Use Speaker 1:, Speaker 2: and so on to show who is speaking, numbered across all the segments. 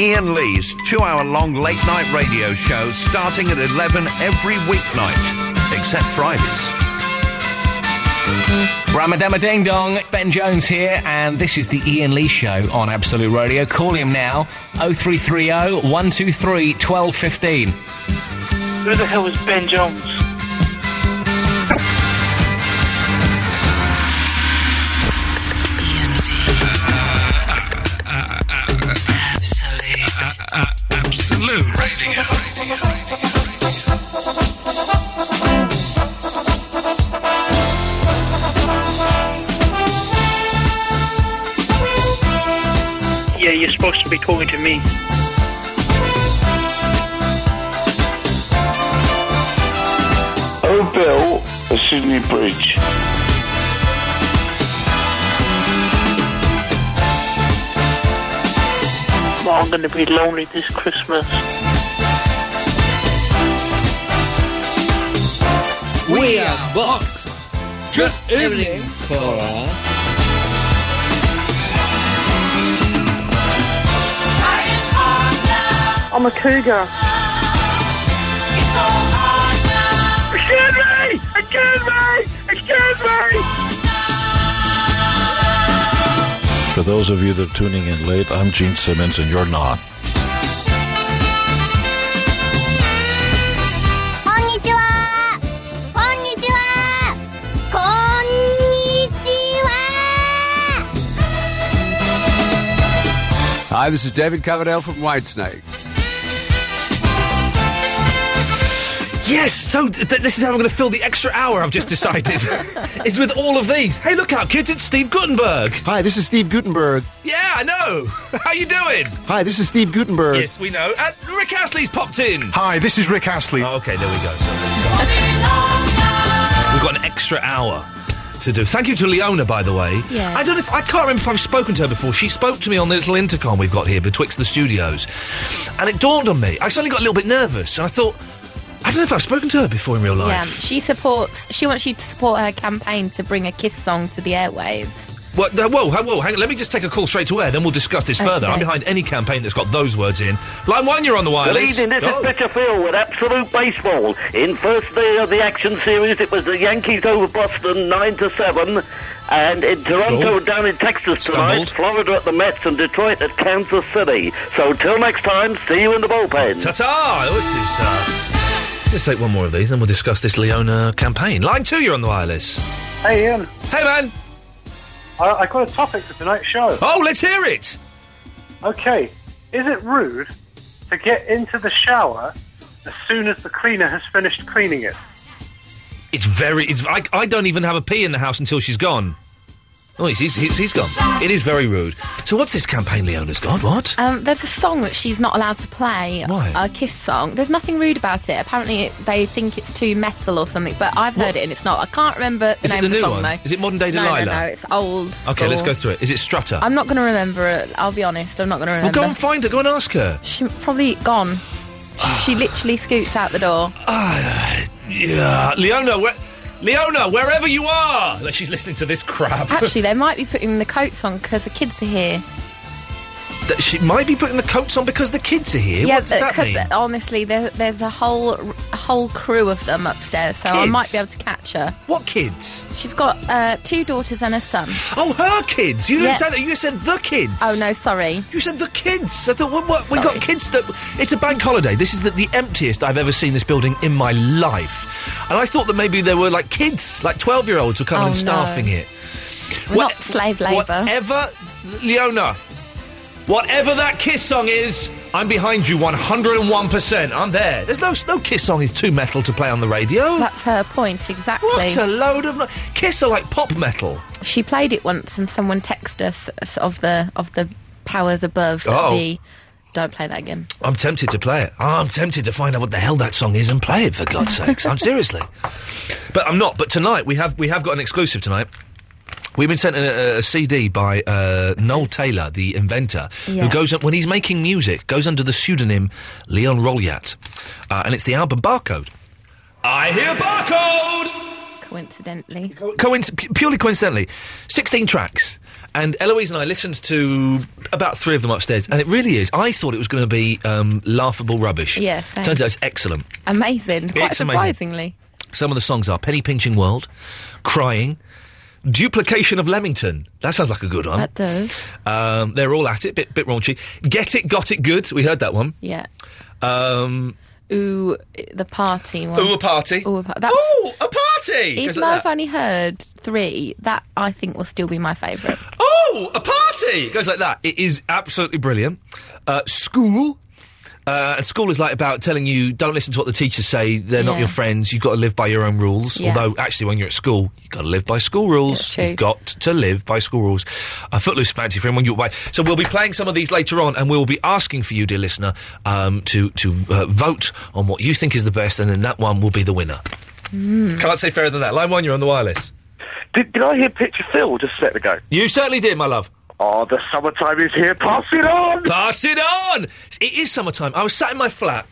Speaker 1: Ian Lee's two hour long late night radio show starting at 11 every weeknight, except Fridays.
Speaker 2: Ramadama Ding Dong, Ben Jones here, and this is the Ian Lee Show on Absolute Radio. Call him now, 0330 123 1215.
Speaker 3: Who the hell is Ben Jones?
Speaker 4: Absolute Radio.
Speaker 3: Yeah, you're supposed to be talking to me.
Speaker 5: Who built the Sydney Bridge?
Speaker 3: Well, I'm going to be lonely this Christmas.
Speaker 6: We are Box. Good evening, Cora.
Speaker 3: I'm a cougar.
Speaker 4: Excuse me! Excuse me! Excuse me!
Speaker 7: For those of you that are tuning in late, I'm Gene Simmons and you're not.
Speaker 8: こんにちはこんにちはこんにちは
Speaker 9: Hi, this is David Coverdale from Whitesnake.
Speaker 10: Yes, so th- th- this is how I'm going to fill the extra hour I've just decided. is with all of these. Hey, look out, kids, it's Steve Gutenberg.
Speaker 11: Hi, this is Steve Gutenberg.
Speaker 10: Yeah, I know. How you doing?
Speaker 11: Hi, this is Steve Gutenberg.
Speaker 10: Yes, we know. And Rick Astley's popped in. Oh,
Speaker 11: Hi, this is Rick Astley.
Speaker 10: okay, there we go. We've got an extra hour to do. Thank you to Leona, by the way.
Speaker 4: Yeah.
Speaker 10: I don't know if I can't remember if I've spoken to her before. She spoke to me on the little intercom we've got here betwixt the studios, and it dawned on me. I suddenly got a little bit nervous, and I thought, I don't know if I've spoken to her before in real
Speaker 12: Yeah,
Speaker 10: life.
Speaker 12: she supports. She wants you to support her campaign to bring a kiss song to the airwaves.
Speaker 10: Well, th- whoa, ho- whoa, hang on. Let me just take a call straight to air, then we'll discuss this further.
Speaker 12: Okay.
Speaker 10: I'm behind any campaign that's got those words in. Line one, you're on the
Speaker 13: Good
Speaker 10: wireless.
Speaker 13: evening, this
Speaker 10: Oh.
Speaker 13: is Peter Phil with Absolute Baseball. In first day of the action series, it was the Yankees over Boston 9 to 7. And in Toronto,
Speaker 14: Oh.
Speaker 13: down in Texas tonight, Florida at the Mets and Detroit at Kansas City. So till next time, see you in the bullpen.
Speaker 10: Ta-ta! This is, uh, let's just take one more of these, then we'll discuss this Leona campaign. Line two, you're on the wireless.
Speaker 15: Hey Ian.
Speaker 10: Hey man.
Speaker 15: I, I got a topic for tonight's show.
Speaker 10: Oh, let's hear it.
Speaker 15: Okay. Is it rude to get into the shower as soon as the cleaner has finished cleaning it?
Speaker 10: It's very... It's, I, I don't even have a pee in the house until she's gone. Oh, he's, he's, he's he's gone. It is very rude. So what's this campaign Leona's got? What?
Speaker 12: Um, there's a song that she's not allowed to play.
Speaker 10: Why?
Speaker 12: A kiss song. There's nothing rude about it. Apparently, it, they think it's too metal or something, but I've heard it and it's not. I can't remember the
Speaker 10: Is it
Speaker 12: name
Speaker 10: the
Speaker 12: of the
Speaker 10: new
Speaker 12: song
Speaker 10: one?
Speaker 12: though.
Speaker 10: Is it Modern Day
Speaker 12: no,
Speaker 10: Delilah?
Speaker 12: No, no, it's old.
Speaker 10: Okay, let's
Speaker 12: school.
Speaker 10: go through it. Is it Strutter?
Speaker 12: I'm not going to remember it. I'll be honest. I'm not going to
Speaker 10: well,
Speaker 12: remember.
Speaker 10: go and find her. Go and ask her.
Speaker 12: She's probably gone. she literally scoots out the door.
Speaker 10: Ah. Yeah, Leona, where, Leona, wherever you are, Like, she's listening to this crap.
Speaker 12: Actually, they might be putting the coats on because the kids are here.
Speaker 10: That she might be putting the coats on because the kids are here. what does
Speaker 12: but-
Speaker 10: that mean?
Speaker 12: honestly, there, there's a whole a whole crew of them upstairs, so I might
Speaker 10: Kids?
Speaker 12: be able to catch her.
Speaker 10: What kids?
Speaker 12: She's got uh, two daughters and a son.
Speaker 10: Oh, her kids. You didn't
Speaker 12: Yeah.
Speaker 10: say that. You said the kids.
Speaker 12: Oh no, sorry.
Speaker 10: You said the kids. I thought, what? what we got kids that. It's a bank holiday. This is the, the emptiest I've ever seen this building in my life, and I thought that maybe there were like kids, like twelve-year-olds, were coming
Speaker 12: Oh,
Speaker 10: and staffing
Speaker 12: no.
Speaker 10: it.
Speaker 12: We're not slave labour.
Speaker 10: Whatever, Leona, whatever that Kiss song is, I'm behind you 101%. I'm there. There's no no Kiss song is too metal to play on the radio.
Speaker 12: That's her point exactly.
Speaker 10: Oh. What a load of no- Kiss are like pop metal.
Speaker 12: She played it once, and someone texted us s- of the of the powers above. that
Speaker 10: Oh.
Speaker 12: the- don't play that again.
Speaker 10: I'm tempted to play it. I'm tempted to find out what the hell that song is and play it for God's sakes. I'm seriously, but I'm not. But tonight we have we have got an exclusive tonight. We've been sent a, a- a CD by uh, Noel Taylor, the inventor,
Speaker 16: Yeah.
Speaker 10: who goes when he's making music goes under the pseudonym Leon Rolliat, uh, and it's the album Barcode. I hear barcode.
Speaker 12: Coincidentally,
Speaker 10: Coinc- purely coincidentally, 16 tracks. And Eloise and I listened to about three of them upstairs, and it really is. I thought it was going to be um, laughable rubbish.
Speaker 17: Yeah, same.
Speaker 10: Turns out it's excellent.
Speaker 17: Amazing. Quite
Speaker 10: It's amazing.
Speaker 17: surprisingly.
Speaker 10: Some of the songs are Penny Pinching World, Crying, Duplication of Leamington. That sounds like a good one.
Speaker 17: That does.
Speaker 10: Um, they're all at it, bit bit raunchy. Get it, got it, good. We heard that one.
Speaker 17: Yeah.
Speaker 10: Um,
Speaker 17: Ooh, the party one.
Speaker 10: Ooh, a party.
Speaker 17: Ooh, a, par- that's-
Speaker 10: Ooh, a party! Goes
Speaker 17: Even
Speaker 10: like
Speaker 17: though
Speaker 10: that.
Speaker 17: I've only heard three, that I think will still be my favourite.
Speaker 10: oh, a party! It goes like that. It is absolutely brilliant. Uh, school. Uh, and school is like about telling you don't listen to what the teachers say. They're not
Speaker 17: Yeah.
Speaker 10: your friends. You've got to live by your own rules.
Speaker 17: Yeah.
Speaker 10: Although actually, when you're at school, you've got to live by school rules.
Speaker 17: true.
Speaker 10: You've got to live by school rules. A footloose fancy frame when you by. So we'll be playing some of these later on, and we'll be asking for you, dear listener, um, to to uh, vote on what you think is the best, and then that one will be the winner. Can't say fairer than that. Line one, you're on the wireless.
Speaker 18: Did, did I hear Picture Phil just a second ago?
Speaker 10: You certainly did, my love.
Speaker 18: Oh, the summertime is here. Pass it on!
Speaker 10: Pass it on! It is summertime. I was sat in my flat.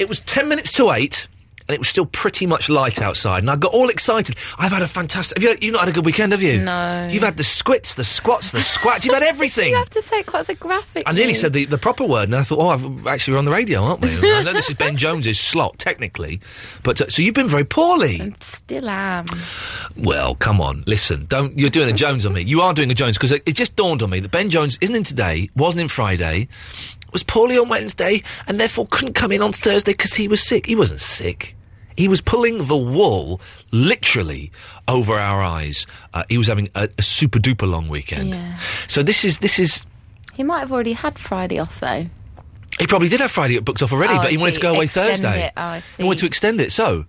Speaker 10: It was 10 minutes to 8, and it was still pretty much light outside, and I got all excited. I've had a fantastic. Have you, you've not had a good weekend, have you?
Speaker 17: No.
Speaker 10: You've had the squits, the squats, the squats. You've had everything.
Speaker 17: you have to say it quite as a graphic.
Speaker 10: I nearly
Speaker 17: thing.
Speaker 10: said the, the proper word, and I thought, oh, I've, actually, we're on the radio, aren't we? And I know this is Ben Jones's slot, technically, but uh, so you've been very poorly.
Speaker 17: Still am.
Speaker 10: Well, come on, listen, don't. You're doing a Jones on me. You are doing a Jones because it, it just dawned on me that Ben Jones isn't in today, wasn't in Friday, was poorly on Wednesday, and therefore couldn't come in on Thursday because he was sick. He wasn't sick. He was pulling the wool literally over our eyes. Uh, he was having a, a super duper long weekend.
Speaker 17: Yeah.
Speaker 10: So this is this is
Speaker 17: He might have already had Friday off though.
Speaker 10: He probably did have Friday booked off already,
Speaker 17: Oh,
Speaker 10: but
Speaker 17: I
Speaker 10: he wanted
Speaker 17: see.
Speaker 10: to go away
Speaker 17: Extend
Speaker 10: Thursday.
Speaker 17: it. Oh, I
Speaker 10: He wanted to extend it. So,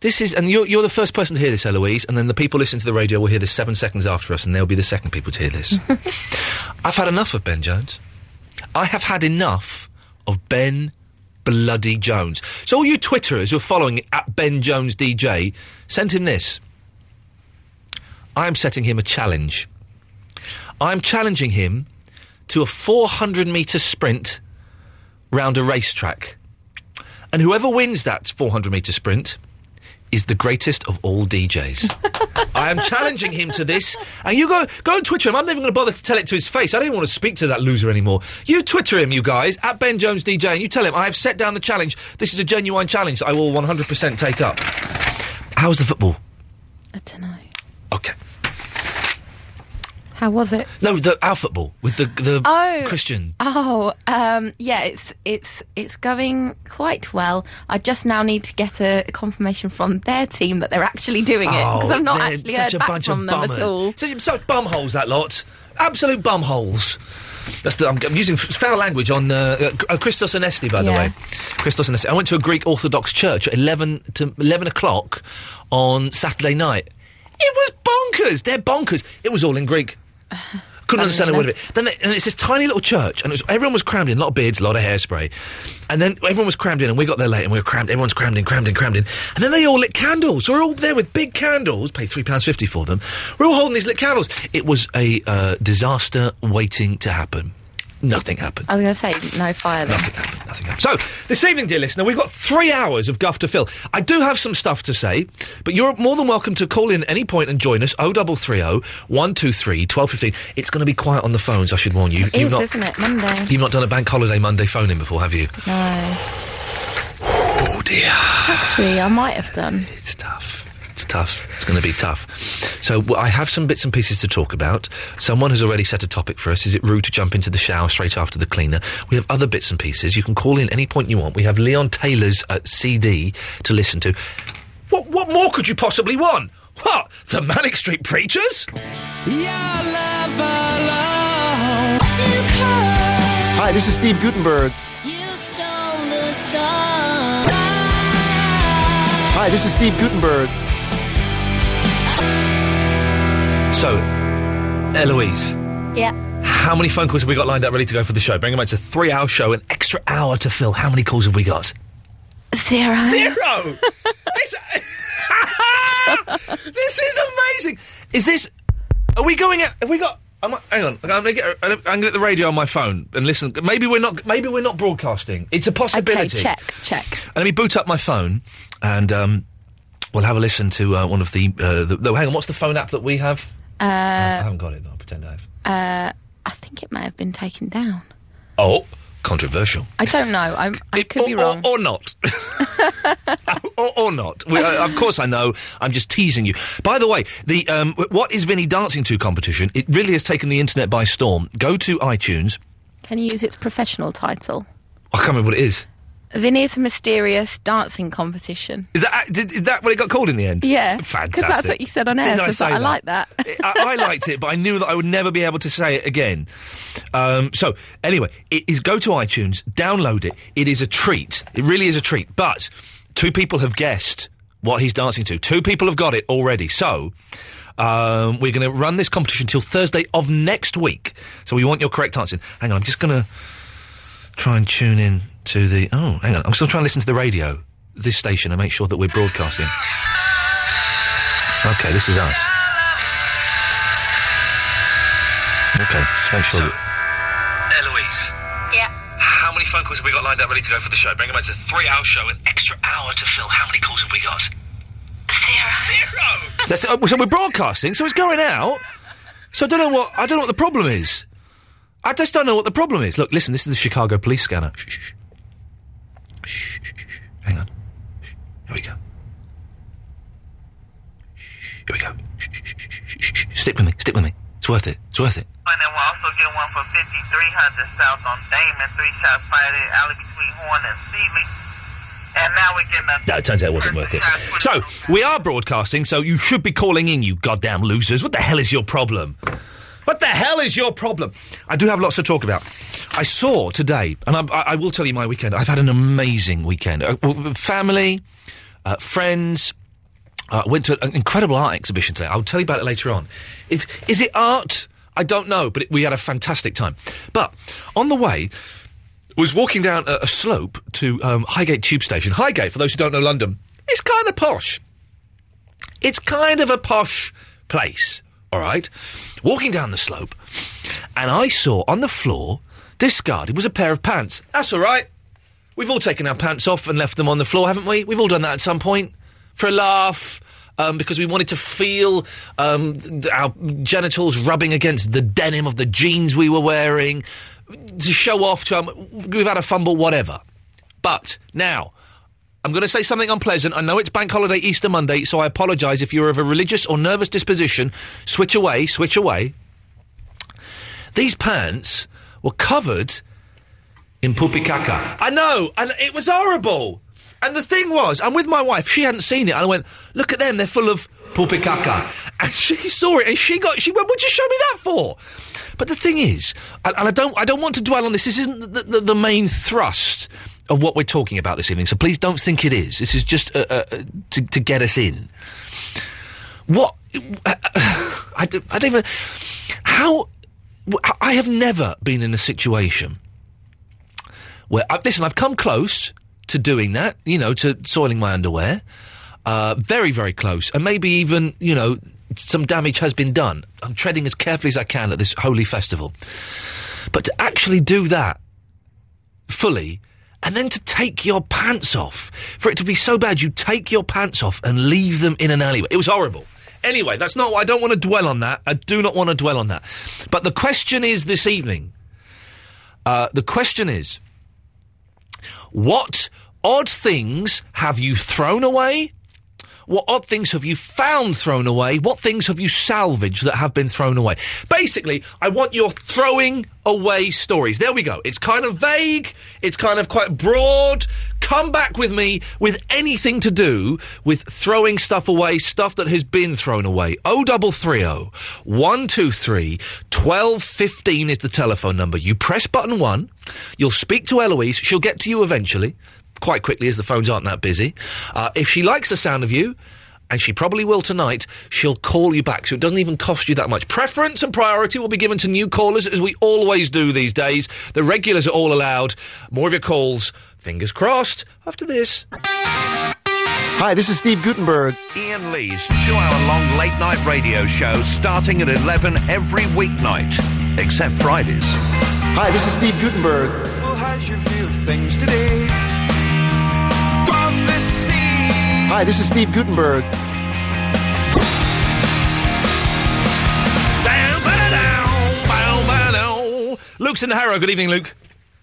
Speaker 10: this is, and you're, you're the first person to hear this, Eloise, and then the people listening to the radio will hear this seven seconds after us, and they'll be the second people to hear this. I've had enough of Ben Jones. I have had enough of Ben Bloody Jones. So, all you Twitterers who are following at Ben Jones DJ, send him this. I am setting him a challenge. I'm challenging him to a 400 metre sprint round a racetrack. And whoever wins that 400 metre sprint is the greatest of all DJs. I am challenging him to this. And you go, go and Twitter him. I'm not even going to bother to tell it to his face. I don't even want to speak to that loser anymore. You Twitter him, you guys, at Ben Jones DJ, and you tell him, I have set down the challenge. This is a genuine challenge that I will 100% take up. How's the football?
Speaker 17: I don't know.
Speaker 10: Okay.
Speaker 17: How was it?
Speaker 10: No, the, our football with the, the
Speaker 17: Oh.
Speaker 10: Christian.
Speaker 17: Oh, um, yeah, it's it's it's going quite well. I just now need to get a confirmation from their team that they're actually doing it
Speaker 10: Oh,
Speaker 17: because I've not
Speaker 10: they're
Speaker 17: actually
Speaker 10: such
Speaker 17: heard
Speaker 10: a
Speaker 17: back
Speaker 10: bunch
Speaker 17: from
Speaker 10: of
Speaker 17: them at
Speaker 10: bummer-
Speaker 17: all.
Speaker 10: Such, such bumholes, that lot. Absolute bumholes. That's the, I'm, I'm using f- foul language on uh, uh, Gr- uh, Christos and Esti, by the
Speaker 17: Yeah.
Speaker 10: way. Christos and Esti. I went to a Greek Orthodox church at 11, to 11 o'clock on Saturday night. It was bonkers. They're bonkers. It was all in Greek. Couldn't understand a word of it. Then they, and it's this tiny little church, and it was, everyone was crammed in. A lot of beards, a lot of hairspray, and then everyone was crammed in. And we got there late, and we were crammed. Everyone's crammed in, crammed in, crammed in. And then they all lit candles. So we're all there with big candles. Paid three pounds fifty for them. We're all holding these lit candles. It was a uh, disaster waiting to happen. Nothing happened.
Speaker 17: I was going to say no fire. Then.
Speaker 10: Nothing happened. Nothing happened. So this evening, dear listener, we've got three hours of guff to fill. I do have some stuff to say, but you're more than welcome to call in at any point and join us. 0330 123 1215. It's going to be quiet on the phones. I should warn you.
Speaker 17: It is, isn't it? Monday.
Speaker 10: You've not done a bank holiday Monday phone in before, have you?
Speaker 17: No.
Speaker 10: Oh dear.
Speaker 17: Actually, I might have done.
Speaker 10: It's tough. It's tough. It's going to be tough. So w I I have some bits and pieces to talk about. Someone has already set a topic for us. Is it rude to jump into the shower straight after the cleaner? We have other bits and pieces. You can call in any point you want. We have Leon Taylor's uh, CD to listen to. What what more could you possibly want? What the Manic Street Preachers?
Speaker 12: Hi, this is Steve Gutenberg. Hi, this is Steve Gutenberg.
Speaker 10: So, Eloise.
Speaker 17: Yeah.
Speaker 10: How many phone calls have we got lined up ready to go for the show? Bring them out. It's a three hour show, an extra hour to fill. How many calls have we got?
Speaker 17: Zero.
Speaker 10: Zero. this is amazing. Is this. Are we going out? Have we got. am I- hang on. I'm gonna, get, I'm gonna get the radio on my phone and listen. Maybe we're not. Maybe we're not broadcasting. It's a
Speaker 17: Okay,
Speaker 10: possibility.
Speaker 17: check, check.
Speaker 10: And let me boot up my phone, and um, we'll have a listen to uh, one of the, uh, the. No, hang on. What's the phone app that we have? I
Speaker 17: Uh,
Speaker 10: haven't got it, though. I pretend I have.
Speaker 17: uh, I think it may have been taken down.
Speaker 10: Oh, controversial.
Speaker 17: I don't know. I'm, I could be
Speaker 10: or, or-
Speaker 17: wrong.
Speaker 10: or not. or, or not. We, uh, of course, I know. I'm just teasing you. By the way, the um, w- what is Vinny dancing to competition? It really has taken the internet by storm. Go to iTunes.
Speaker 17: Can you use its professional title?
Speaker 10: I can't remember what it is.
Speaker 17: Vinny's Mysterious Dancing Competition.
Speaker 10: Is that uh, did, is that what it got called in the end?
Speaker 17: Yeah, 'cause
Speaker 10: fantastic.
Speaker 17: that's what you said on air.
Speaker 10: Didn't
Speaker 17: so
Speaker 10: I
Speaker 17: I,
Speaker 10: say
Speaker 17: thought, I
Speaker 10: that?
Speaker 17: like that.
Speaker 10: I, I liked it, but I knew that I would never be able to say it again. Um, so anyway, it is go to iTunes, download it. It is a treat. It really is a treat. But two people have guessed what he's dancing to. Two people have got it already. So. Um, we're going to run this competition till Thursday of next week. So we want your correct answer. Hang on, I'm just going to try and tune in to the. Oh, hang on. I'm still trying to listen to the radio, this station, and make sure that we're broadcasting. Okay, this is us. Okay, just make sure. that- Eloise.
Speaker 19: Yeah.
Speaker 10: How many phone calls have we got lined up ready to go for the show? Bring them it's a three hour show, an extra hour to fill. How many calls have we got? Zero. That's, uh, so we're broadcasting, so it's going out. So I don't know what I don't know what the problem is. I just don't know what the problem is. Look, listen, this is the Chicago police scanner. Shh, shh, shh. Shh, shh, shh, shh. Hang on. Shh. Here we go. Shh. Here we go. Shh, shh, shh, shh, shh, shh. Stick with me. Stick with me. It's worth it. It's worth it.
Speaker 16: And then we'll also get one for 5300 South on Damon, three shots fired at alley between Horn and Seeley. And now we're getting a
Speaker 10: No, it turns out it wasn't worth it. So, we are broadcasting, so you should be calling in, you goddamn losers. What the hell is your problem? What the hell is your problem? I do have lots to talk about. I saw today, and I'm, I, I will tell you my weekend. I've had an amazing weekend. Uh, w- family, uh, friends. Uh, went to an incredible art exhibition today. I'll tell you about it later on. It's, is it art? I don't know, but it, we had a fantastic time. But on the way, was walking down a, a slope to um, Highgate Tube Station. Highgate, for those who don't know London, it's kind of posh. It's kind of a posh place, all right? Walking down the slope, and I saw on the floor, discarded was a pair of pants. That's all right. We've all taken our pants off and left them on the floor, haven't we? We've all done that at some point for a laugh. Um, because we wanted to feel um, th- our genitals rubbing against the denim of the jeans we were wearing, to show off to um, we've had a fumble, whatever. But now, I'm going to say something unpleasant. I know it's bank holiday Easter Monday, so I apologise if you're of a religious or nervous disposition. Switch away, switch away. These pants were covered in poopy caca. I know, and it was horrible. And the thing was, I'm with my wife. She hadn't seen it, and I went, "Look at them; they're full of poopy caca." And she saw it, and she got, she went, "What'd you show me that for?" But the thing is, and, and I don't, I don't want to dwell on this. This isn't the, the, the main thrust of what we're talking about this evening. So please don't think it is. This is just uh, uh, uh, to, to get us in. What? I, don't, I don't even. How? I have never been in a situation where I, listen, I've come close to doing that, you know, to soiling my underwear, uh, very, very close, and maybe even, you know, some damage has been done. I'm treading as carefully as I can at this holy festival, but to actually do that fully. And then to take your pants off. For it to be so bad, you take your pants off and leave them in an alleyway. It was horrible. Anyway, that's not I don't want to dwell on that. I do not want to dwell on that. But the question is this evening uh, the question is what odd things have you thrown away? What odd things have you found thrown away? What things have you salvaged that have been thrown away? Basically, I want your throwing away stories. There we go. It's kind of vague, it's kind of quite broad. Come back with me with anything to do with throwing stuff away, stuff that has been thrown away. 0330 123 1215 is the telephone number. You press button one, you'll speak to Eloise, she'll get to you eventually quite quickly as the phones aren't that busy. Uh, if she likes the sound of you, and she probably will tonight, she'll call you back. So it doesn't even cost you that much. Preference and priority will be given to new callers, as we always do these days. The regulars are all allowed. More of your calls, fingers crossed, after this.
Speaker 12: Hi, this is Steve Gutenberg.
Speaker 1: Ian Lee's two hour long late night radio show starting at 11 every weeknight, except Fridays.
Speaker 12: Hi, this is Steve Gutenberg.
Speaker 19: Well, how's your view of things today? From the sea.
Speaker 12: Hi, this is Steve Gutenberg.
Speaker 10: Luke's in the Harrow. Good evening, Luke.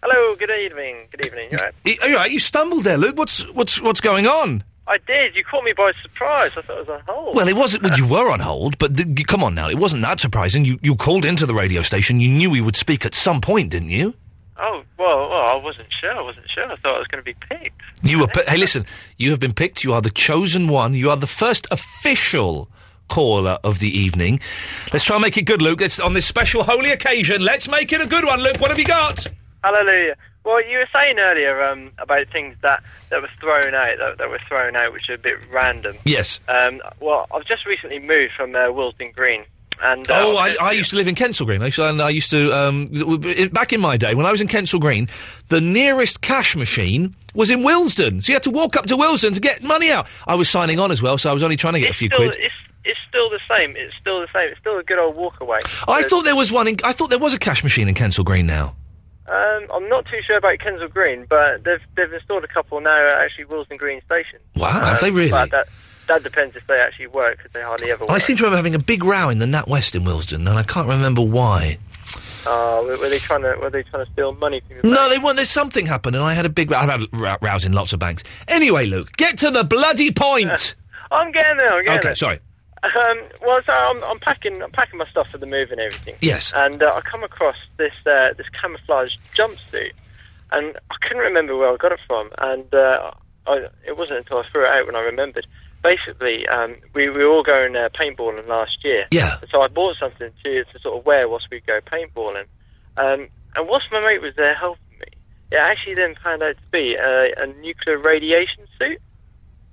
Speaker 3: Hello, Oh, good evening. Good evening. You all right?
Speaker 10: Y- Are you all right? You stumbled there, Luke. What's what's what's going on?
Speaker 3: I did. You caught me by surprise. I thought it was on hold.
Speaker 10: Well, it wasn't. Well, you were on hold, but th- g- come on now, it wasn't that surprising. You you called into the radio station. You knew we would speak at some point, didn't you?
Speaker 3: Oh, well, well, I wasn't sure. I wasn't sure. I thought I was going to be picked.
Speaker 10: You were. Pi- hey, listen. You have been picked. You are the chosen one. You are the first official caller of the evening. Let's try and make it good, Luke. It's on this special holy occasion. Let's make it a good one, Luke. What have you got?
Speaker 3: Hallelujah. Well, you were saying earlier um, about things that, that were thrown out, that, that were thrown out, which are a bit random.
Speaker 10: Yes.
Speaker 3: Um, well, I've just recently moved from uh, Wilsden Green. And, uh,
Speaker 10: Oh, I, I used to live in Kensal Green. I used to, and I used to um, th- w- in- back in my day when I was in Kensal Green, the nearest cash machine was in Willesden, so you had to walk up to Willesden to get money out. I was signing on as well, so I was only trying to get a few
Speaker 3: still,
Speaker 10: quid.
Speaker 3: it's, it's still the same. It's still the same. It's still a good old walk away.
Speaker 10: I thought there was one. In, I thought there was a cash machine in Kensal Green now.
Speaker 3: Um, I'm not too sure about Kensal Green, but they've they've installed a couple now at actually Wilson Green Station. Um,
Speaker 10: Wow, have they really?
Speaker 3: But that, that depends if they actually work, because they hardly ever work.
Speaker 10: I seem to remember having a big row in the Nat West in Willesden, and I can't remember why.
Speaker 3: Uh, were, were they trying to were they trying to steal money from you?
Speaker 10: No, they weren't. There's something happened, and I had a big. row- I've had r- rows in lots of banks. Anyway, Luke, get to the bloody point.
Speaker 3: I'm getting there. I'm getting
Speaker 10: okay,
Speaker 3: there.
Speaker 10: sorry.
Speaker 3: Um, well, so I'm, I'm packing I'm packing my stuff for the move and everything.
Speaker 10: Yes.
Speaker 3: And uh, I come across this uh, this camouflage jumpsuit, and I couldn't remember where I got it from, and uh, I, it wasn't until I threw it out when I remembered. Basically, um, we, we were all going uh, paintballing last year.
Speaker 10: Yeah.
Speaker 3: So I bought something to, to sort of wear whilst we go paintballing. Um, and whilst my mate was there helping me, it actually then turned out to be a, a nuclear radiation suit.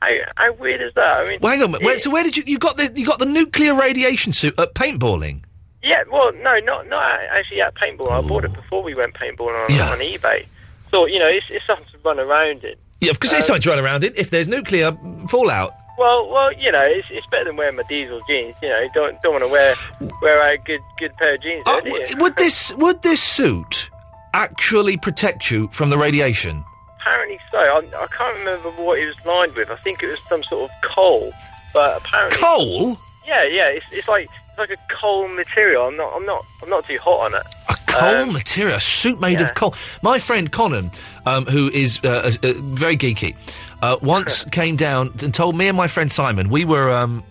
Speaker 3: How, how weird is that? I mean,
Speaker 10: Well, hang on. a minute. Where,
Speaker 3: it-
Speaker 10: so where did you you got the you got the nuclear radiation suit at paintballing?
Speaker 3: Yeah, well, no, not not a- actually at paintball. I bought it before we went paintballing on, on eBay. So you know, it's, it's something to run around in.
Speaker 10: Yeah, because there's something to run around in. If there's nuclear fallout,
Speaker 3: Well, well, you know, it's, it's better than wearing my diesel jeans. You know, don't don't want to wear wear a good good pair of jeans.
Speaker 10: Oh,
Speaker 3: though, do you?
Speaker 10: would this would this suit actually protect you from the radiation?
Speaker 3: Apparently so. I, I can't remember what it was lined with. I think it was some sort of coal, but apparently
Speaker 10: coal.
Speaker 3: Yeah, yeah. It's, it's like it's like a coal material. I'm not I'm not I'm not too hot on it. Um,
Speaker 10: Coal material, a suit made
Speaker 3: yeah.
Speaker 10: of coal. My friend Conan, um, who is uh, uh, very geeky, uh, once came down and told me and my friend Simon we were um,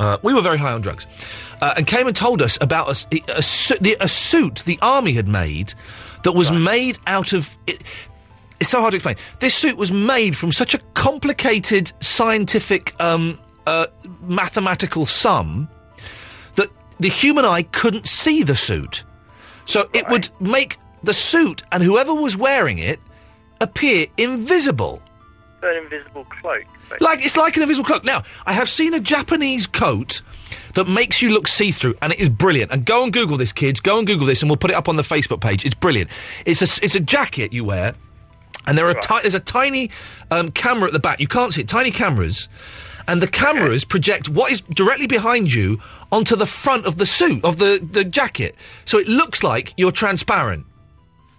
Speaker 10: uh, we were very high on drugs, uh, and came and told us about a, s- a su- the, a suit the army had made that was made out of. It, it's so hard to explain. This suit was made from such a complicated scientific um, uh, mathematical sum that the human eye couldn't see the suit. So it would make the suit and whoever was wearing it appear invisible.
Speaker 3: It's an invisible cloak. basically.
Speaker 10: Like it's like an invisible cloak. Now, I have seen a Japanese coat that makes you look see-through, and it is brilliant. And go and Google this, kids. Go and Google this, and we'll put it up on the Facebook page. It's brilliant. It's a it's a jacket you wear, and there are ti- there's a tiny um, camera at the back. You can't see it. Tiny cameras. And the cameras project what is directly behind you onto the front of the suit of the, the jacket, so it looks like you're transparent.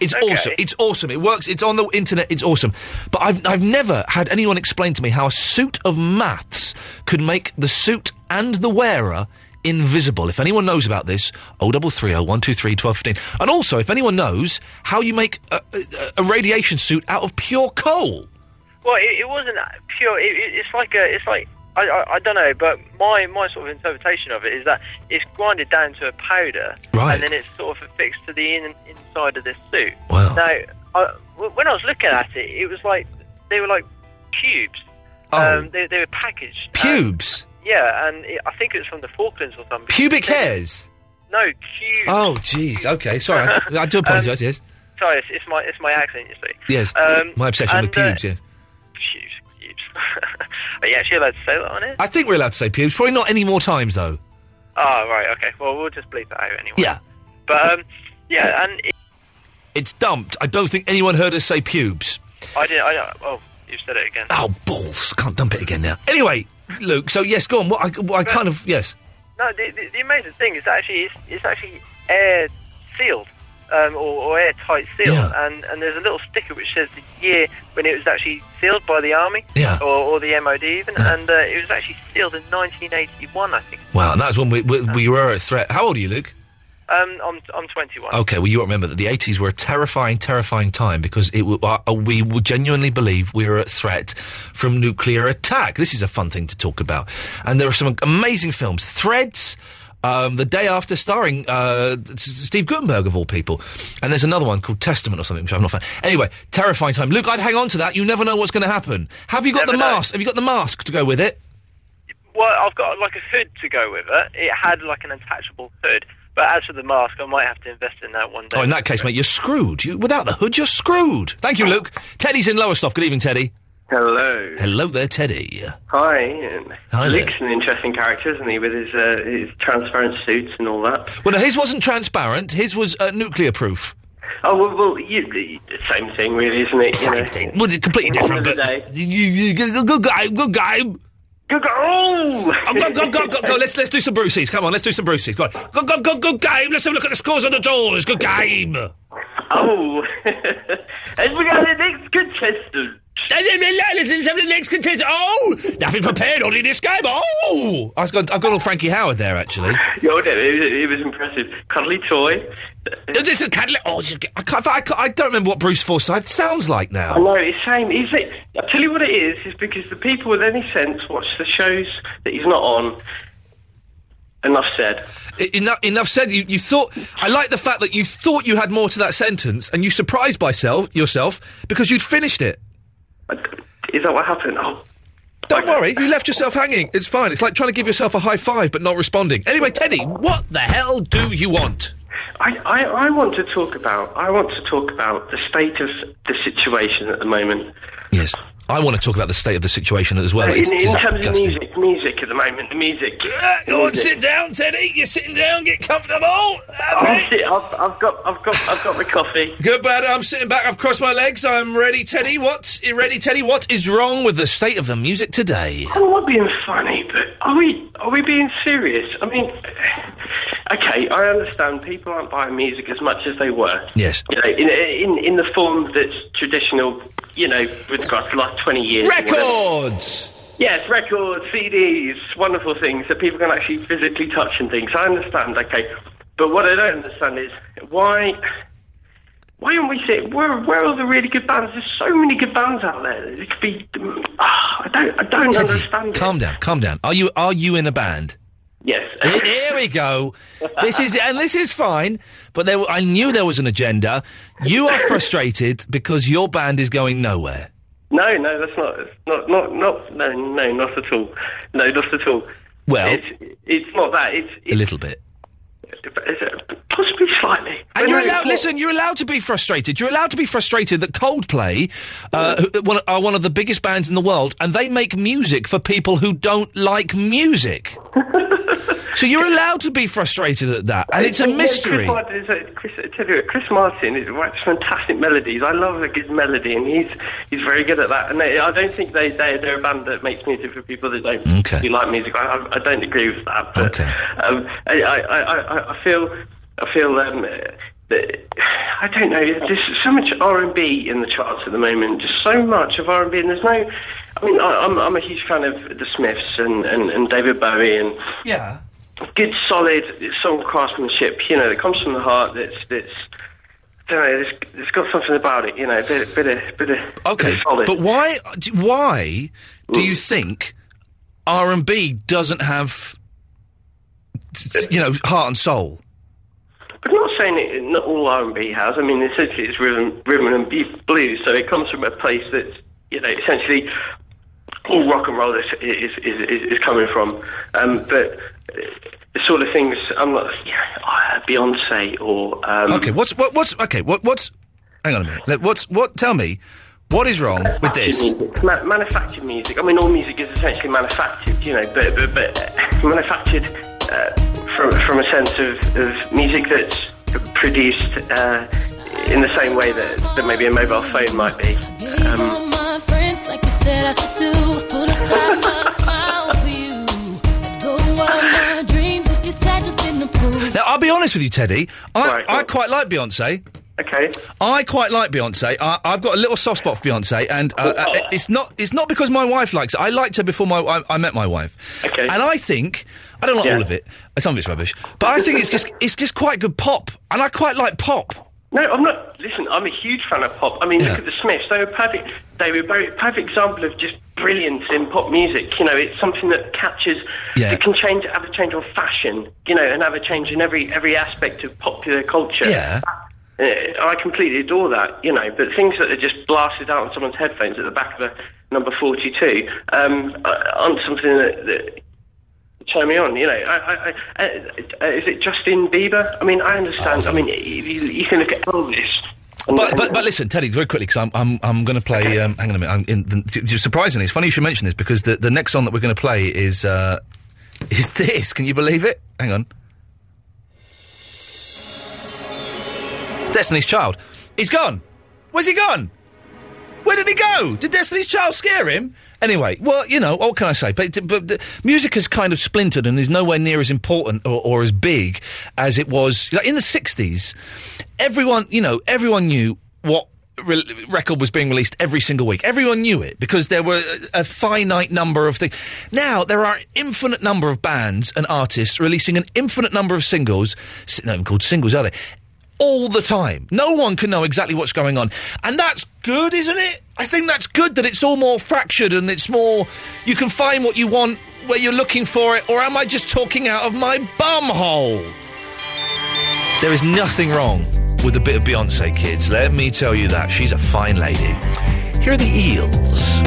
Speaker 10: It's
Speaker 3: Okay.
Speaker 10: awesome. It's awesome. It works. It's on the internet. It's awesome. But I've, I've never had anyone explain to me how a suit of maths could make the suit and the wearer invisible. If anyone knows about this, 0330 123 1215. And also, if anyone knows how you make a, a, a radiation suit out of pure coal.
Speaker 3: Well, it, it wasn't pure. It, it, it's like a, it's like I, I, I don't know, but my my sort of interpretation of it is that it's grinded down to a powder,
Speaker 10: Right.
Speaker 3: and then it's sort of affixed to the in, inside of this suit.
Speaker 10: Wow.
Speaker 3: Now, I, w- when I was looking at it, it was like they were like cubes.
Speaker 10: Oh.
Speaker 3: Um, they, they were packaged.
Speaker 10: Pubes.
Speaker 3: Yeah, and it, I think it was from the Falklands or something.
Speaker 10: Pubic hairs.
Speaker 3: No, cubes.
Speaker 10: Oh, jeez. Okay. Sorry. I, I do
Speaker 3: Um,
Speaker 10: apologise. yes.
Speaker 3: Sorry, it's, it's my it's my accent, you see.
Speaker 10: Yes.
Speaker 3: Um,
Speaker 10: my obsession with
Speaker 3: and, uh,
Speaker 10: pubes, yes.
Speaker 3: Are you actually allowed to say that on it?
Speaker 10: I think we're allowed to say pubes. Probably not any more times, though.
Speaker 3: Oh, right, okay. Well, we'll just bleep that out anyway.
Speaker 10: Yeah.
Speaker 3: But, um, yeah, and it,
Speaker 10: It's dumped. I don't think anyone heard us say pubes.
Speaker 3: I didn't, I don't, oh, you said it again.
Speaker 10: Oh, balls. Can't dump it again now. Anyway, Luke, so yes, go on. What I, what I kind of, yes.
Speaker 3: No, the, the, the amazing thing is actually, it's, it's actually air sealed, um, or, or airtight sealed, and, and there's a little sticker which says the year when it was actually sealed by the Army,
Speaker 10: Yeah.
Speaker 3: or, or the MOD even, and uh, it was actually sealed in 1981, I think.
Speaker 10: Uh. Wow, and that's when we, we, we were a threat. How old are you, Luke?
Speaker 3: Um, I'm I'm 21.
Speaker 10: Okay, well, you remember that the 80s were a terrifying, terrifying time because it w- uh, we would genuinely believe we were at threat from nuclear attack. This is a fun thing to talk about. And there are some amazing films. Threads, um, The Day After, starring uh, S- Steve Gutenberg, of all people. And there's another one called Testament or something, which I've not found. Anyway, terrifying time. Luke, I'd hang on to that. You never know what's going to happen. Have you got the
Speaker 3: Never know.
Speaker 10: mask? Have you got the mask to go with it?
Speaker 3: Well, I've got like a hood to go with it. It had like an attachable hood, but as for the mask, I might have to invest in that one day.
Speaker 10: Oh, in that case, mate, you're screwed. You, without the hood, you're screwed. Thank you, Luke. Teddy's in Lowestoft. Good evening, Teddy.
Speaker 20: Hello.
Speaker 10: Hello there, Teddy.
Speaker 20: Hi, Ian.
Speaker 10: Hi there.
Speaker 20: Luke's an interesting character, isn't he, with his, uh, his transparent suits and all that?
Speaker 10: Well, no, his wasn't transparent. His was uh, nuclear proof.
Speaker 20: Oh, well, well you, the same thing, really, isn't it?
Speaker 10: Same thing. Well, it's completely different, but... You- you- Good good guy, good guy.
Speaker 20: Good guy. Oh!
Speaker 10: Oh, go, go, go, go, go. Let's, let's do some Bruceys. Come on, let's do some Bruceys. Go on. Go, go, go, good game. Let's have a look at the scores on the doors. Good game.
Speaker 20: Oh. As we go to the next contestant.
Speaker 10: Let's have the next contestant. Oh! Nothing prepared on in this game. Oh! I've got, I've got all Frankie Howard there, actually.
Speaker 20: Yeah, I know, it, was, it was impressive. Cuddly toy.
Speaker 10: Is this a cuddly... Oh, just- I, can't, I, can't, I don't remember what Bruce Forsyth sounds like now.
Speaker 20: I know, it's same. Is it? I tell you what it is, is because the people with any sense watch the shows that he's not on. Enough said.
Speaker 10: Enough, enough said. You, you thought. I like the fact that you thought you had more to that sentence, and you surprised by self, yourself because you'd finished it.
Speaker 20: Is that what happened? Oh.
Speaker 10: Don't worry, you left yourself hanging. It's fine. It's like trying to give yourself a high five but not responding. Anyway, Teddy, what the hell do you want?
Speaker 20: I, I, I want to talk about I want to talk about the state of the situation at the moment.
Speaker 10: Yes, I want to talk about the state of the situation as well.
Speaker 20: in,
Speaker 10: It's
Speaker 20: in terms of
Speaker 10: disgusting.
Speaker 20: music, music at the moment, the music.
Speaker 10: Go on, sit down, Teddy. You're sitting down. Get comfortable.
Speaker 20: I'll sit- I've, I've got I've got I've got my coffee.
Speaker 10: Good, bad. I'm sitting back. I've crossed my legs. I'm ready, Teddy. What? you Ready, Teddy? What is wrong with the state of the music today?
Speaker 20: Oh, I'm being funny, but are we are we being serious? I mean, okay, I understand people aren't buying music as much as they were.
Speaker 10: Yes.
Speaker 20: You know, in in, in the form that's traditional. You know, with regards to the last twenty years. or whatever.
Speaker 10: Records.
Speaker 20: Yes, records, CDs, wonderful things that people can actually physically touch and things. I understand, okay. But what I don't understand is why why aren't we seeing where where are the really good bands? There's so many good bands out there. It could be ah, I don't I don't
Speaker 10: Teddy,
Speaker 20: understand
Speaker 10: Calm down, calm down. Are you are you in a band?
Speaker 20: Yes.
Speaker 10: Here, here we go. This is and this is fine, but there, I knew there was an agenda. You are frustrated because your band is going nowhere.
Speaker 20: No, no, that's not it's not not not no no not at all. No, not at all.
Speaker 10: Well-
Speaker 20: it's, it's not that. It's,
Speaker 10: A little bit.
Speaker 20: it's possibly slightly.
Speaker 10: And
Speaker 20: But
Speaker 10: you're
Speaker 20: no, it's
Speaker 10: allowed.
Speaker 20: not.
Speaker 10: Listen, you're allowed to be frustrated. You're allowed to be frustrated that Coldplay uh, who- one- are one of the biggest bands in the world, and they make music for people who don't like music. so you're allowed to be frustrated at that, and it's a
Speaker 20: Yeah,
Speaker 10: mystery.
Speaker 20: Chris Martin is a- Chris, I tell you, what, Chris Martin is writes fantastic melodies. I love a good melody, and he's he's very good at that. And they, I don't think they, they they're a band that makes music for people that don't
Speaker 10: Okay.
Speaker 20: who like music. I, I- I don't agree with that, but um, I, I, I, I- I feel I feel um, uh, that I don't know. There's so much R and B in the charts at the moment. Just so much of R and B, and there's no. I mean, I, I'm I'm a huge fan of the Smiths and, and, and David Bowie and
Speaker 10: Yeah.
Speaker 20: good solid song craftsmanship. You know, that comes from the heart. That's that's. I don't know. It's, it's got something about it. You know, bit bit of bit of
Speaker 10: Okay,
Speaker 20: bit of solid.
Speaker 10: but why? d- Why do you think R and B doesn't have, t- t- you know, heart and soul?
Speaker 20: But I'm not saying it, not all R and B has. I mean, essentially, it's rhythm, rhythm and b- blues. So it comes from a place that's you know essentially all rock and roll is is is, is, is coming from. Um, but uh, the sort of things I'm not yeah, uh, Beyonce or um,
Speaker 10: okay, what's what, what's okay? What what's? Hang on a minute. Let- What's what? Tell me, what is wrong with this?
Speaker 20: Music. Ma- manufactured music. I mean, all music is essentially manufactured, you know, but, but, but uh, manufactured uh, from, from a sense of, of music that's produced uh, in the same way that, that maybe a mobile phone might be. Um,
Speaker 21: my friends like you said I should do. Put aside my smile for you. Let go of my dreams if you said you didn't approve.
Speaker 10: Now, I'll be honest with you, Teddy. I I quite like Beyonce.
Speaker 20: Okay.
Speaker 10: I quite like Beyonce. I, I've got a little soft spot for Beyonce, and uh,
Speaker 20: Oh.
Speaker 10: uh, it's not it's not because my wife likes it. I liked her before my I, I met my wife. Okay. And I think I don't like
Speaker 20: Yeah.
Speaker 10: all of it. Some of it's rubbish, but I think it's just it's just quite good pop, and I quite like pop.
Speaker 20: No, I'm not. Listen, I'm a huge fan of pop. I mean, look at the Smiths. They were perfect. They were a perfect example of just brilliance in pop music. You know, it's something that captures.
Speaker 10: Yeah.
Speaker 20: It can change, have a change on fashion. You know, and have a change in every every aspect of popular culture.
Speaker 10: Yeah.
Speaker 20: Uh, I completely adore that, you know, but things that are just blasted out on someone's headphones at the back of a number 42 um, uh, aren't something that, that turn me on, you know. I, I, I, uh, is it Justin Bieber? I mean, I understand. I mean, you, you can look at Elvis.
Speaker 10: But, but but listen, Teddy, very quickly, because I'm I'm, I'm going to play. Um, hang on a minute. I'm in the, t- t- surprisingly, it's funny you should mention this because the, the next song that we're going to play is uh, is this. Can you believe it? Hang on. It's Destiny's Child. He's gone. Where's he gone? Where did he go? Did Destiny's Child scare him? Anyway, well, you know, what can I say? But, but the music has kind of splintered and is nowhere near as important or, or as big as it was like in the '60s. Everyone, you know, everyone knew what re- record was being released every single week. Everyone knew it because there were a, a finite number of things. Now there are an infinite number of bands and artists releasing an infinite number of singles. s- Not even called singles, are they? all the time. No one can know exactly what's going on. And that's good, isn't it? I think that's good that it's all more fractured and it's more. You can find what you want where you're looking for it, or am I just talking out of my bum hole? There is nothing wrong with a bit of Beyonce, kids. Let me tell you that. She's a fine lady. Here are the eels.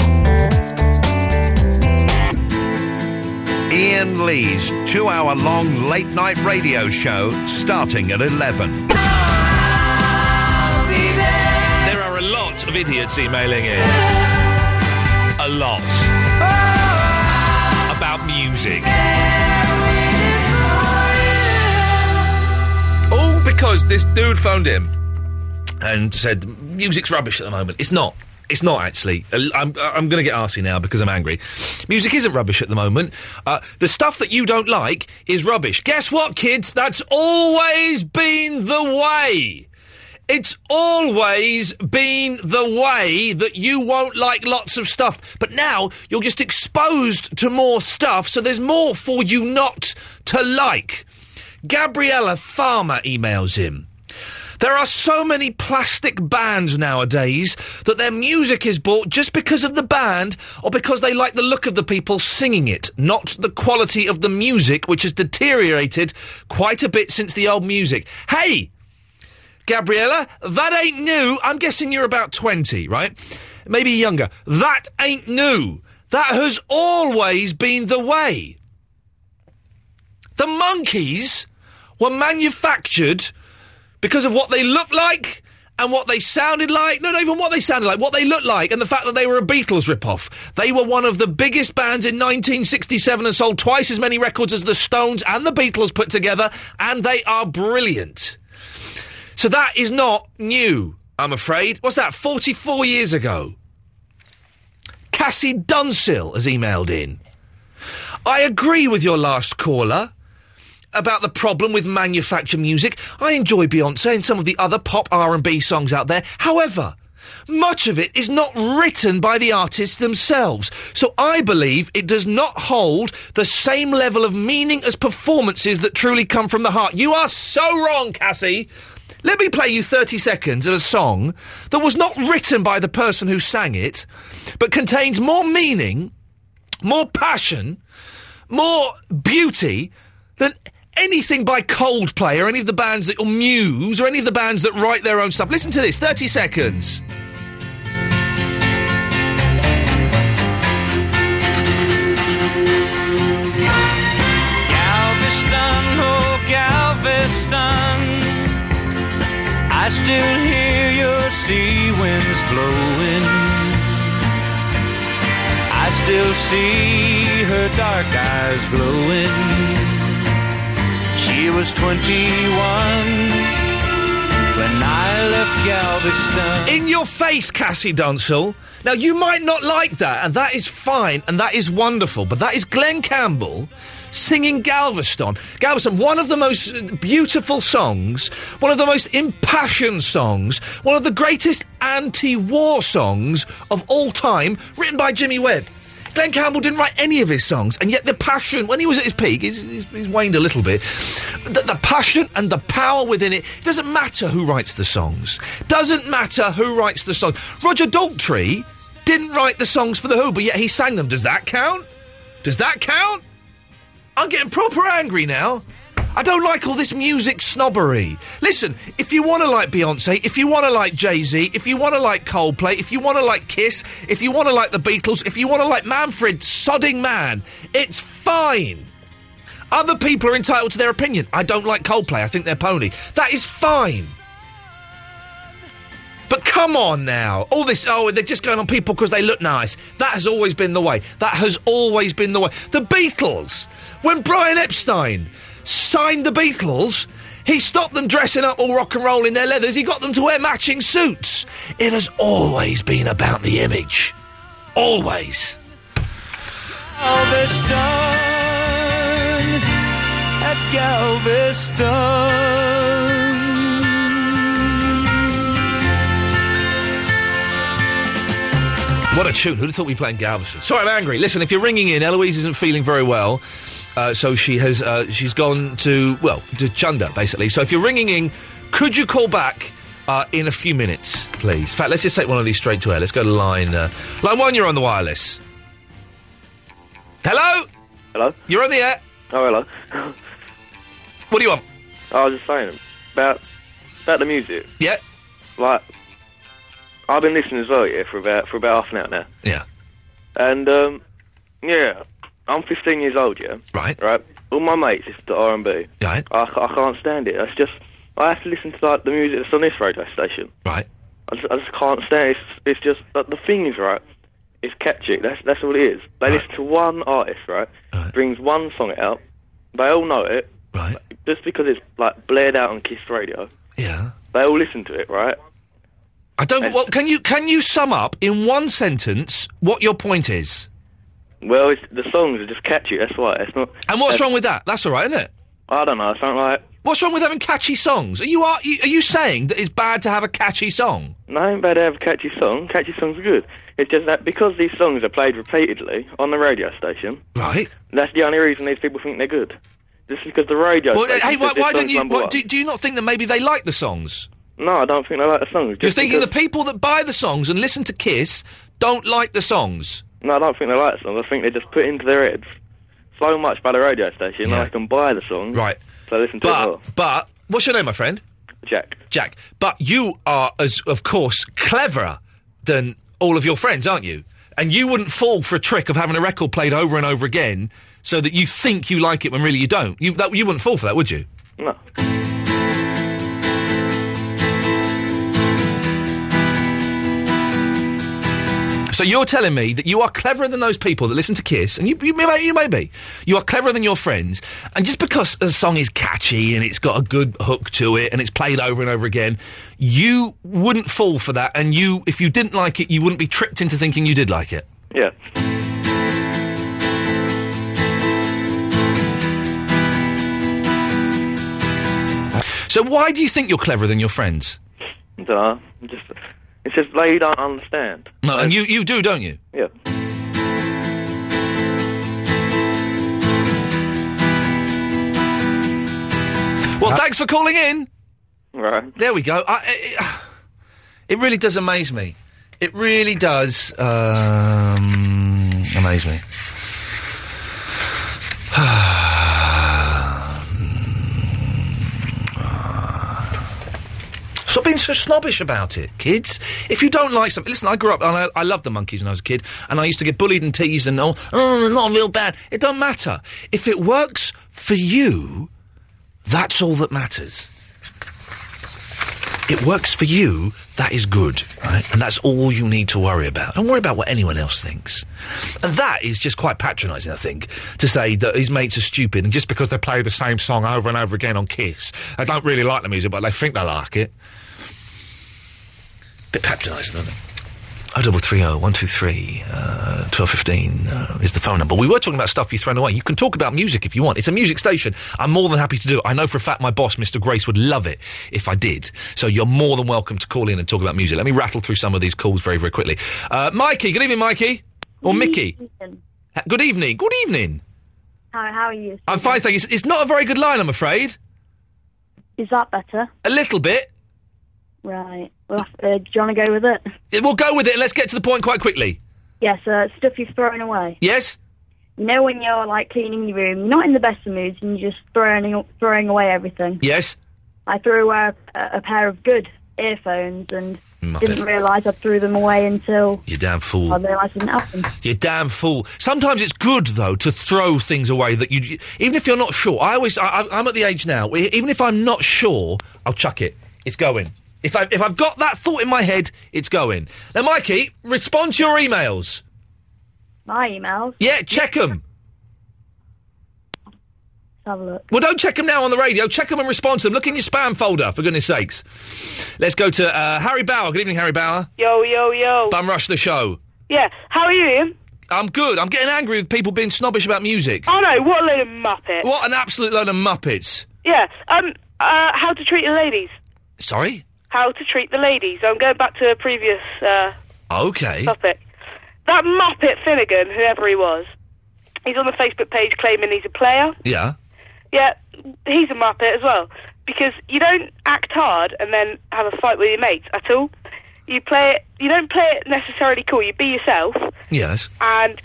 Speaker 1: Ian Lee's two hour long late night radio show starting at 11.
Speaker 10: There are a lot of idiots emailing in. A lot. About music. All because this dude phoned him and said, music's rubbish at the moment. It's not. It's not actually. Uh, I'm, I'm going to get arsey now because I'm angry. Music isn't rubbish at the moment. Uh, the stuff that you don't like is rubbish. Guess what, kids? That's always been the way. It's always been the way that you won't like lots of stuff. But now you're just exposed to more stuff, so there's more for you not to like. Gabriella Farmer emails him. There are so many plastic bands nowadays that their music is bought just because of the band or because they like the look of the people singing it, not the quality of the music, which has deteriorated quite a bit since the old music. Hey! Gabriella, that ain't new. I'm guessing you're about 20, right? Maybe younger. That ain't new. That has always been the way. The monkeys were manufactured because of what they looked like and what they sounded like. No, not even what they sounded like, what they looked like, and the fact that they were a Beatles ripoff. They were one of the biggest bands in 1967 and sold twice as many records as the Stones and the Beatles put together, and they are brilliant. So that is not new, I'm afraid. What's that, 44 years ago? Cassie Dunsill has emailed in. I agree with your last caller about the problem with manufactured music. I enjoy Beyonce and some of the other pop R&B songs out there. However, much of it is not written by the artists themselves. So I believe it does not hold the same level of meaning as performances that truly come from the heart. You are so wrong, Cassie. Let me play you 30 seconds of a song that was not written by the person who sang it, but contains more meaning more passion, more beauty than anything by Coldplay or any of the bands that or Muse or any of the bands that write their own stuff. Listen to this, 30 seconds.
Speaker 22: Galveston, oh Galveston, I still hear your sea winds blowing. I still see her dark eyes glowing. She was 21 when I left Galveston.
Speaker 10: In your face, Cassie Dunsell. Now, you might not like that, and that is fine, and that is wonderful, but that is Glenn Campbell singing Galveston. Galveston, one of the most beautiful songs, one of the most impassioned songs, one of the greatest anti war songs of all time, written by Jimmy Webb. Glenn Campbell didn't write any of his songs, and yet the passion, when he was at his peak, he's, he's, he's waned a little bit. The, the passion and the power within it it doesn't matter who writes the songs. Doesn't matter who writes the song. Roger Daltrey didn't write the songs for The Who, but yet he sang them. Does that count? Does that count? I'm getting proper angry now. I don't like all this music snobbery. Listen, if you want to like Beyonce, if you want to like Jay Z, if you want to like Coldplay, if you want to like Kiss, if you want to like the Beatles, if you want to like Manfred Sodding Man, it's fine. Other people are entitled to their opinion. I don't like Coldplay. I think they're pony. That is fine. But come on now. All this, oh, they're just going on people because they look nice. That has always been the way. That has always been the way. The Beatles. When Brian Epstein signed the Beatles, he stopped them dressing up all rock and roll in their leathers. He got them to wear matching suits. It has always been about the image. Always.
Speaker 22: Galveston, at Galveston.
Speaker 10: What a tune. Who'd have thought we'd be playing Galveston? Sorry, I'm angry. Listen, if you're ringing in, Eloise isn't feeling very well. Uh, so she has, uh, she's gone to, well, to Chunda, basically. So if you're ringing in, could you call back uh, in a few minutes, please? In fact, let's just take one of these straight to air. Let's go to line, uh, line one, you're on the wireless. Hello?
Speaker 23: Hello?
Speaker 10: You're on the air.
Speaker 23: Oh, hello.
Speaker 10: What do you want?
Speaker 23: I was just saying about about the music.
Speaker 10: Yeah.
Speaker 23: Like, I've been listening as well, yeah, for about for about half an hour now.
Speaker 10: Yeah.
Speaker 23: And um, yeah, I'm 15 years old, yeah.
Speaker 10: Right.
Speaker 23: Right. All my mates is the R&B.
Speaker 10: Right.
Speaker 23: I, ca- I can't stand it. It's just I have to listen to like the music that's on this radio station.
Speaker 10: Right.
Speaker 23: I just, I just can't stand it. It's, it's just like, the thing is right. It's catchy. That's that's all it is. They listen to one artist, right? Brings one song out. They all know it.
Speaker 10: Right.
Speaker 23: Just because it's like blared out on Kiss Radio.
Speaker 10: Yeah.
Speaker 23: They all listen to it, right?
Speaker 10: I don't. Well, can you can you sum up in one sentence what your point is?
Speaker 23: Well, it's, the songs are just catchy. That's why it's not. uh,
Speaker 10: And what's wrong with that? That's all right, isn't it?
Speaker 23: I don't know. It's not like
Speaker 10: What's wrong with having catchy songs? Are you are you, are you saying that it's bad to have a catchy song?
Speaker 23: no, ain't bad to have a catchy song. Catchy songs are good. It's just that because these songs are played repeatedly on the radio station.
Speaker 10: Right.
Speaker 23: That's the only reason these people think they're good. Just because the radio.
Speaker 10: Well,
Speaker 23: station
Speaker 10: hey,
Speaker 23: says
Speaker 10: why,
Speaker 23: this
Speaker 10: why don't
Speaker 23: song's
Speaker 10: you?
Speaker 23: number
Speaker 10: Why,
Speaker 23: one.
Speaker 10: do, do you not think that maybe they like the songs?
Speaker 23: No, I don't think they like the songs.
Speaker 10: You're
Speaker 23: just
Speaker 10: thinking
Speaker 23: because-
Speaker 10: the people that buy the songs and listen to Kiss don't like the songs.
Speaker 23: No, I don't think they like the songs. I think they just put into their heads so much by the radio station that they can buy the songs.
Speaker 10: Right.
Speaker 23: So listen to it
Speaker 10: But
Speaker 23: more.
Speaker 10: but what's your name, my friend?
Speaker 23: Jack.
Speaker 10: Jack. But you are, as of course, cleverer than all of your friends, aren't you? And you wouldn't fall for a trick of having a record played over and over again, so that you think you like it when really you don't. You that you wouldn't fall for that, would you?
Speaker 23: No.
Speaker 10: So you're telling me that you are cleverer than those people that listen to Kiss, and you, you, may, you may be. You are cleverer than your friends, and just because a song is catchy and it's got a good hook to it and it's played over and over again, you wouldn't fall for that, and you, if you didn't like it, you wouldn't be tricked into thinking you did like it.
Speaker 23: Yeah.
Speaker 10: So why do you think you're cleverer than your friends?
Speaker 23: I don't know. Just, it's just they don't understand.
Speaker 10: No, and you, you do, don't you?
Speaker 23: Yeah.
Speaker 10: Well, thanks for calling in.
Speaker 23: Right.
Speaker 10: There we go. I, it, it really does amaze me. It really does um, amaze me. Stop being so snobbish about it, kids. If you don't like something, listen. I grew up and I, I loved the monkeys when I was a kid, and I used to get bullied and teased and all. Oh, they're not real bad. It don't matter if it works for you. That's all that matters. It works for you. That is good, right? And that's all you need to worry about. Don't worry about what anyone else thinks. And that is just quite patronising, I think, to say that his mates are stupid and just because they play the same song over and over again on Kiss, they don't really like the music, but they think they like it. Bit patronising, isn't it? Oh, double three oh one two three uh, twelve fifteen uh, is the phone number. We were talking about stuff you've thrown away. You can talk about music if you want. It's a music station. I'm more than happy to do it. I know for a fact my boss, Mr. Grace, would love it if I did. So you're more than welcome to call in and talk about music. Let me rattle through some of these calls very very quickly. Uh, Mikey, good evening, Mikey or Mickey. Ha- Good evening. Good evening.
Speaker 15: How, how are you?
Speaker 10: I'm fine, thank you. It's- It's not a very good line, I'm afraid.
Speaker 15: Is that better?
Speaker 10: A little bit.
Speaker 15: Right. Well, uh, do you want to go with it?
Speaker 10: Yeah, We'll go with it. Let's get to the point quite quickly.
Speaker 15: Yes, uh, stuff you've thrown away.
Speaker 10: Yes.
Speaker 15: You know when you're like cleaning your room, you're not in the best of moods, and you're just throwing throwing away everything.
Speaker 10: Yes.
Speaker 15: I threw away a, a pair of good earphones and
Speaker 10: Muppet.
Speaker 15: didn't realise I threw them away until
Speaker 10: You damn
Speaker 15: I
Speaker 10: fool.
Speaker 15: realised I didn't have them.
Speaker 10: You damn fool. Sometimes it's good though to throw things away that you, even if you're not sure. I always, I, I- I'm at the age now. e- Even if I'm not sure, I'll chuck it. It's going. If I, if I've got that thought in my head, it's going. Now, Mikey, respond to your emails.
Speaker 15: My emails.
Speaker 10: Yeah, check them.
Speaker 15: Let's have a look.
Speaker 10: Well, don't check them now on the radio. Check them and respond to them. Look in your spam folder, for goodness sakes. Let's go to uh, Harry Bauer. Good evening, Harry Bauer.
Speaker 24: Yo, yo, yo.
Speaker 10: Bum rush the show.
Speaker 24: Yeah, how are you, Ian?
Speaker 10: I'm good. I'm getting angry with people being snobbish about music.
Speaker 24: Oh no, what a load of muppet.
Speaker 10: What an absolute load of muppets.
Speaker 24: Yeah, um, uh, how to treat the ladies.
Speaker 10: Sorry?
Speaker 24: How to treat the ladies. I'm going back to a previous, uh,
Speaker 10: Okay.
Speaker 24: topic. That muppet Finnegan, whoever he was, he's on the Facebook page claiming he's a player.
Speaker 10: Yeah.
Speaker 24: Yeah, he's a muppet as well. Because you don't act hard and then have a fight with your mates at all. You play it, you don't play it necessarily cool. You be yourself.
Speaker 10: Yes.
Speaker 24: and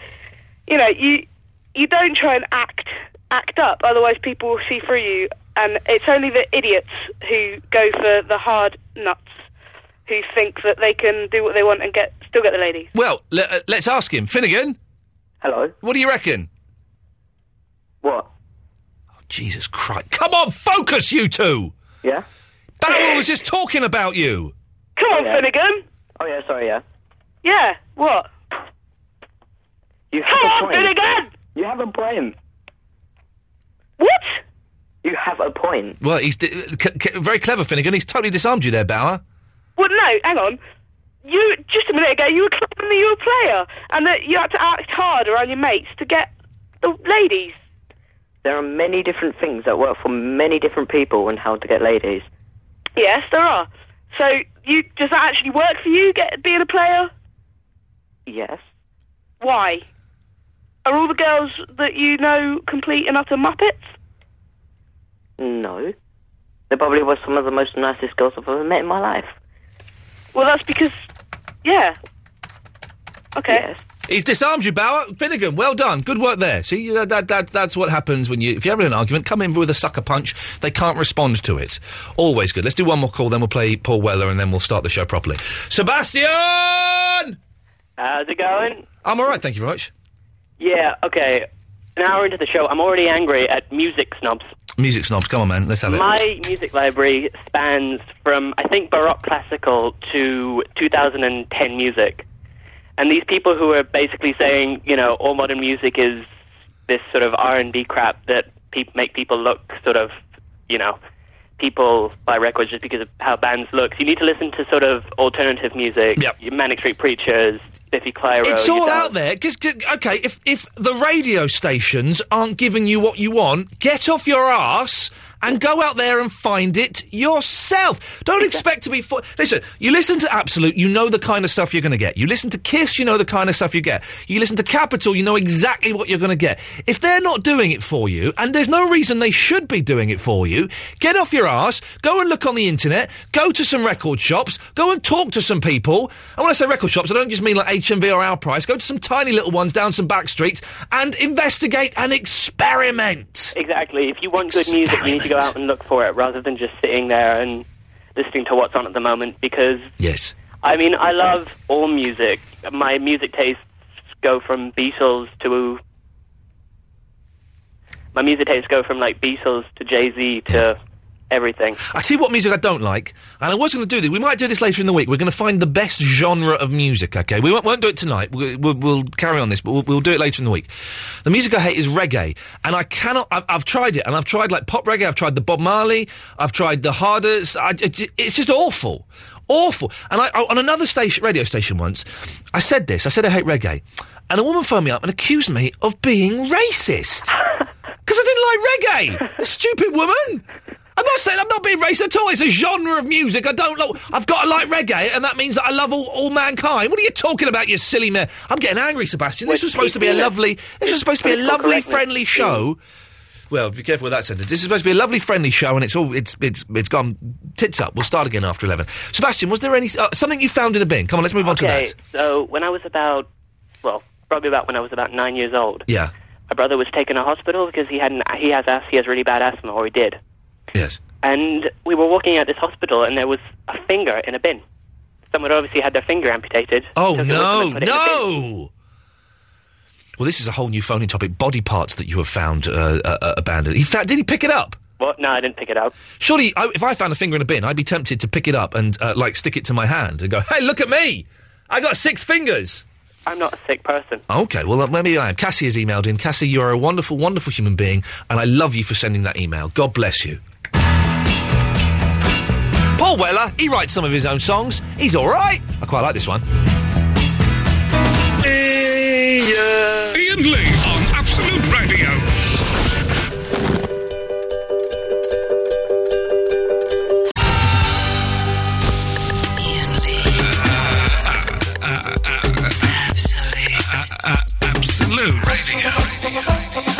Speaker 24: you know you you don't try and act act up otherwise people will see through you and it's only the idiots who go for the hard nuts who think that they can do what they want and get still get the ladies
Speaker 10: Well, le- uh, let's ask him. Finnegan?
Speaker 24: Hello.
Speaker 10: What do you reckon?
Speaker 24: What?
Speaker 10: Oh, Jesus Christ. Come on, focus, you two!
Speaker 9: Yeah?
Speaker 10: Bauer was just talking about you.
Speaker 24: Come on,
Speaker 9: Yeah.
Speaker 24: Finnegan.
Speaker 9: Oh, yeah, sorry, yeah.
Speaker 24: Yeah. What?
Speaker 9: You have
Speaker 24: Come
Speaker 9: a
Speaker 24: on,
Speaker 9: point.
Speaker 24: Finnegan.
Speaker 9: You have a point.
Speaker 24: What?
Speaker 9: You have a point.
Speaker 10: Well, he's d- c- c- very clever, Finnegan. He's totally disarmed you there, Bauer.
Speaker 24: Well, no. Hang on. You just a minute ago you were claiming that you were a player and that you had to act hard around your mates to get the ladies.
Speaker 9: There are many different things that work for many different people on how to get ladies.
Speaker 24: Yes, there are. So, you does that actually work for you? Get being a player?
Speaker 9: Yes.
Speaker 24: Why? Are all the girls that you know complete and utter muppets?
Speaker 9: No. They probably were some of the most nicest girls I've ever met in my life.
Speaker 24: Well, that's because, yeah. Okay.
Speaker 10: He's disarmed you, Bauer. Finnegan, well done. Good work there. See, you- that, that, that's what happens when you, if you're having an argument, come in with a sucker punch. They can't respond to it. Always good. Let's do one more call, then we'll play Paul Weller, and then we'll start the show properly. Sebastian!
Speaker 25: How's it going?
Speaker 10: I'm all right, thank you very much.
Speaker 25: Yeah, okay. An hour into the show, I'm already angry at music snobs.
Speaker 10: Music snobs, come on, man. Let's have it.
Speaker 25: My music library spans from, I think, Baroque classical to 2010 music. And these people who are basically saying, you know, all modern music is this sort of R&B crap that peop make people look sort of, you know, people buy records just because of how bands look. You need to listen to sort of alternative music, your Manic Street Preachers, Biffy Clyro.
Speaker 10: It's
Speaker 25: your
Speaker 10: all
Speaker 25: Dal-
Speaker 10: out there. 'cause- 'cause- okay, if if the radio stations aren't giving you what you want, get off your ass and go out there and find it yourself. Don't expect to be. Fo- listen, you listen to Absolute, you know the kind of stuff you're going to get. You listen to Kiss, you know the kind of stuff you get. You listen to Capital, you know exactly what you're going to get. If they're not doing it for you, and there's no reason they should be doing it for you, get off your ass, go and look on the internet, go to some record shops, go and talk to some people. And when I say record shops, I don't just mean like HMV or Our Price. Go to some tiny little ones down some back streets and investigate and experiment.
Speaker 25: Exactly. If you want good music, you need to go out and look for it rather than just sitting there and listening to what's on at the moment. Because
Speaker 10: Yes.
Speaker 25: I mean, I love all music. My music tastes go from Beatles to my music tastes go from like Beatles to Jay Z to everything.
Speaker 10: I tell you what music I don't like, and I was going to do this. We might do this later in the week. We're going to find the best genre of music. Okay, we won't, won't do it tonight. We, we'll, we'll carry on this, but we'll, we'll do it later in the week. The music I hate is reggae, and I cannot. I've, I've tried it, and I've tried like pop reggae. I've tried the Bob Marley. I've tried the hardest. I, it, it's just awful. Awful. And I, I- on another station, radio station once, I said this. I said I hate reggae, and a woman phoned me up and accused me of being racist because I didn't like reggae. Stupid woman. I'm not saying I'm not being racist at all. It's a genre of music I don't like. I've got to like reggae, and that means that I love all, all mankind. What are you talking about, you silly man? I'm getting angry, Sebastian. This was supposed to be a lovely. This was supposed to be a lovely, friendly show. Well, be careful with that sentence. This is supposed to be a lovely, friendly show, and it's all it's it's it's gone tits up. We'll start again after eleven. Sebastian, was there any uh, something you found in a bin? Come on, let's move on
Speaker 25: okay,
Speaker 10: to that.
Speaker 25: so when I was about, well, probably about when I was about nine years old,
Speaker 10: Yeah.
Speaker 25: my brother was taken to hospital because he had an, he has asth- he has really bad asthma, or he did.
Speaker 10: Yes.
Speaker 25: And we were walking out this hospital, and there was a finger in a bin. Someone obviously had their finger amputated.
Speaker 10: Oh
Speaker 25: so
Speaker 10: no,
Speaker 25: someone put it in a bin.
Speaker 10: no. Well, this is a whole new phoning topic. Body parts that you have found uh, uh, uh, abandoned. He found, did he pick it up?
Speaker 25: What? No, I didn't pick it up.
Speaker 10: Surely, I, if I found a finger in a bin, I'd be tempted to pick it up and uh, like stick it to my hand and go, "Hey, look at me! I got six fingers."
Speaker 25: I'm not a sick person.
Speaker 10: Okay, well, uh, maybe I am. Cassie has emailed in. Cassie, you are a wonderful, wonderful human being, and I love you for sending that email. God bless you. Paul Weller, he writes some of his own songs. He's all right. I quite like this one.
Speaker 26: Ian Lee on Absolute Radio. Absolute Radio.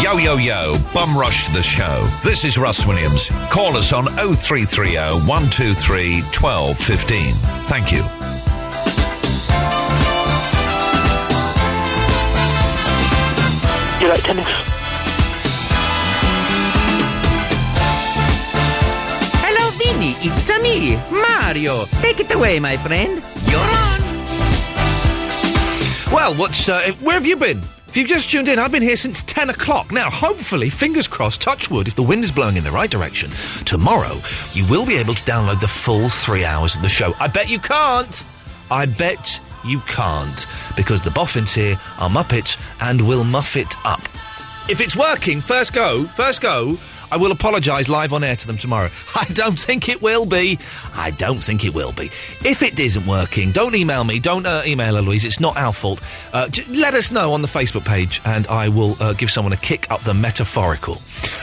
Speaker 1: Yo, yo, yo, bum rush the show. This is Russ Williams. Call us on 0330 123 1215. Thank you.
Speaker 7: Do you like tennis? Hello, Vinny. It's a me, Mario. Take it away, my friend. You're on.
Speaker 10: Well, what's uh, where have you been? If you've just tuned in, I've been here since 10 o'clock. Now, hopefully, fingers crossed, touch wood, if the wind is blowing in the right direction, tomorrow you will be able to download the full three hours of the show. I bet you can't. I bet you can't. Because the boffins here are Muppets and will muff it up. If it's working, first go, first go, I will apologise live on air to them tomorrow. I don't think it will be. I don't think it will be. If it isn't working, don't email me. Don't uh, email Eloise. It's not our fault. Uh, j- let us know on the Facebook page, and I will uh, give someone a kick up the metaphorical.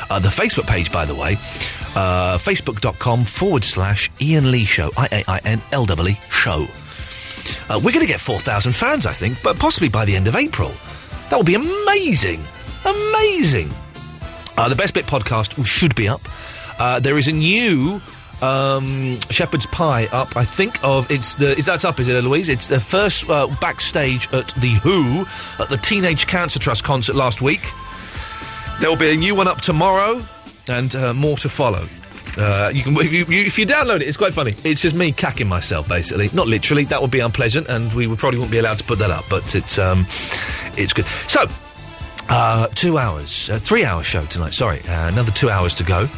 Speaker 10: Uh, the Facebook page, by the way, uh, facebook.com forward slash Ian Lee Show. I A I N L E E Show. Uh, we're going to get 4,000 fans, I think, but possibly by the end of April. That will be amazing. Amazing. Uh, the Best Bit podcast should be up. Uh, there is a new um, Shepherd's Pie up. I think of it's the is that's up? Is it Eloise? It's the first uh, backstage at the Who at the Teenage Cancer Trust concert last week. There will be a new one up tomorrow, and uh, more to follow. Uh, you can if you, you, if you download it, it's quite funny. It's just me cacking myself, basically. Not literally. That would be unpleasant, and we would probably wouldn't be allowed to put that up. But it's um, it's good. So. Uh, two hours, uh, three hour show tonight. Sorry, uh, another two hours to go.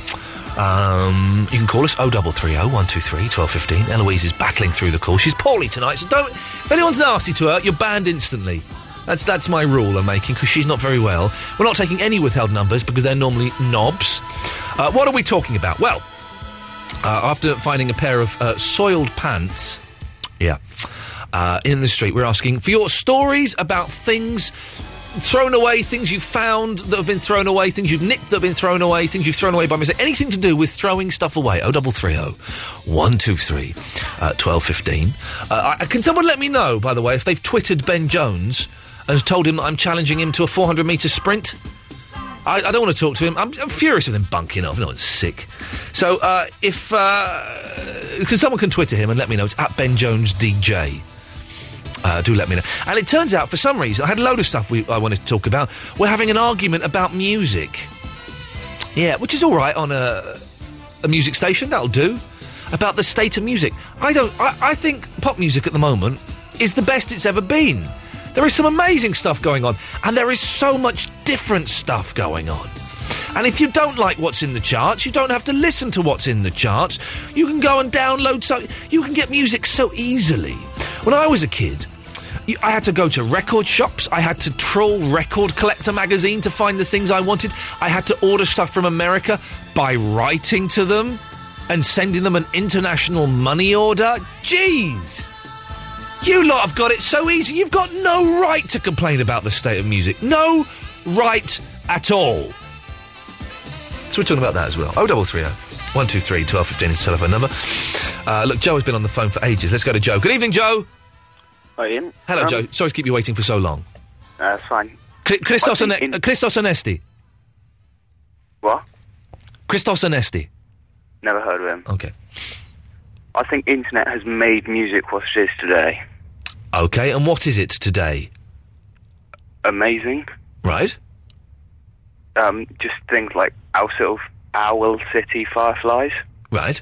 Speaker 10: Um, you can call us 0330 123 1215. Eloise is battling through the call. She's poorly tonight, so don't. If anyone's nasty to her, you're banned instantly. That's that's my rule I'm making because she's not very well. We're not taking any withheld numbers because they're normally knobs. Uh, what are we talking about? Well, uh, after finding a pair of uh, soiled pants, yeah, uh, in the street, we're asking for your stories about things thrown away, things you've found that have been thrown away, things you've nicked that have been thrown away, things you've thrown away by mistake, anything to do with throwing stuff away. Oh, double three oh, one two three, uh, twelve fifteen. Uh, Can someone let me know, by the way, if they've twittered Ben Jones and told him that I'm challenging him to a four hundred meter sprint? I, I don't want to talk to him. I'm, I'm furious with him bunking off. No one's sick. So uh, if because someone can Twitter him and let me know, it's at Ben Jones DJ. Uh, do let me know. And it turns out, for some reason, I had a load of stuff we, I wanted to talk about. We're having an argument about music. Yeah, which is all right on a, a music station. That'll do. About the state of music. I don't. I, I think pop music at the moment is the best it's ever been. There is some amazing stuff going on, and there is so much different stuff going on. And if you don't like what's in the charts, you don't have to listen to what's in the charts. You can go and download so you can get music so easily. When I was a kid, y- I had to go to record shops. I had to trawl Record Collector magazine to find the things I wanted. I had to order stuff from America by writing to them and sending them an international money order. Jeez! You lot have got it so easy. You've got no right to complain about the state of music. No right at all. So we're talking about that as well. Oh, 0330 123 1215 is the telephone number. Uh, look, Joe has been on the phone for ages. Let's go to Joe. Good evening, Joe.
Speaker 27: Hi, Ian.
Speaker 10: Hello,
Speaker 27: Um,
Speaker 10: Joe. Sorry to keep you waiting for so long.
Speaker 27: That's fine.
Speaker 10: Cl- Christos,
Speaker 27: I think
Speaker 10: One- uh, Christos Onesti.
Speaker 27: What?
Speaker 10: Christos Onesti.
Speaker 27: Never heard of him.
Speaker 10: Okay.
Speaker 27: I think internet has made music what it is today.
Speaker 10: Okay, and what is it today?
Speaker 27: Amazing.
Speaker 10: Right?
Speaker 27: Um, just things like Owl, Sil- Owl City Fireflies,
Speaker 10: Right?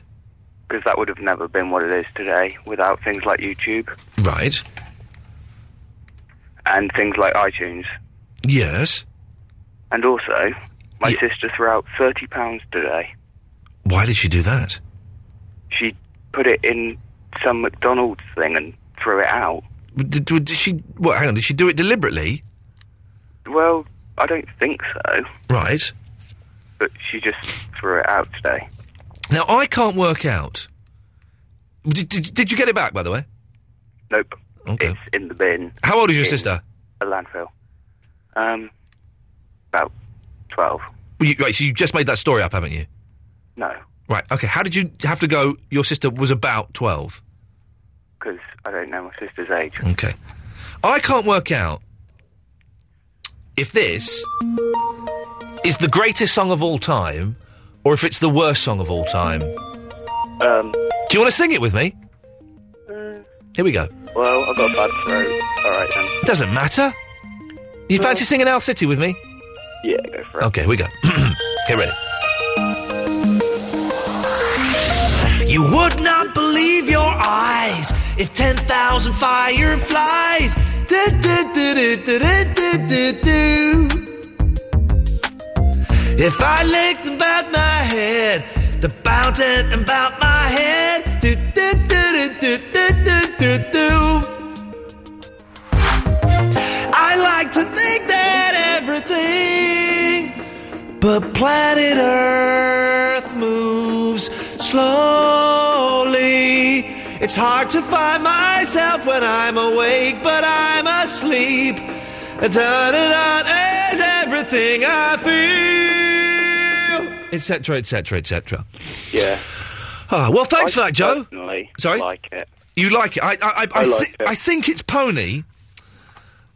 Speaker 27: because that would have never been what it is today without things like YouTube
Speaker 10: Right?
Speaker 27: and things like iTunes.
Speaker 10: Yes.
Speaker 27: And also, my sister threw out thirty pounds today.
Speaker 10: Why did she do that?
Speaker 27: She put it in some McDonald's thing and threw it out.
Speaker 10: Did, did she. What, hang on, did she do it deliberately?
Speaker 27: Well, I don't think so,
Speaker 10: Right.
Speaker 27: but she just threw it out today.
Speaker 10: Now, I can't work out. Did, did, did you get it back, by the way?
Speaker 27: Nope.
Speaker 10: Okay.
Speaker 27: It's in the bin.
Speaker 10: How old is your
Speaker 27: in
Speaker 10: sister?
Speaker 27: A landfill. Um, about 12.
Speaker 10: Well, you, right, so you just made that story up, haven't you?
Speaker 27: No,
Speaker 10: Right, okay. How did you have to go? Your sister was about 12.
Speaker 27: because I don't know my sister's age.
Speaker 10: Okay. I can't work out if this is the greatest song of all time or if it's the worst song of all time.
Speaker 27: Um,
Speaker 10: Do you want to sing it with me? Here we go.
Speaker 27: Well, I've got a bad throat. All right, then.
Speaker 10: It doesn't matter. You fancy singing Owl City with me?
Speaker 27: Yeah, go for it.
Speaker 10: Okay, here we go. Get ready.
Speaker 4: You would not believe your eyes if 10,000 fireflies. Do, do, do, do, do, do, do, do, do. If I licked about my head, the fountain about my head. Do, do, do, do, do, do, do, do, do. I like to think that everything but planet Earth moves slowly. It's hard to find myself when I'm awake, but I'm asleep. And turn it on is everything I feel.
Speaker 10: Etc., etc., etc.
Speaker 27: Yeah.
Speaker 10: Ah, well, thanks
Speaker 27: I
Speaker 10: for that, Joe.
Speaker 27: personally
Speaker 10: Sorry?
Speaker 27: like it.
Speaker 10: You like it? I, I, I,
Speaker 27: I like
Speaker 10: thi- I think it's Pony.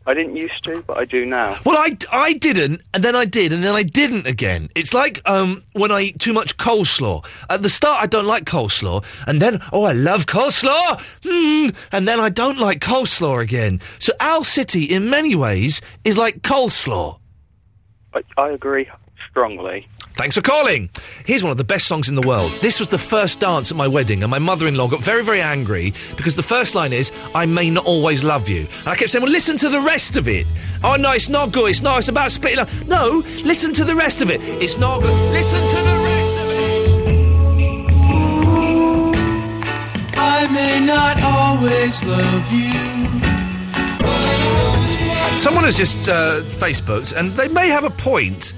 Speaker 27: I didn't used to, but I do now.
Speaker 10: Well, I, I didn't, and then I did, and then I didn't again. It's like um, when I eat too much coleslaw. At the start, I don't like coleslaw, and then, oh, I love coleslaw! Mm, and then I don't like coleslaw again. So Owl City, in many ways, is like coleslaw.
Speaker 27: I, I agree strongly.
Speaker 10: Thanks for calling. Here's one of the best songs in the world. This was the first dance at my wedding, and my mother in law got very, very angry because the first line is, I may not always love you. And I kept saying, Well, listen to the rest of it. Oh, no, it's not good. It's not. It's about splitting up. No, listen to the rest of it. It's not good. Listen to the rest of
Speaker 4: it. I may not always love you.
Speaker 10: Someone has just uh, Facebooked, and they may have a point.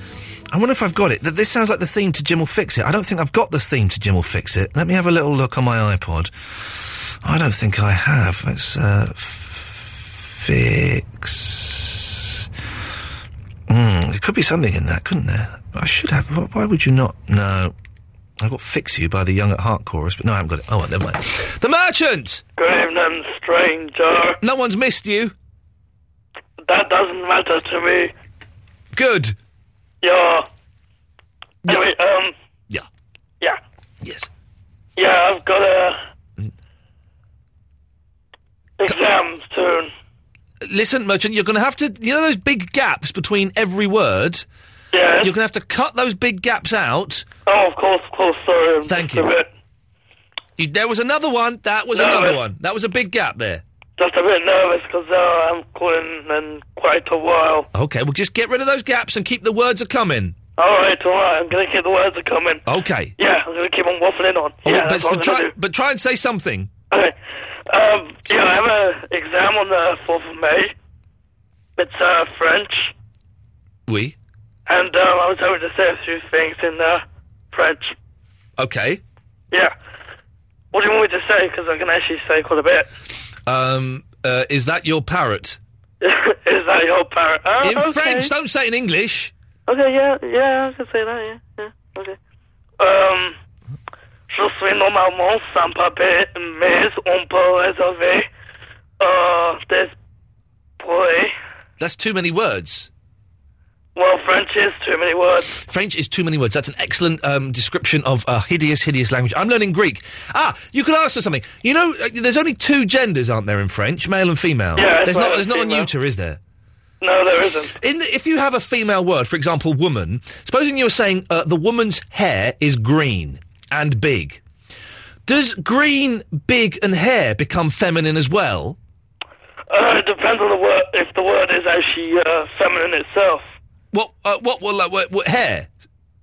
Speaker 10: I wonder if I've got it. That this sounds like the theme to Jim will fix it. I don't think I've got the theme to Jim will fix it. Let me have a little look on my iPod. I don't think I have. Let's uh, f- fix. Mm, there could be something in that, couldn't there? I should have. Wh- Why would you not? No. I've got Fix You by the Young at Heart Chorus, but no, I haven't got it. Oh, well, never mind. The Merchant!
Speaker 28: Good evening, stranger.
Speaker 10: No one's missed you.
Speaker 28: Uh, That doesn't matter to me.
Speaker 10: Good.
Speaker 28: Yeah. Anyway, um.
Speaker 10: Yeah.
Speaker 28: Yeah.
Speaker 10: Yes.
Speaker 28: Yeah, I've got a exam soon.
Speaker 10: listen, merchant, you're going to have to. You know those big gaps between every word.
Speaker 28: Yeah.
Speaker 10: You're going to have to cut those big gaps out.
Speaker 28: Oh, of course, of course. Sorry.
Speaker 10: Thank you. You- There was another one. That was
Speaker 28: No,
Speaker 10: another
Speaker 28: it-
Speaker 10: one. That was a big gap there.
Speaker 28: Just a bit nervous because uh, I'm calling in quite a while.
Speaker 10: Okay, well, just get rid of those gaps and keep the words a coming.
Speaker 28: All right, all right. I'm gonna keep the words are coming.
Speaker 10: Okay.
Speaker 28: Yeah, I'm gonna keep on waffling on.
Speaker 10: All
Speaker 28: yeah,
Speaker 10: right,
Speaker 28: that's
Speaker 10: but,
Speaker 28: what
Speaker 10: but
Speaker 28: I'm gonna
Speaker 10: try, but try and say something.
Speaker 28: do. Okay.
Speaker 26: Um, yeah, I have an exam on the 4th of May. It's uh, French,
Speaker 10: We?
Speaker 26: and um, I was hoping to say a few things in uh, French.
Speaker 10: Okay.
Speaker 26: Yeah. What do you want me to say? Because I can actually say quite a bit.
Speaker 10: Um, uh, is that your parrot?
Speaker 26: Is that your parrot? Oh,
Speaker 10: in
Speaker 26: okay.
Speaker 10: French, don't say it in English.
Speaker 26: Okay, yeah, yeah, I can say that, yeah, yeah, okay. Um, je suis normalement sans papier, mais on peut réserver uh, des poids.
Speaker 10: That's too many words.
Speaker 26: Well, French is too many words.
Speaker 10: French is too many words. That's an excellent um, description of a hideous, hideous language. I'm learning Greek. Ah, you could ask for something. You know, uh, there's only two genders, aren't there, in French? Male and female.
Speaker 26: Yeah, it's
Speaker 10: there's not.
Speaker 26: male and
Speaker 10: There's not a
Speaker 26: female.
Speaker 10: neuter, is there?
Speaker 26: No, there isn't.
Speaker 10: In the, if you have a female word, for example, woman. Supposing you're saying uh, the woman's hair is green and big. Does green, big, and hair become feminine as well?
Speaker 26: Uh, it depends on the word, if the word is actually uh, feminine itself.
Speaker 10: What, uh, what, what, like, what, what hair?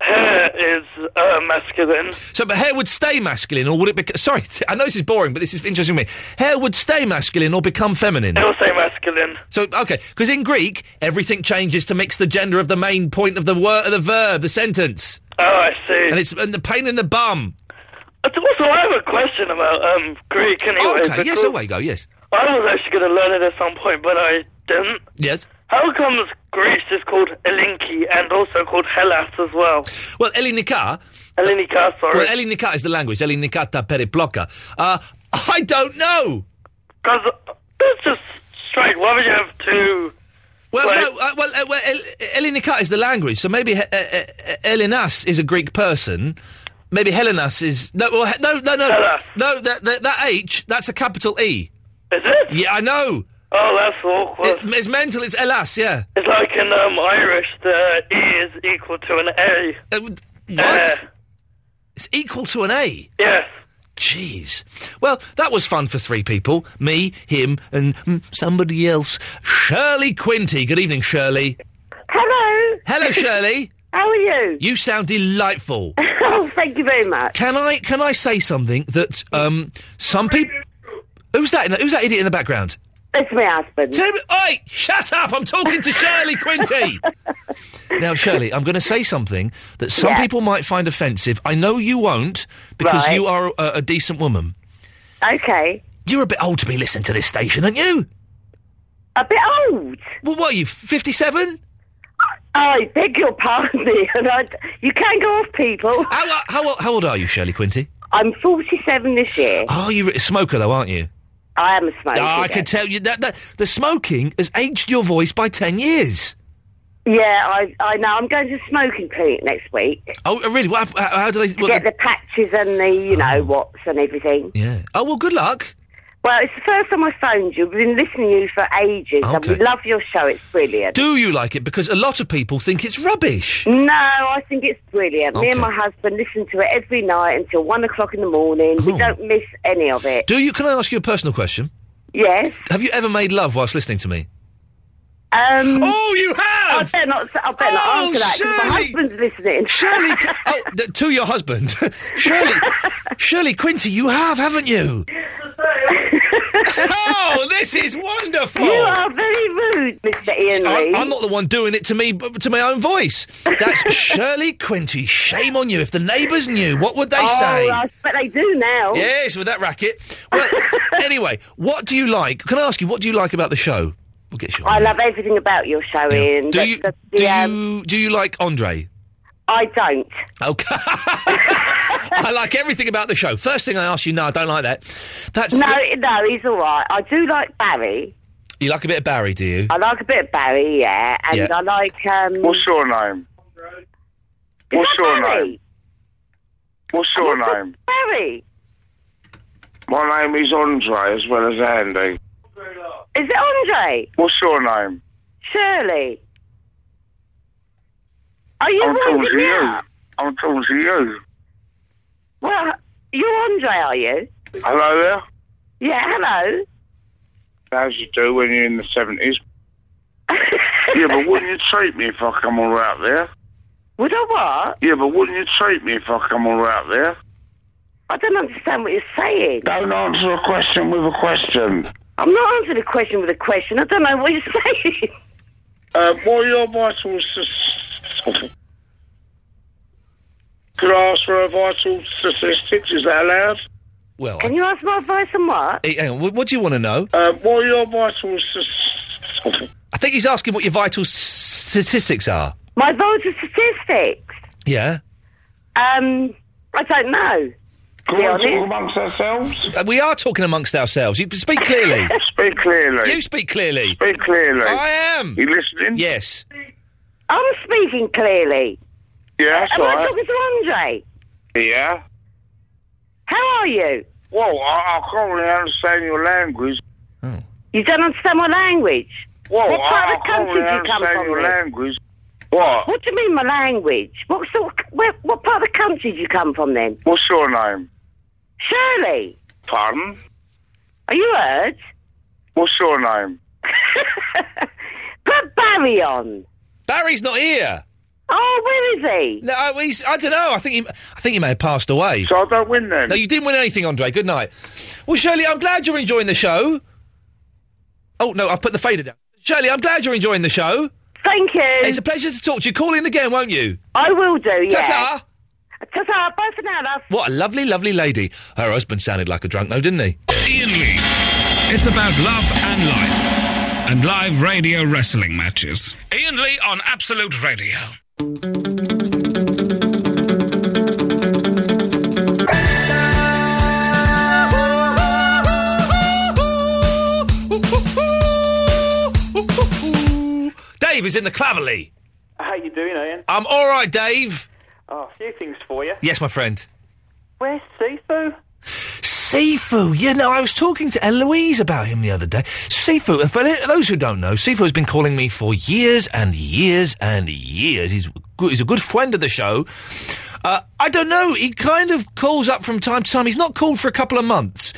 Speaker 26: Hair is uh, masculine.
Speaker 10: So, but hair would stay masculine, or would it become? Sorry, t- I know this is boring, but this is interesting to me. Hair would stay masculine or become feminine.
Speaker 26: It'll say masculine.
Speaker 10: So, okay, because in Greek, everything changes to mix the gender of the main point of the word, of the verb, the sentence.
Speaker 26: Oh, I see.
Speaker 10: And it's and the pain in the bum.
Speaker 26: Also, I have a question about um, Greek anyway.
Speaker 10: Oh, okay, yes,
Speaker 26: because
Speaker 10: away go, yes,
Speaker 26: I was actually going to learn it at some point, but I didn't.
Speaker 10: yes.
Speaker 26: How comes Greece is called Elinki and also called Hellas as well?
Speaker 10: Well, Elinika.
Speaker 26: Elinika, sorry.
Speaker 10: Well, Elinika is the language. Elinikata periploka. Uh, I don't know.
Speaker 26: Because uh, that's just straight. Why would you have two?
Speaker 10: Well, no, uh, well, uh, well El- Elinika is the language, so maybe he- uh, uh, uh, Elinas is a Greek person. Maybe Helenas is no, well, he- no, no, no, no. That, that, that H, that's a capital E.
Speaker 26: Is it?
Speaker 10: Yeah, I know.
Speaker 26: Oh, that's awkward.
Speaker 10: It's, it's mental. It's Elas, yeah.
Speaker 26: It's like in um, Irish, the E is equal to an A.
Speaker 10: Uh, What? it's equal to an A.
Speaker 26: Yes.
Speaker 10: Jeez. Well, that was fun for three people: me, him, and mm, somebody else. Shirley Quinty. Good evening, Shirley.
Speaker 29: Hello.
Speaker 10: Hello, Shirley.
Speaker 29: How are you?
Speaker 10: You sound delightful.
Speaker 29: oh, thank you very much.
Speaker 10: Can I can I say something that um some people who's that in the- who's that idiot in the background?
Speaker 29: It's my husband.
Speaker 10: Tell me, oi, shut up! I'm talking to Shirley Quinty. Now, Shirley, I'm going to say something that some
Speaker 29: Yeah.
Speaker 10: people might find offensive. I know you won't because
Speaker 29: Right.
Speaker 10: you are a, a decent woman.
Speaker 29: Okay.
Speaker 10: You're a bit old to be listening to this station, aren't you?
Speaker 29: A bit old.
Speaker 10: Well, what are you, 57?
Speaker 29: I beg your pardon, and I, you can go off people.
Speaker 10: How, how, old- how old are you, Shirley Quinty?
Speaker 29: I'm 47 this year.
Speaker 10: Oh, you're a smoker though, aren't you?
Speaker 29: I am a smoker.
Speaker 10: Ah, I
Speaker 29: yes.
Speaker 10: can tell you that, that the smoking has aged your voice by ten years.
Speaker 29: Yeah, I, I know. I'm going to a smoking clinic next week
Speaker 10: Oh, really? What, hap- how, how do they?
Speaker 29: to
Speaker 10: what-
Speaker 29: get the patches and the, you know, what's and everything.
Speaker 10: Oh. yeah. Oh well, good luck.
Speaker 29: Well, it's the first time I phoned you. We've been listening to you for ages. and we
Speaker 10: Okay.
Speaker 29: love your show. It's brilliant.
Speaker 10: Do you like it? Because a lot of people think it's rubbish.
Speaker 29: No, I think it's brilliant. Me and
Speaker 10: Okay.
Speaker 29: my husband listen to it every night until one o'clock in the morning. We don't miss any of it.
Speaker 10: Do you? Can I ask you a personal question?
Speaker 29: Yes.
Speaker 10: Have you ever made love whilst listening to me?
Speaker 29: Um,
Speaker 10: oh, you have.
Speaker 29: I better not. I better
Speaker 30: Oh,
Speaker 29: not answer that because my husband's listening.
Speaker 10: Shirley, oh, th- to your husband, Shirley, Shirley Quinty, you have, haven't you? oh, this is wonderful.
Speaker 29: You are Oh, very rude, Mister Ian Lee.
Speaker 10: I'm, I'm not the one doing it to me, but to my own voice. That's Shirley Quinty. Shame on you. If the neighbours knew, what would they
Speaker 29: oh,
Speaker 10: say?
Speaker 29: I expect they do now.
Speaker 10: Yes, with that racket. Well, anyway, what do you like? Can I ask you what do you like about the show? We'll get you. on.
Speaker 29: I love everything about your show, Ian.
Speaker 10: Do
Speaker 29: That's
Speaker 10: you
Speaker 29: the-
Speaker 10: do
Speaker 29: the, um,
Speaker 10: you do you like Andre?
Speaker 29: I don't.
Speaker 10: Okay. I like everything about the show. First thing I ask you, no, I don't like that. That's
Speaker 29: no, no, he's all right. I do like Barry.
Speaker 10: you like a bit of Barry, do you?
Speaker 29: I like a bit of Barry, yeah, and
Speaker 10: Yeah.
Speaker 29: I like. Um,
Speaker 5: What's your name? What's your name? What's your name?
Speaker 29: Barry?
Speaker 5: My name is Andre as well as Andy.
Speaker 29: Is it Andre?
Speaker 5: What's your name?
Speaker 29: Shirley? Are you
Speaker 5: I'm talking
Speaker 29: winding
Speaker 5: to
Speaker 29: me
Speaker 5: you.
Speaker 29: up?
Speaker 5: I'm talking to you.
Speaker 29: Well, you're Andre, are you?
Speaker 5: Hello there.
Speaker 29: Yeah, hello.
Speaker 5: As you do when you're in the seventies. yeah, but wouldn't you treat me if I come all out there?
Speaker 29: Would I what?
Speaker 5: Yeah, but wouldn't you treat me if I come all out there?
Speaker 29: I don't understand what you're saying.
Speaker 27: Don't answer a question with a question.
Speaker 29: I'm not answering a question with a question. I don't know what you're saying.
Speaker 27: Uh, what are your vital statistics? Could I ask for a vital statistics? Is that allowed?
Speaker 10: Well,
Speaker 29: Can you ask my advice on what?
Speaker 10: Hey, hang on. What, what do you want to know?
Speaker 27: Uh, what are your vital statistics?
Speaker 10: I think he's asking what your vital s- statistics are.
Speaker 29: My voter statistics.
Speaker 10: Yeah.
Speaker 29: Um, I don't know. To be honest.
Speaker 27: ourselves?
Speaker 10: Uh, we are talking amongst ourselves. You speak clearly.
Speaker 27: speak clearly.
Speaker 10: You speak clearly.
Speaker 27: Speak clearly.
Speaker 10: I am.
Speaker 27: You listening?
Speaker 10: Yes.
Speaker 29: I'm speaking clearly.
Speaker 27: Yeah, that's
Speaker 29: Am I
Speaker 27: right.
Speaker 29: talking to Andre?
Speaker 27: Yeah.
Speaker 29: How are you?
Speaker 27: Well, I, I can't really understand your language.
Speaker 29: You don't understand my language.
Speaker 27: Well,
Speaker 29: what
Speaker 27: I,
Speaker 29: part
Speaker 27: I
Speaker 29: of the
Speaker 27: can't
Speaker 29: country
Speaker 27: really
Speaker 29: do you come
Speaker 27: understand
Speaker 29: from?
Speaker 27: your
Speaker 29: then?
Speaker 27: language. What?
Speaker 29: What do you mean, my language? What sort? Of, where, what part of the country do you come from then?
Speaker 27: What's your name?
Speaker 29: Shirley,
Speaker 27: Pardon?
Speaker 29: are you heard?
Speaker 27: What's your name?
Speaker 29: Put Barry on.
Speaker 10: Barry's not here.
Speaker 29: Oh, where is he?
Speaker 10: No, I, he's, I don't know. I think he, I think he may have passed away.
Speaker 27: So I don't win then.
Speaker 10: No, you didn't win anything, Andre. Good night. Well, Shirley, I'm glad you're enjoying the show. Oh no, I've put the fader down. Shirley, I'm glad you're enjoying the show.
Speaker 29: Thank you.
Speaker 10: It's a pleasure to talk to you. Call in again, won't you?
Speaker 29: I will do. Yeah.
Speaker 10: Ta-ta.
Speaker 29: Ta-ta. Bye for now, love.
Speaker 10: What a lovely, lovely lady. Her husband sounded like a drunk, though, didn't he?
Speaker 26: Ian Lee. It's about love and life and live radio wrestling matches. Ian Lee on Absolute Radio.
Speaker 10: Dave is in the Claverley.
Speaker 17: How you doing, Ian?
Speaker 10: I'm all right, Dave.
Speaker 17: Oh, a few things for you.
Speaker 10: Yes, my friend.
Speaker 17: Where's Sifu?
Speaker 10: Sifu, yeah, no, I was talking to Eloise about him the other day. Sifu, uh, for li- those who don't know, Sifu has been calling me for years and years and years. He's good, he's a good friend of the show. Uh, I don't know. He kind of calls up from time to time. He's not called for a couple of months.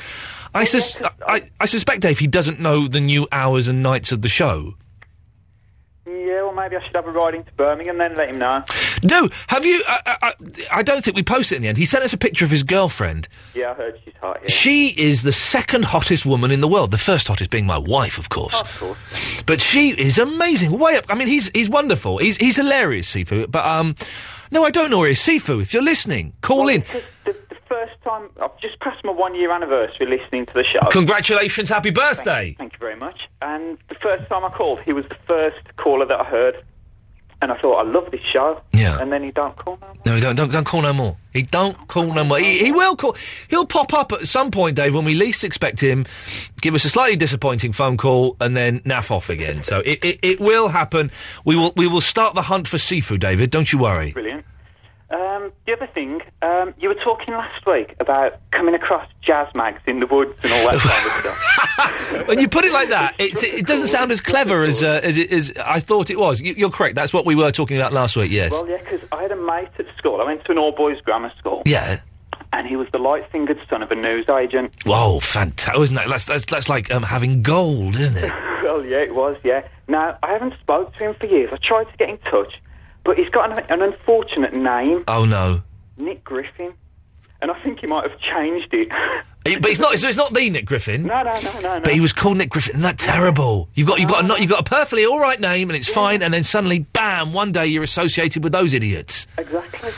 Speaker 10: I, sus- I, I suspect, Dave, he doesn't know the new hours and nights of the show.
Speaker 17: Yeah, well, maybe I should have a ride into Birmingham then, let him know.
Speaker 10: No, have you? I, I, I don't think we posted it in the end. He sent us a picture of his girlfriend.
Speaker 17: Oh, Yeah, I heard she's hot.
Speaker 10: She is the second hottest woman in the world. The first hottest being my wife, of course. Of
Speaker 17: course.
Speaker 10: But she is amazing. Way up. I mean, he's he's wonderful. He's he's hilarious, Sifu. But um, no, I don't know where he is. Sifu, if you're listening, call in.
Speaker 17: The first time, I've just passed my one year anniversary listening to the show.
Speaker 10: Oh. Congratulations, happy birthday.
Speaker 17: Thank, thank you very much. And the first time I called, he was the first caller that I heard. And I thought, I love this show.
Speaker 10: Yeah.
Speaker 17: And then he don't call now.
Speaker 10: No, don't don't don't call no more. He don't call no more. He, he will call. He'll pop up at some point, Dave, when we least expect him. Give us a slightly disappointing phone call and then naff off again. So it, it, it will happen. We will we will start the hunt for Sifu, David. Don't you worry.
Speaker 17: Brilliant. Um, the other thing, um, you were talking last week about coming across jazz mags in the woods and all that kind of stuff.
Speaker 10: When you put it like that, it, it doesn't sound as clever as uh, as, it, as I thought it was. You, you're correct. That's what we were talking about last week. Yes.
Speaker 17: Well, yeah, because I had a mate at school. I went to an all boys grammar school.
Speaker 10: Yeah.
Speaker 17: And he was the light fingered son of a newsagent.
Speaker 10: Whoa, fantastic! Isn't that that's that's, that's like um, having gold, isn't it?
Speaker 17: well, yeah, it was, yeah. Now, I haven't spoke to him for years. I tried to get in touch, but he's got an, an unfortunate name,
Speaker 10: Oh no.
Speaker 17: Nick Griffin. And I think he might have changed it.
Speaker 10: Eh, But it's not. It's not the Nick Griffin.
Speaker 17: no, no, no, no, no.
Speaker 10: But he was called Nick Griffin. Isn't that terrible? You've got you've got a not you've got a perfectly all right name and it's fine, and then suddenly, bam! One day you're associated with those idiots.
Speaker 17: Exactly.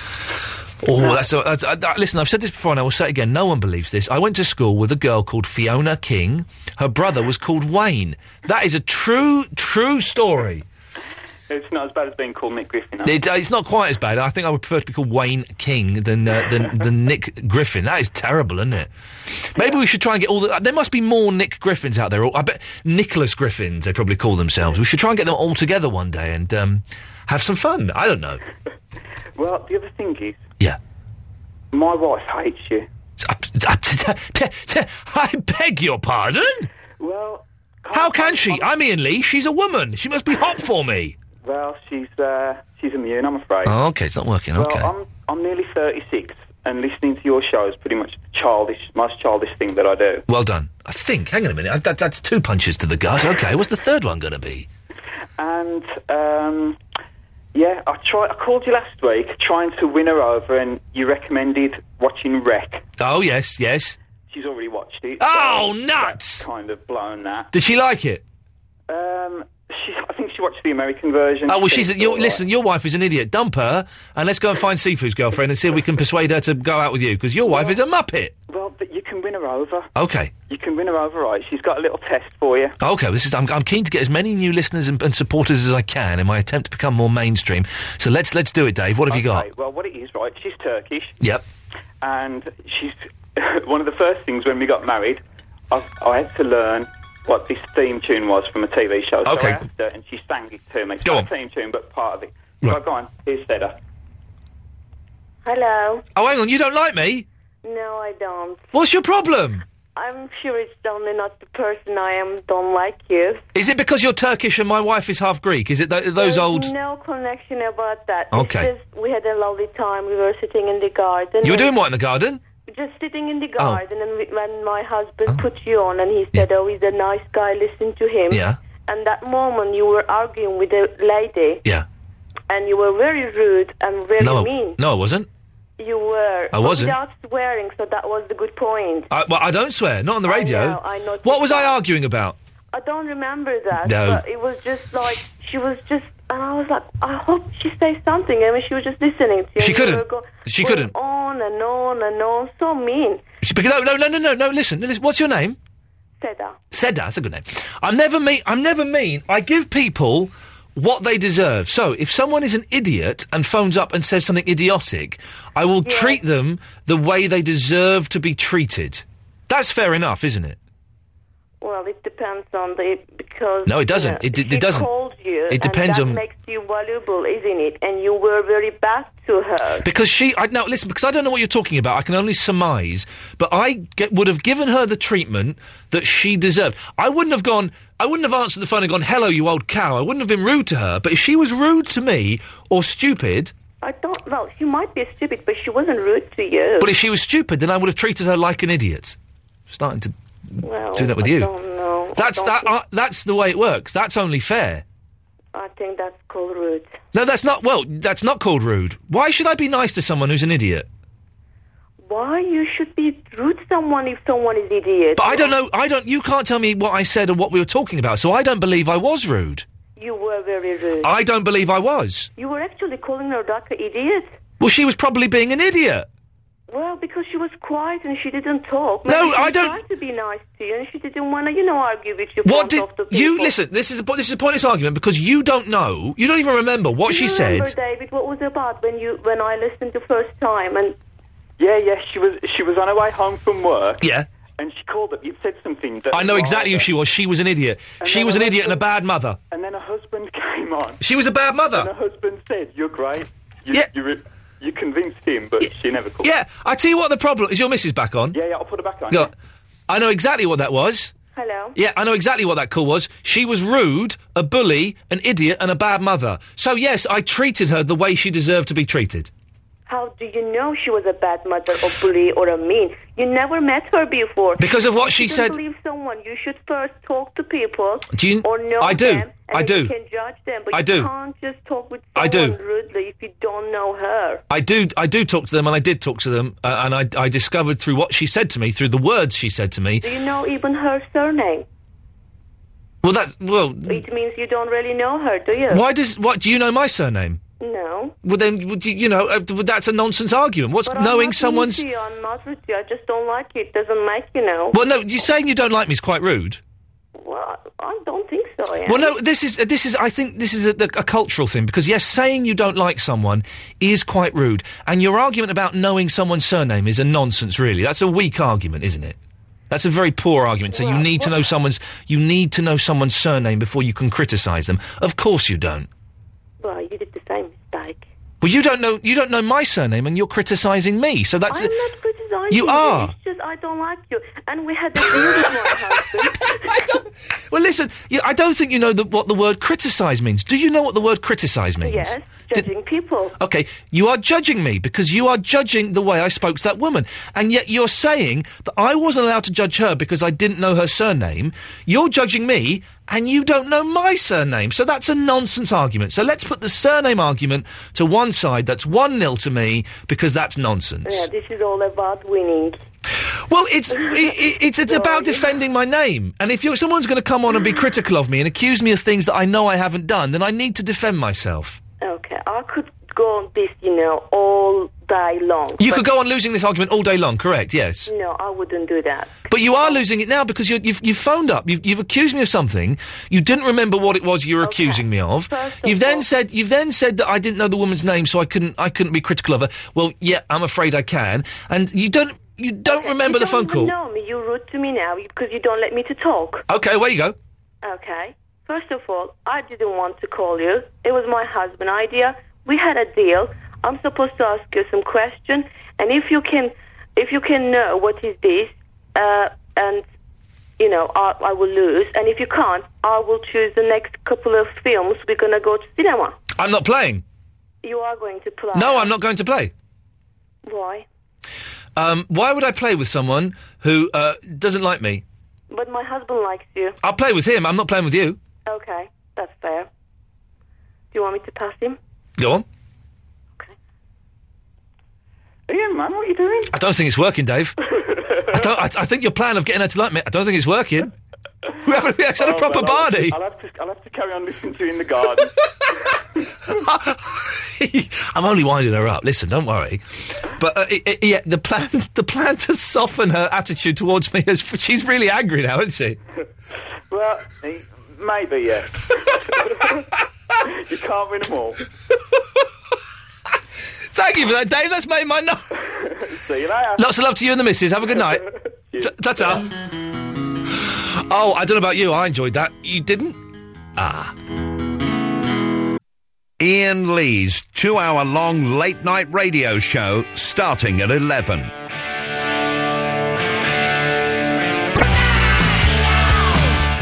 Speaker 10: Oh, that's, a, that's uh, that- listen. I've said this before, and I will say it again. No one believes this. I went to school with a girl called Fiona King. Her brother was called Wayne. That is a true true story.
Speaker 17: It's not as bad as being called Nick Griffin. though.
Speaker 10: It, uh, it's not quite as bad. I think I would prefer to be called Wayne King than uh, than, than Nick Griffin. That is terrible, isn't it? Maybe we should try and get all the. uh, There must be more Nick Griffins out there. Or I bet Nicholas Griffins. They probably call themselves. We should try and get them all together one day and um, have some fun. I don't know.
Speaker 17: Well, the other thing is.
Speaker 10: Yeah.
Speaker 17: My wife hates you.
Speaker 10: I beg your pardon.
Speaker 17: Well,
Speaker 10: how can she? I'm Ian Lee. She's a woman. She must be hot for me.
Speaker 17: Well, she's uh, she's immune, I'm afraid.
Speaker 10: Oh, okay, it's not working.
Speaker 17: Well,
Speaker 10: Okay.
Speaker 17: I'm I'm nearly 36, and listening to your show is pretty much the childish, most childish thing that I do.
Speaker 10: Well done. I think. Hang on a minute. I, that, that's two punches to the gut. Okay. What's the third one going to be?
Speaker 17: And um, Yeah, I tried. I called you last week trying to win her over, and you recommended watching Wreck.
Speaker 10: Oh yes, yes.
Speaker 17: She's already watched it.
Speaker 10: Oh, nuts!
Speaker 17: Kind of blown that.
Speaker 10: Did she like it?
Speaker 17: Um, she, I think she watched the American version.
Speaker 10: Oh well,
Speaker 17: She
Speaker 10: she's
Speaker 17: thinks
Speaker 10: your,
Speaker 17: it's all
Speaker 10: listen. Your wife is an idiot. Dump her, and let's go and find Seafood's girlfriend and see if we can persuade her to go out with you because your wife is a muppet.
Speaker 17: right. Well, but you can win her over.
Speaker 10: Okay,
Speaker 17: You can win her over, right? She's got a little test for you.
Speaker 10: okay. This is. I'm, I'm keen to get as many new listeners and, and supporters as I can in my attempt to become more mainstream. So let's let's do it, Dave. What have you got?
Speaker 17: Okay, well, what it is, right? She's Turkish,
Speaker 10: Yep.
Speaker 17: and she's one of the first things when we got married. I, I had to learn what this theme tune was from a TV show. So
Speaker 10: Okay.
Speaker 17: I asked her, and she sang it to me. It's
Speaker 10: Go
Speaker 17: not
Speaker 10: on.
Speaker 17: a theme tune, but part of it. So go on. Here's Seda.
Speaker 31: Hello.
Speaker 10: Oh, hang on. You don't like me?
Speaker 31: No, I don't.
Speaker 10: What's your problem?
Speaker 31: I'm sure it's only not the person I am don't like you.
Speaker 10: Is it because you're Turkish and my wife is half Greek? Is it th- those
Speaker 31: There's
Speaker 10: old?
Speaker 31: Mm, No connection about that.
Speaker 10: Okay.
Speaker 31: It's just we had a lovely time. We were sitting in the garden.
Speaker 10: You were
Speaker 31: and-
Speaker 10: doing what in the garden?
Speaker 31: Just sitting in the
Speaker 10: Oh.
Speaker 31: garden, and we, when my husband put you on, and he said, "Oh, he's a nice guy. Listen to him."
Speaker 10: Yeah.
Speaker 31: And that moment, you were arguing with a lady.
Speaker 10: Yeah.
Speaker 31: And you were very rude and very
Speaker 10: no,
Speaker 31: mean.
Speaker 10: no, I wasn't.
Speaker 31: You were.
Speaker 10: I wasn't.
Speaker 31: Without swearing, so that was the good point.
Speaker 10: I, well, I don't swear. Not on the radio.
Speaker 31: know, I know.
Speaker 10: What was I arguing about?
Speaker 31: I don't remember that.
Speaker 10: No.
Speaker 31: But it was just like she was just, and I was like, I hope she says something. I mean, she was just listening to you.
Speaker 10: She
Speaker 31: and you
Speaker 10: couldn't.
Speaker 31: were go-
Speaker 10: She
Speaker 31: going
Speaker 10: couldn't.
Speaker 31: On and on and on. So mean.
Speaker 10: She- Because, no, no, no, no, no, no. Listen, listen. What's your name?
Speaker 31: Seda.
Speaker 10: Seda. That's a good name. I'm never mean. I'm never mean. I give people what they deserve. So if someone is an idiot and phones up and says something idiotic, I will treat them the way they deserve to be treated. That's fair enough, isn't it?
Speaker 31: Well, it depends on the because.
Speaker 10: No, it doesn't.
Speaker 31: you know,
Speaker 10: It d- it
Speaker 31: she
Speaker 10: doesn't.
Speaker 31: Called you,
Speaker 10: It depends
Speaker 31: and that
Speaker 10: on-
Speaker 31: makes you valuable, isn't it? And you were very bad to her.
Speaker 10: Because she, I, now listen, because I don't know what you're talking about. I can only surmise, but I get, would have given her the treatment that she deserved. I wouldn't have gone. I wouldn't have answered the phone and gone, "Hello, you old cow." I wouldn't have been rude to her. But if she was rude to me or stupid,
Speaker 31: I thought, well, she might be stupid, but she wasn't rude to you.
Speaker 10: but if she was stupid, then I would have treated her like an idiot. Starting to
Speaker 31: well,
Speaker 10: do that with
Speaker 31: I
Speaker 10: you.
Speaker 31: don't know. I
Speaker 10: That's
Speaker 31: Oh, don't
Speaker 10: that.
Speaker 31: think-
Speaker 10: Uh, that's the way it works. That's only fair.
Speaker 31: I think that's called rude.
Speaker 10: No, that's not. Well, that's not called rude. Why should I be nice to someone who's an idiot?
Speaker 31: Why you should be rude to someone if someone is idiot?
Speaker 10: But I don't know. I don't. You can't tell me what I said or what we were talking about. So I don't believe I was rude.
Speaker 31: You were very rude.
Speaker 10: I don't believe I was.
Speaker 31: You were actually calling her doctor idiot.
Speaker 10: Well, she was probably being an idiot.
Speaker 31: Well, because she was quiet and she didn't talk.
Speaker 10: No,
Speaker 31: Maybe she
Speaker 10: I don't-
Speaker 31: Tried to be nice to you, and she didn't want to, you know, argue with you.
Speaker 10: What
Speaker 31: front
Speaker 10: did
Speaker 31: of the people.
Speaker 10: you listen? This is a, po- this is a pointless argument because you don't know. You don't even remember what
Speaker 31: Do
Speaker 10: she
Speaker 31: you
Speaker 10: said.
Speaker 31: Remember, David, what was it about when you when I listened the first time and
Speaker 17: Yeah, yeah. She was she was on her way home from work,
Speaker 10: Yeah,
Speaker 17: and she called up. You said something that
Speaker 10: I know exactly who she was. She was an idiot. She was an idiot and a bad mother.
Speaker 17: And then her husband came on.
Speaker 10: She was a bad mother.
Speaker 17: And her husband said, "You're great. You, you, re- you convinced him, but she never called."
Speaker 10: Yeah, I tell you what. The problem is your missus back on.
Speaker 17: Yeah, yeah. I'll put her back on.
Speaker 10: Yeah. I know exactly what that was.
Speaker 31: hello?
Speaker 10: Yeah, I know exactly what that call was. She was rude, a bully, an idiot, and a bad mother. So yes, I treated her the way she deserved to be treated.
Speaker 31: How do you know she was a bad mother or bully or a mean? You never met her before.
Speaker 10: Because of what
Speaker 31: If
Speaker 10: she
Speaker 31: you don't
Speaker 10: said-
Speaker 31: believe someone, you should first talk to people.
Speaker 10: Do you-
Speaker 31: Or know
Speaker 10: I do.
Speaker 31: them, Oh, and
Speaker 10: I
Speaker 31: then You
Speaker 10: do.
Speaker 31: can judge them, but
Speaker 10: I
Speaker 31: you
Speaker 10: do.
Speaker 31: can't just talk with someone
Speaker 10: I do.
Speaker 31: rudely if you don't know her.
Speaker 10: I do, I do talk to them, and I did talk to them, uh, and I, I discovered through what she said to me, through the words she said to me.
Speaker 31: Do you know even her surname?
Speaker 10: Well, that, well,
Speaker 31: It means you don't really know her, do you?
Speaker 10: why does, what do you know my surname?
Speaker 31: No.
Speaker 10: Well, then, would you, you know, uh, well, that's a nonsense argument. What's
Speaker 31: But I'm not
Speaker 10: knowing
Speaker 31: rude
Speaker 10: someone's?
Speaker 31: to you, I'm not with you. I just don't like you. It doesn't make you know.
Speaker 10: Well, no, you saying you don't like me is quite rude.
Speaker 31: Well, I don't think so. I am.
Speaker 10: Well, no, this is this is I think this is a, a cultural thing because yes, saying you don't like someone is quite rude, and your argument about knowing someone's surname is a nonsense. Really, that's a weak argument, isn't it? That's a very poor argument. So you need to know someone's you need to know someone's surname before you can criticise them. Of course you don't.
Speaker 31: Well, you did the same mistake.
Speaker 10: Well, you don't know you don't know my surname, and you're criticising me. So that's
Speaker 31: I'm not criticizing
Speaker 10: You are.
Speaker 31: It's just I don't like you. And we had this music night.
Speaker 10: Well, listen, you, I don't think you know the, what the word criticise means. Do you know what the word criticise means?
Speaker 31: Yes, judging people.
Speaker 10: Okay, you are judging me because you are judging the way I spoke to that woman. And yet you're saying that I wasn't allowed to judge her because I didn't know her surname. You're judging me and you don't know my surname. So that's a nonsense argument. So let's put the surname argument to one side. That's 1 nil to me because that's nonsense.
Speaker 31: Yeah, this is all about winning.
Speaker 10: Well, it's i i it's, it's about defending my name. And if you're, someone's going to come on and be critical of me and accuse me of things that I know I haven't done, then I need to defend myself.
Speaker 31: Okay, I could go on this, you know, all day long.
Speaker 10: You could go on losing this argument all day long, correct? Yes.
Speaker 31: No, I wouldn't do that.
Speaker 10: But you are losing it now because you're, you've, you've phoned up. You've, you've accused me of something. You didn't remember what it was you were accusing me of. you've then said you've then said that I didn't know the woman's name, so I couldn't I couldn't be critical of her. Well, yeah, I'm afraid I can. And you don't you don't remember the phone
Speaker 31: You
Speaker 10: call.
Speaker 31: know me. You're rude to me now because you don't let me to talk.
Speaker 10: Okay, where you go?
Speaker 31: Okay. First of all, I didn't want to call you. It was my husband's idea. We had a deal. I'm supposed to ask you some question, and if you can, if you can know what is this, uh, and you know, I, I will lose. And if you can't, I will choose the next couple of films we're gonna go to cinema.
Speaker 10: I'm not playing.
Speaker 31: You are going to play.
Speaker 10: No, I'm not going to play.
Speaker 31: Why?
Speaker 10: Um, why would I play with someone who uh, doesn't like me?
Speaker 31: But my husband likes you.
Speaker 10: I'll play with him. I'm not playing with you.
Speaker 31: Okay, that's fair. Do you want me to pass him?
Speaker 10: Go on.
Speaker 31: Ian, man, what are you doing?
Speaker 10: I don't think it's working, Dave. I, don't, I, I think your plan of getting her to like me, I don't think it's working. We haven't, we haven't had a
Speaker 17: Oh,
Speaker 10: proper
Speaker 17: well, I'll have
Speaker 10: party.
Speaker 17: to- I'll have, to, I'll have to carry on listening to you in the garden.
Speaker 10: I'm only winding her up. Listen, don't worry. But uh, i i yeah, the plan, the plan to soften her attitude towards me is she's really angry now, isn't she?
Speaker 17: well, eh, maybe, yeah. you can't win them all.
Speaker 10: Thank you for that, Dave. That's made my night.
Speaker 17: See you later.
Speaker 10: Lots of love to you and the missus. Have a good night. Ta ta. Oh, I don't know about you. I enjoyed that. You didn't?
Speaker 1: Ah. Ian Lee's two hour long late night radio show starting at 11.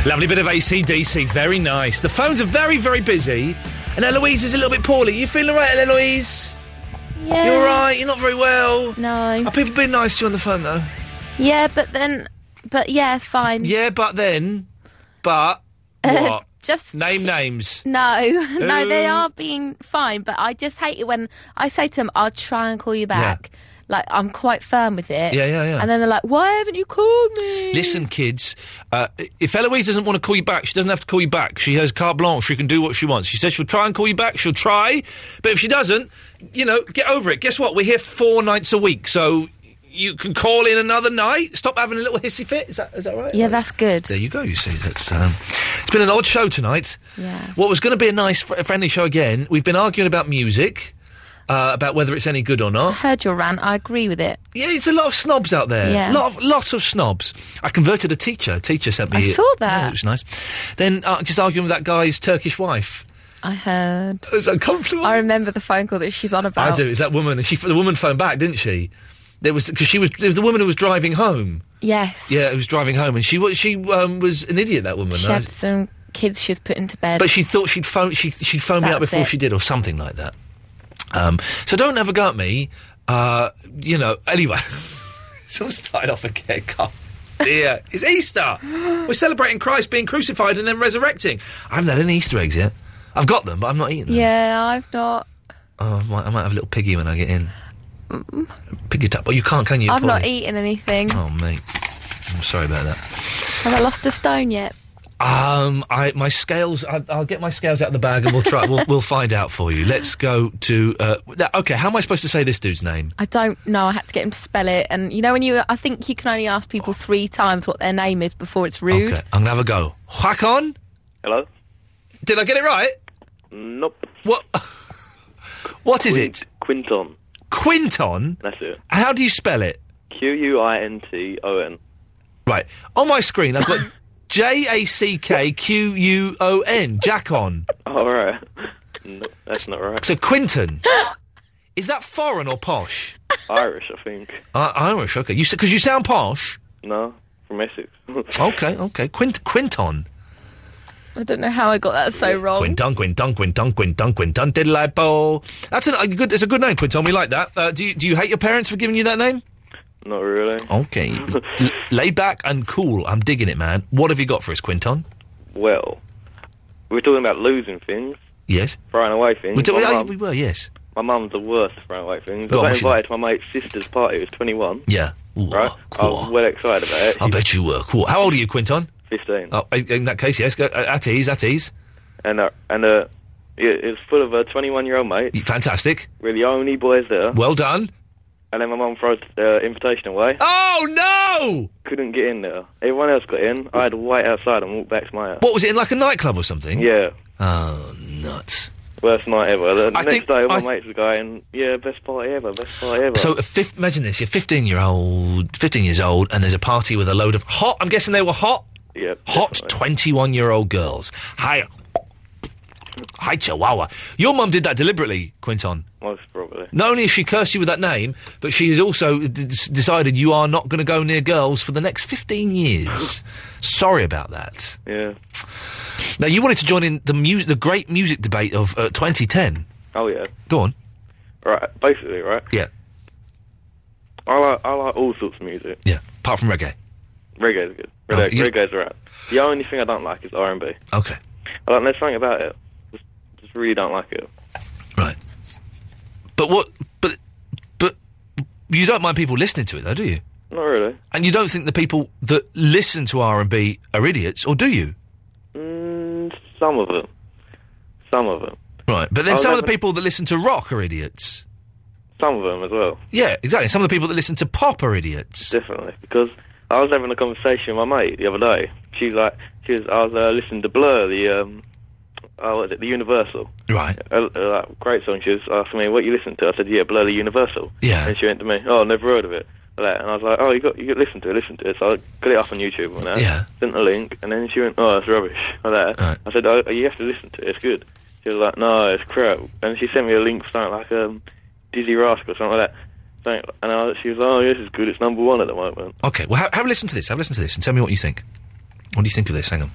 Speaker 10: Lovely bit of ACDC. Very nice. The phones are very, very busy. And Eloise is a little bit poorly. You feeling all right, Eloise?
Speaker 12: Yeah.
Speaker 10: You're all right. You're not very well.
Speaker 12: No.
Speaker 10: Are people being nice to you on the phone, though?
Speaker 12: Yeah, but then, but yeah, fine.
Speaker 10: Yeah, but then. But.
Speaker 12: Uh,
Speaker 10: What?
Speaker 12: just-
Speaker 10: Name names.
Speaker 12: No, no, they
Speaker 10: Ooh.
Speaker 12: are being fine, but I just hate it when I say to them, I'll try and call you back. Like, I'm quite firm with it.
Speaker 10: Yeah, yeah, yeah.
Speaker 12: And then they're like, why haven't you called me?
Speaker 10: Listen, kids, uh, if Eloise doesn't want to call you back, she doesn't have to call you back. She has carte blanche. She can do what she wants. She says she'll try and call you back. She'll try. But if she doesn't, you know, get over it. Guess what? We're here four nights a week. So you can call in another night. Stop having a little hissy fit. Is that, is that right?
Speaker 12: Yeah, that's good.
Speaker 10: There you go. You see, that's um, it's been an odd show tonight.
Speaker 12: Yeah.
Speaker 10: What was going to be a nice, fr- friendly show again? We've been arguing about music, uh, about whether it's any good or
Speaker 12: I
Speaker 10: not.
Speaker 12: heard your rant. I agree with it.
Speaker 10: Yeah, it's a lot of snobs out there.
Speaker 12: Yeah.
Speaker 10: Lot of, lot of snobs. I converted a teacher. A teacher sent me.
Speaker 12: I saw that.
Speaker 10: Yeah, it was nice. Then uh, just arguing with that guy's Turkish wife.
Speaker 12: I heard.
Speaker 10: It was uncomfortable.
Speaker 12: I remember the phone call that she's on about.
Speaker 10: I do. Is that woman? And she the woman phoned back, didn't she? There was because she was there was the woman who was driving home.
Speaker 12: Yes.
Speaker 10: Yeah, who was driving home, and she was she um, was an idiot. That woman.
Speaker 12: She
Speaker 10: I-
Speaker 12: had some kids she was put into bed.
Speaker 10: But she thought she'd phone she she'd phone me up
Speaker 12: That's
Speaker 10: before
Speaker 12: it.
Speaker 10: she did, or something like that. Um, so don't ever go at me. Uh, you know. Anyway, it's all started off again. God. Dear, it's Easter. We're celebrating Christ being crucified and then resurrecting. I haven't had any Easter eggs yet. I've got them, but I'm not eating them.
Speaker 12: yeah, I've not.
Speaker 10: Oh, I might, I might have a little piggy when I get in. Pig it up. Well, you can't, can you?
Speaker 12: I've Mm. not
Speaker 10: Polly?
Speaker 12: eaten anything.
Speaker 10: Oh, mate. I'm sorry about that.
Speaker 12: Have I lost a stone yet?
Speaker 10: Um, I my scales. I, I'll get my scales out of the bag and we'll try. we'll, we'll find out for you. Let's go to. Uh, that, okay, how am I supposed to say this dude's name?
Speaker 12: I don't know. I had to get him to spell it, and you know when you, I think you can only ask people three times what their name is before it's rude.
Speaker 10: Okay, I'm gonna have a go. Whack on.
Speaker 23: Hello.
Speaker 10: Did I get it right?
Speaker 23: Nope.
Speaker 10: What? what is it?
Speaker 23: Quinton.
Speaker 10: Quinton.
Speaker 23: That's it.
Speaker 10: How do you spell it?
Speaker 23: Q U I N T O N.
Speaker 10: Right on my screen, I've got J A C K Q U O N. Jack on.
Speaker 23: All right. Oh, No, that's not right.
Speaker 10: So Quinton. Is that foreign or posh?
Speaker 23: Irish, I think.
Speaker 10: I Irish, okay. You because you sound posh.
Speaker 23: No, from Essex.
Speaker 10: okay, okay. Quint- Quinton.
Speaker 12: I don't know how I got that so wrong.
Speaker 10: Quinton, Quinton, Quinton, Quinton, Quinton, Diddleipo. That's an- a good. It's a good name, Quinton. We like that. Uh, do you do you hate your parents for giving you that name?
Speaker 23: Not really.
Speaker 10: Okay, L- laid back and cool. I'm digging it, man. What have you got for us, Quinton?
Speaker 23: Well, we were talking about losing things,
Speaker 10: Yes.
Speaker 23: throwing away things.
Speaker 10: We, do-
Speaker 23: my,
Speaker 10: oh,
Speaker 23: mum,
Speaker 10: we were, yes.
Speaker 23: my mum's the worst at throwing away things.
Speaker 10: Go
Speaker 23: I
Speaker 10: on,
Speaker 23: got
Speaker 10: what's your-
Speaker 23: invited to my mate's sister's party. It was 21.
Speaker 10: Yeah.
Speaker 23: right? I was well excited about it.
Speaker 10: I bet you were. Cool. How old are you, Quinton?
Speaker 23: 15.
Speaker 10: Oh, i- in that case, yes. Go, uh, at ease, at ease.
Speaker 23: And, uh, and uh, it, it was full of a 21 year old mate.
Speaker 10: Fantastic.
Speaker 23: We're the only boys there.
Speaker 10: Well done.
Speaker 23: And then my mum throws the uh, invitation away.
Speaker 10: Oh, no!
Speaker 23: Couldn't get in there. Everyone else got in. I had to wait outside and walk back to my house.
Speaker 10: What was it in, like a nightclub or something?
Speaker 23: Yeah.
Speaker 10: Oh, nuts.
Speaker 23: Worst night ever. The
Speaker 10: I
Speaker 23: next
Speaker 10: think-
Speaker 23: day, all my
Speaker 10: I th-
Speaker 23: mates were going, yeah, best party ever, best party ever.
Speaker 10: So, uh, a fifth, imagine this: you're 15 year old, 15 years old, and there's a party with a load of hot. I'm guessing they were hot.
Speaker 23: Yep.
Speaker 10: Hot 21 year old girls. Hi, hi, Chihuahua. Your mum did that deliberately, Quinton.
Speaker 23: Most probably.
Speaker 10: Not only has she cursed you with that name, but she has also d- s- decided you are not going to go near girls for the next 15 years. Sorry about that.
Speaker 23: Yeah.
Speaker 10: Now, you wanted to join in the mu- the great music debate of uh, 2010.
Speaker 23: Oh, yeah.
Speaker 10: Go on.
Speaker 23: Right, basically, right?
Speaker 10: Yeah.
Speaker 23: I like, I like all sorts of music.
Speaker 10: Yeah. Apart from reggae.
Speaker 23: Reggae's good.
Speaker 10: Oh,
Speaker 23: Reggae,
Speaker 10: you-
Speaker 23: Reggae's alright. The only thing I don't like is R&B.
Speaker 10: Okay.
Speaker 23: I don't, there's something about it. Just, just really don't like it.
Speaker 10: But what? But but you don't mind people listening to it, though, do you?
Speaker 23: Not really.
Speaker 10: And you don't think the people that listen to R and B are idiots, or do you?
Speaker 23: Mm, some of them. Some of them.
Speaker 10: Right. But then
Speaker 23: Oh,
Speaker 10: some of the
Speaker 23: definitely.
Speaker 10: people that listen to rock are idiots.
Speaker 23: Some of them as well.
Speaker 10: Yeah, exactly. Some of the people that listen to pop are idiots.
Speaker 23: Definitely, because I was having a conversation with my mate the other day. She was like, she was, I was uh, listening to Blur, the um, oh, what is it, the Universal,
Speaker 10: right?
Speaker 23: Uh, uh, like, great song. She was asking me what you listen to. I said, yeah, Blur, the Universal.
Speaker 10: Yeah.
Speaker 23: And she went to me, oh, never heard of it. Like that. And I was like, oh, you got you got to listen to it, listen to it. So I got it up on YouTube and that.
Speaker 10: Yeah.
Speaker 23: Sent a link, and then she went, oh, that's rubbish. Like that. I said, oh, you have to listen to it. It's good. She was like, no, it's crap. And she sent me a link for something like um, Dizzy Rascal or something like that. Something- And I, was- she was like, oh, this is good. It's number one at the moment.
Speaker 10: Okay. Well, ha- have a listen to this. Have a listen to this, and tell me what you think. What do you think of this? Hang on.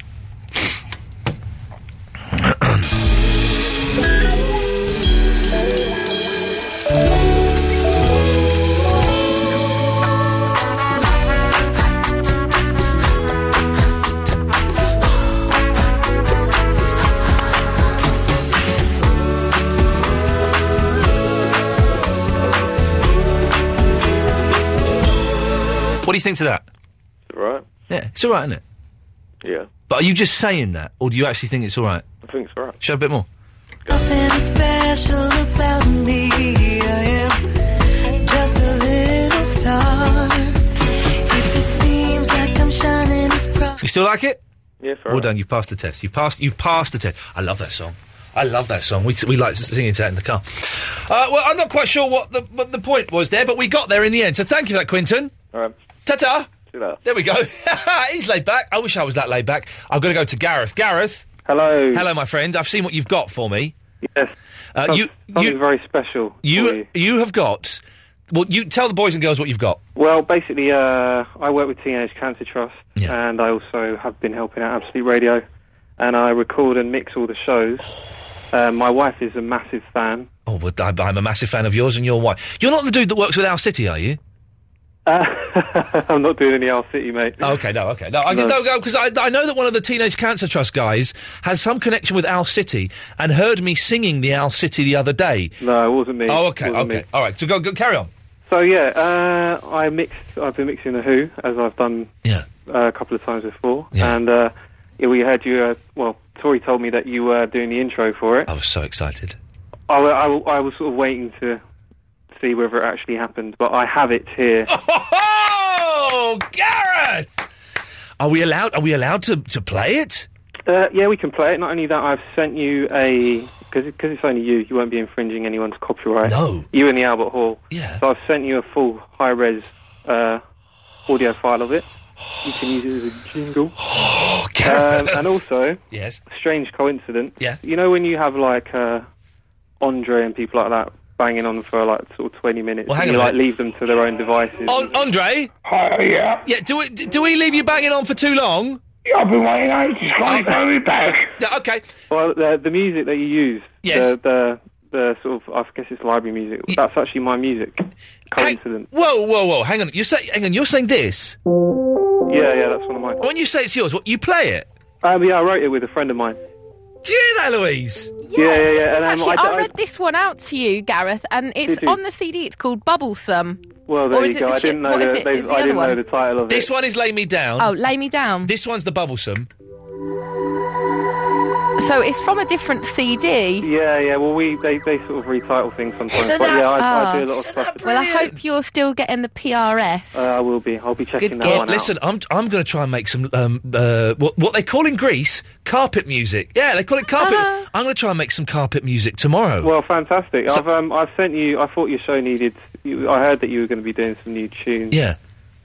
Speaker 10: What do you think to that?
Speaker 23: Right?
Speaker 10: Yeah, it's all right, isn't it?
Speaker 23: Yeah.
Speaker 10: But are you just saying that, or do you actually think it's all right?
Speaker 23: I think it's all right.
Speaker 10: Show a bit more.
Speaker 18: Nothing special about me. I am just a little star. If it seems like I'm shining, it's probably.
Speaker 10: You still like it?
Speaker 23: Yeah,
Speaker 10: Well done. You've passed the test. You've passed. You've passed the test. I love that song. I love that song. We, we like singing to that in the car. Uh, well, I'm not quite sure what the what the point was there, but we got there in the end. So thank you, for that Quinton.
Speaker 23: All right.
Speaker 10: Ta-ta.
Speaker 23: Hello.
Speaker 10: There we go. He's laid back. I wish I was that laid back. I'm going to go to Gareth. Gareth.
Speaker 32: Hello.
Speaker 10: Hello, my friend. I've seen what you've got for me.
Speaker 32: Yes.
Speaker 10: Uh, you
Speaker 32: something very special.
Speaker 10: you you have got. Well, you tell the boys and girls what you've got.
Speaker 32: Well, basically, uh, I work with Teenage Cancer Trust, and I also have been helping out Absolute Radio, and I record and mix all the shows. Uh, my wife is a massive fan.
Speaker 10: Oh, but I, I'm a massive fan of yours and your wife. You're not the dude that works with Our City, are you?
Speaker 32: Uh, I'm not doing any Our City, mate.
Speaker 10: Okay, no, okay, no. I just don't go because I, I know that one of the Teenage Cancer Trust guys has some connection with Owl City and heard me singing the Owl City the other day.
Speaker 32: No, it wasn't me.
Speaker 10: Oh, okay,
Speaker 32: Wasn't
Speaker 10: okay,
Speaker 32: me.
Speaker 10: all right. So go, go carry on.
Speaker 32: So yeah, uh, I mixed. I've been mixing the Who as I've done
Speaker 10: yeah.
Speaker 32: uh, a couple of times before, and uh, yeah, we heard you. Uh, well, Tori told me that you were doing the intro for it.
Speaker 10: I was so excited.
Speaker 32: I, wa- I wa- I was sort of waiting to see whether it actually happened, but I have it here.
Speaker 10: Oh, Gareth! Are we allowed? Are we allowed to, to play it?
Speaker 32: Uh, yeah, we can play it. Not only that, I've sent you a because because it's only you. You won't be infringing anyone's copyright.
Speaker 10: No.
Speaker 32: you in the Albert Hall. Yeah. So I've sent you a full high res uh, audio file of it. You can use it as a jingle. um, and also,
Speaker 10: Oh, Yes.
Speaker 32: strange coincidence.
Speaker 10: Yeah.
Speaker 32: You know when you have like uh, Andre and people like that banging on for like sort of 20 minutes.
Speaker 10: Well, hang
Speaker 32: and you,
Speaker 10: on a
Speaker 32: like leave them to their own devices.
Speaker 10: On- Andre?
Speaker 32: Hi, yeah.
Speaker 10: Yeah, do we, do we leave you banging on for too long?
Speaker 32: Yeah, I've been
Speaker 27: waiting ages. Come on, me back.
Speaker 10: okay.
Speaker 32: Well, the, the music that you use,
Speaker 10: Yes.
Speaker 32: the, the the sort of I guess it's library music. That's actually my music. Coincidence.
Speaker 10: Whoa, whoa, whoa! Hang on. You say, hang on. You're saying this?
Speaker 32: Yeah, yeah, that's one of mine.
Speaker 10: When you say it's yours, what you play it?
Speaker 32: Um, yeah, I wrote it with a friend of mine.
Speaker 10: Do you hear that, Louise?
Speaker 12: Yeah,
Speaker 32: yeah, yeah.
Speaker 12: This is
Speaker 32: and, um,
Speaker 12: actually,
Speaker 32: I-
Speaker 12: I,
Speaker 32: I-
Speaker 12: read this one out to you, Gareth, and it's
Speaker 32: Did you?
Speaker 12: on the CD. It's called Bubblesome.
Speaker 32: Well,
Speaker 12: Or
Speaker 32: there
Speaker 12: is
Speaker 32: you
Speaker 12: it
Speaker 32: go.
Speaker 12: the
Speaker 32: I
Speaker 12: chi-
Speaker 32: didn't know
Speaker 12: what is
Speaker 32: the,
Speaker 12: it?
Speaker 32: they-
Speaker 12: Is the
Speaker 32: I
Speaker 12: other
Speaker 32: didn't know
Speaker 12: one?
Speaker 32: the title of it.
Speaker 10: This one is "Lay Me Down."
Speaker 12: Oh, lay me down.
Speaker 10: This one's the Bubblesome.
Speaker 12: So it's from a different CD.
Speaker 32: Yeah, yeah. Well, we they, they sort of retitle things sometimes,
Speaker 12: Isn't
Speaker 32: but
Speaker 12: that-
Speaker 32: yeah, I, I
Speaker 12: Oh.
Speaker 32: do a lot of stuff.
Speaker 12: Well, I hope you're still getting the PRS.
Speaker 32: Uh, I will be. I'll be checking that
Speaker 10: Well,
Speaker 32: one out.
Speaker 10: listen, I'm I'm going to try and make some um, uh, what what they call in Greece carpet music. Yeah, they call it carpet.
Speaker 12: Uh-huh.
Speaker 10: I'm going to try and make some carpet music tomorrow.
Speaker 32: Well, fantastic. I've um, I've sent you. I thought your show needed. You, I heard that you were going to be doing some new tunes.
Speaker 10: yeah,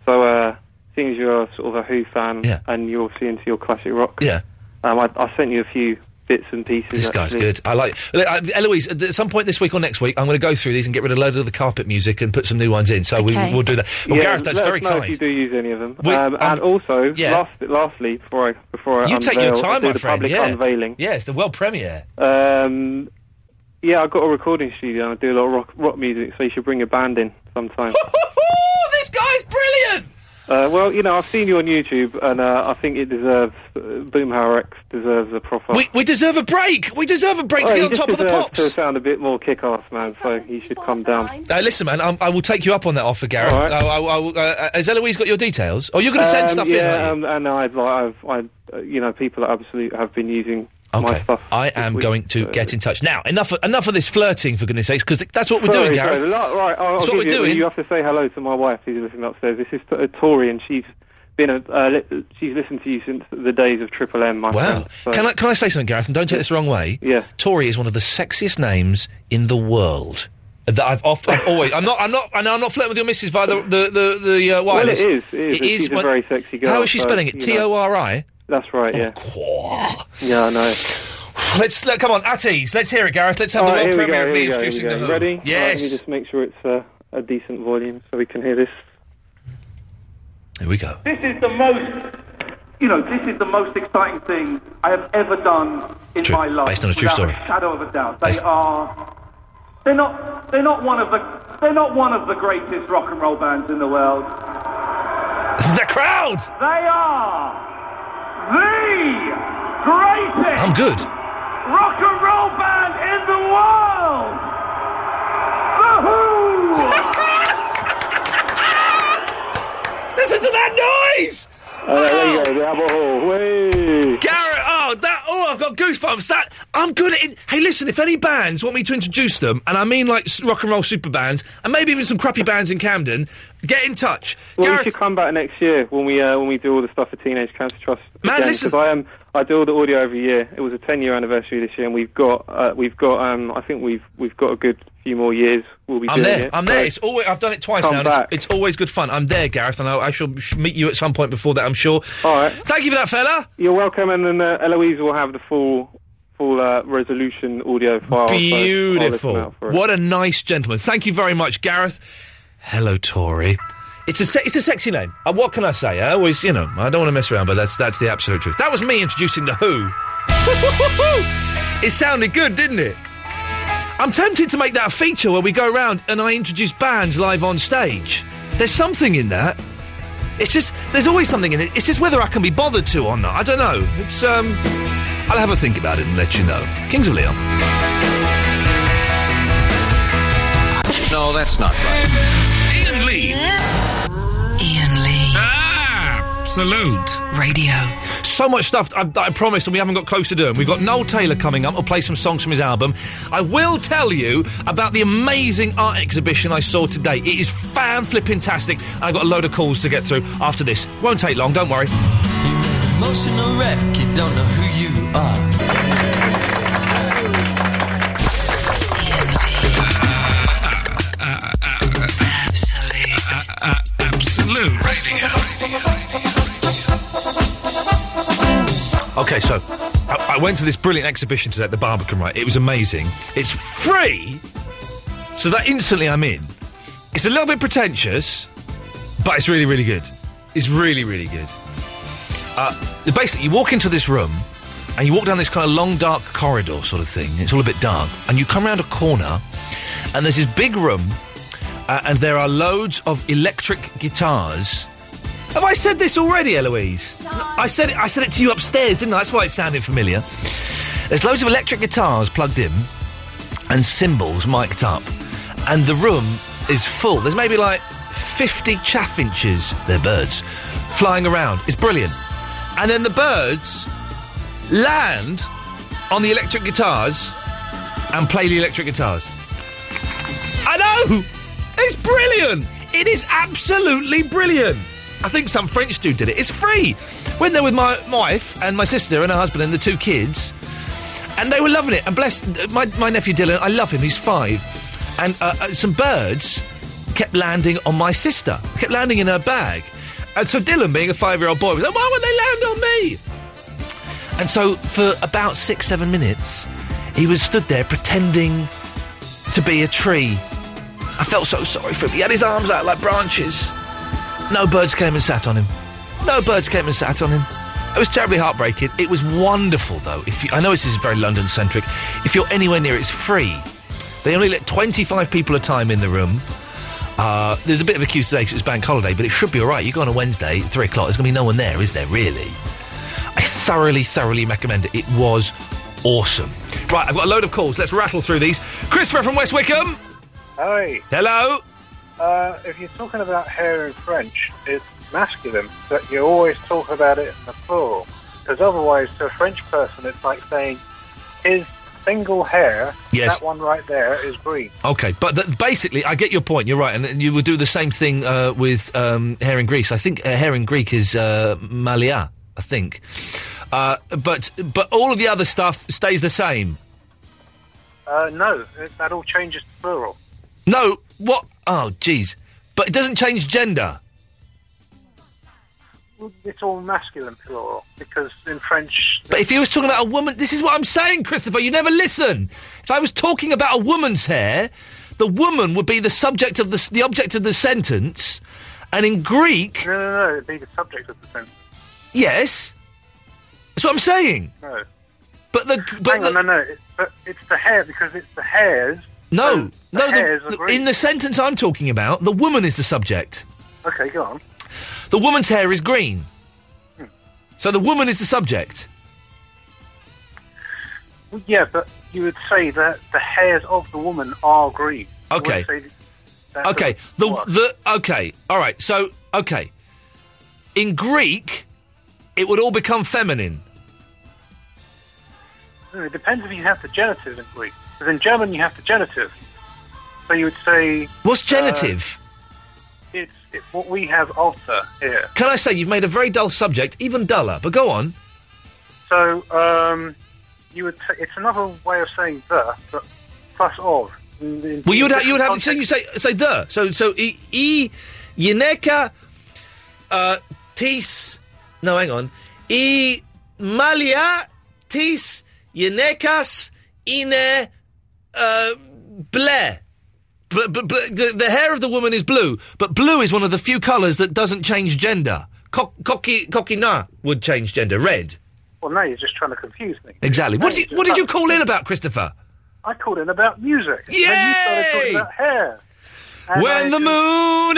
Speaker 32: So, uh, seeing as you're sort of a Who fan,
Speaker 10: Yeah.
Speaker 32: and you're obviously into your classic rock,
Speaker 10: yeah.
Speaker 32: um, I, I sent you a few bits and pieces.
Speaker 10: This guy's
Speaker 32: actually.
Speaker 10: good. I like Look, I- Eloise. Uh, At at some point this week or next week, I'm going to go through these and get rid of a load of the carpet music and put some new ones in. So
Speaker 32: Okay.
Speaker 10: we, we'll do that. Well,
Speaker 32: yeah,
Speaker 10: Gareth, that's
Speaker 32: let
Speaker 10: very
Speaker 32: us know
Speaker 10: kind.
Speaker 32: If you do use any of them,
Speaker 10: We-
Speaker 32: um, and also,
Speaker 10: yeah.
Speaker 32: last, lastly, before I before I
Speaker 10: You take your
Speaker 32: unveil-
Speaker 10: time,
Speaker 32: do
Speaker 10: my
Speaker 32: the
Speaker 10: friend.
Speaker 32: public
Speaker 10: yeah.
Speaker 32: unveiling.
Speaker 10: Yeah, it's the world premiere.
Speaker 32: Um, yeah, I've got a recording studio and I do a lot of rock, rock music, so you should bring your band in sometime.
Speaker 10: this guy's brilliant!
Speaker 32: Uh, well, you know, I've seen you on YouTube, and uh, I think it deserves uh, Boomhauer X deserves a proper.
Speaker 10: We, we deserve a break. We deserve a break
Speaker 32: Well,
Speaker 10: to
Speaker 32: Oh, you
Speaker 10: get on
Speaker 32: just
Speaker 10: top of the
Speaker 32: deserve
Speaker 10: pops.
Speaker 32: To sound a bit more kick-ass, man. So you should come down.
Speaker 10: Uh, listen, man, I'm, I will take you up on that offer, Gareth.
Speaker 32: All right.
Speaker 10: Uh, I, I, will- uh, uh, has Eloise got your details? Oh, you're going to send
Speaker 32: Um,
Speaker 10: stuff in, aren't you?
Speaker 32: yeah, um, and I've, like, I've, I've, uh, you know, people at Absolute have been using um, my stuff.
Speaker 10: I am going to get in touch now. Enough, enough of this flirting, for goodness' sakes, because that's what we're
Speaker 32: Sorry,
Speaker 10: doing, Gareth.
Speaker 32: sorry, the lot- right, I'll,
Speaker 10: That's what
Speaker 32: I'll give
Speaker 10: we're
Speaker 32: you,
Speaker 10: doing.
Speaker 32: You have to say hello to my wife, who's listening upstairs. This is a Tory, and she's been a, uh, li- she's listened to you since the days of Triple M. My
Speaker 10: Wow.
Speaker 32: friend, so-
Speaker 10: Can I can I say something, Gareth? And don't take this the wrong way.
Speaker 32: Yeah.
Speaker 10: Tory is one of the sexiest names in the world. uh, That I've often, I've always, I'm not, I'm not, and I'm not flirting with your missus via the the the, the uh,
Speaker 32: Well, it
Speaker 10: wireless.
Speaker 32: is. It is.
Speaker 10: It is
Speaker 32: she's
Speaker 10: one-
Speaker 32: a very sexy girl.
Speaker 10: How is she
Speaker 32: so,
Speaker 10: spelling it?
Speaker 32: you
Speaker 10: T
Speaker 32: know.
Speaker 10: O R I.
Speaker 32: That's right. Yeah. Yeah, I know.
Speaker 10: Oh, Let's let, come on, at ease. Let's hear it, Gareth. Let's have
Speaker 32: All
Speaker 10: the
Speaker 32: right,
Speaker 10: world
Speaker 32: here we go,
Speaker 10: premiere of me
Speaker 32: here we go, here we
Speaker 10: introducing
Speaker 32: go.
Speaker 10: the Who.
Speaker 32: Ready? All right, let me
Speaker 10: Yes.
Speaker 32: just make sure it's uh, a decent volume so we can hear this.
Speaker 10: Here we go.
Speaker 16: This is the most, you know, this is the most exciting thing I have ever done in my life.
Speaker 10: based on a true
Speaker 16: without
Speaker 10: story.
Speaker 16: a shadow of a doubt. They
Speaker 10: Based-
Speaker 16: are. They're not. They're not one of the. They're not one of the greatest rock and roll bands in the world.
Speaker 10: This is the crowd.
Speaker 16: They are the greatest.
Speaker 10: I'm good.
Speaker 16: Rock and roll band in the world. The Who.
Speaker 10: Listen to that noise!
Speaker 32: Uh, there you go, we have a hall. Whey!
Speaker 10: Garrett, oh that, oh I've got goosebumps. That I'm good at. In, hey, listen, if any bands want me to introduce them, and I mean like s- rock and roll super bands, and maybe even some crappy bands in Camden, get in touch.
Speaker 32: Well,
Speaker 10: Gareth,
Speaker 32: we should come back next year when we uh, when we do all the stuff for Teenage Cancer Trust.
Speaker 10: Man,
Speaker 32: again,
Speaker 10: listen-
Speaker 32: 'cause I um, I do all the audio every year. It was a ten year anniversary this year, and we've got uh, we've got um, I think we've we've got a good few more years. We'll be
Speaker 10: I'm
Speaker 32: doing
Speaker 10: there.
Speaker 32: it.
Speaker 10: I'm
Speaker 32: So-
Speaker 10: there. It's always, I've done it twice
Speaker 32: Come
Speaker 10: now. and it's-
Speaker 32: back.
Speaker 10: It's, always good fun. I'm there, Gareth, and I, I shall sh- meet you at some point before that. I'm sure. All right. Thank you for that, fella.
Speaker 32: You're welcome, and then uh, Eloise will have the full full uh, resolution audio file. so I'll listen
Speaker 10: Beautiful.
Speaker 32: out for it.
Speaker 10: What a nice gentleman. Thank you very much, Gareth. Hello, Tory. It's a se- it's a sexy name. Uh, what can I say? I always, you know, I don't want to mess around, but that's that's the absolute truth. That was me introducing the Who. it sounded good, didn't it? I'm tempted to make that a feature where we go around and I introduce bands live on stage. There's something in that. It's just there's always something in it. It's just whether I can be bothered to or not. I don't know. It's um, I'll have a think about it and let you know. Kings of Leon.
Speaker 3: No, that's not right.
Speaker 26: Ian Lee.
Speaker 3: Ian Lee.
Speaker 10: Absolute Radio. So much stuff I, that I promised, and we haven't got close to doing. We've got Noel Taylor coming up. We'll play some songs from his album. I will tell you about the amazing art exhibition I saw today. It is fan flipping tastic. I've got a load of calls to get through after this. Won't take long. Don't worry.
Speaker 3: Emotional wreck, you don't know who you are.
Speaker 26: Absolute. absolute radio.
Speaker 10: Okay, so I, I went to this brilliant exhibition today at the Barbican. Right, it was amazing. It's free. So that instantly I'm in. It's a little bit pretentious, but it's really, really good. It's really, really good. Uh, basically, you walk into this room and you walk down this kind of long, dark corridor sort of thing. It's all a bit dark. And you come around a corner and there's this big room uh, and there are loads of electric guitars. Have I said this already, Eloise? I said it, I said it to you upstairs, didn't I? That's why it sounded familiar. There's loads of electric guitars plugged in and cymbals mic'd up, and the room is full. There's maybe like 50 chaffinches, they're birds, flying around. It's brilliant. And then the birds land on the electric guitars and play the electric guitars. I know! It's brilliant! It is absolutely brilliant! I think some French dude did it. It's free! Went there with my wife and my sister and her husband and the two kids, and they were loving it. And bless my, my nephew Dylan, I love him, he's five. And uh, uh, some birds kept landing on my sister, kept landing in her bag. And so Dylan, being a five year old boy, was like, why would they land on me? And so for about six, seven minutes, he was stood there pretending to be a tree. I felt so sorry for him. He had his arms out like branches. No birds came and sat on him. No birds came and sat on him. It was terribly heartbreaking. It was wonderful, though. If you, I know this is very London centric. If you're anywhere near, it's free. They only let 25 people a time in the room. Uh, there's a bit of a queue today because it's bank holiday, but it should be all right. You go on a Wednesday, three o'clock. There's going to be no one there, is there? Really? I thoroughly, thoroughly recommend it. It was awesome. Right, I've got a load of calls. Let's rattle through these. Christopher from West Wickham.
Speaker 15: Hi.
Speaker 10: Hello.
Speaker 15: Uh, if you're talking about hair in French, it's masculine, but you always talk about it in the plural. Because otherwise, to a French person, it's like saying, his single hair,
Speaker 10: Yes.
Speaker 15: that one right there, is green.
Speaker 10: Okay, but th- basically, I get your point. You're right, and, and you would do the same thing uh, with um, hair in Greece. I think uh, hair in Greek is uh, malia. I think, uh, but but all of the other stuff stays the same.
Speaker 15: Uh, no, it, that all changes to plural.
Speaker 10: No, what? Oh, jeez, but it doesn't change gender.
Speaker 15: It's all masculine plural, because in French,
Speaker 10: But if he was talking about a woman, this is what I'm saying, Christopher. You never listen. If I was talking about a woman's hair, the woman would be the subject of the s- the object of the sentence, and in Greek,
Speaker 15: no, no, no, it'd be the subject of the sentence.
Speaker 10: yes, that's what I'm saying.
Speaker 15: No.
Speaker 10: But the
Speaker 15: but Hang on, no, no, it, but it's the hair because it's the hairs. Oh,
Speaker 10: No,
Speaker 15: the
Speaker 10: no.
Speaker 15: hairs
Speaker 10: The,
Speaker 15: are
Speaker 10: the-
Speaker 15: green.
Speaker 10: in the sentence I'm talking about, the woman is the subject.
Speaker 15: Okay, go on.
Speaker 10: The woman's hair is green, so the woman is the subject.
Speaker 15: Well, yeah, but you would say that the hairs of the woman are green. You
Speaker 10: Okay.
Speaker 15: wouldn't say that-
Speaker 10: Okay, the the okay, all right. So okay, in Greek, it would all become feminine.
Speaker 15: It depends if you have the genitive in Greek. Because in German, you have the genitive. So you would say uh,
Speaker 10: What's genitive?
Speaker 15: it's, it's what we have alter here.
Speaker 10: Can I say you've made a very dull subject even duller? But go on.
Speaker 15: So um, you would. T- it's another way of saying the, but plus of. In- in-
Speaker 10: Well, you would
Speaker 15: in
Speaker 10: ha- you would have
Speaker 15: different
Speaker 10: so you say say the so so e, e Yeneka uh, tis no hang on e malia tis Yenekas ine uh, ble. But, but, but the, the hair of the woman is blue, but blue is one of the few colours that doesn't change gender. Co- cocky, cocky na would change gender. Red,
Speaker 15: contexts. Well, now you're just trying to confuse me.
Speaker 10: exactly. What did you, what did you call in about, Christopher?
Speaker 15: I called in about music. Yeah. And you started talking about hair. And I
Speaker 4: When the
Speaker 15: just-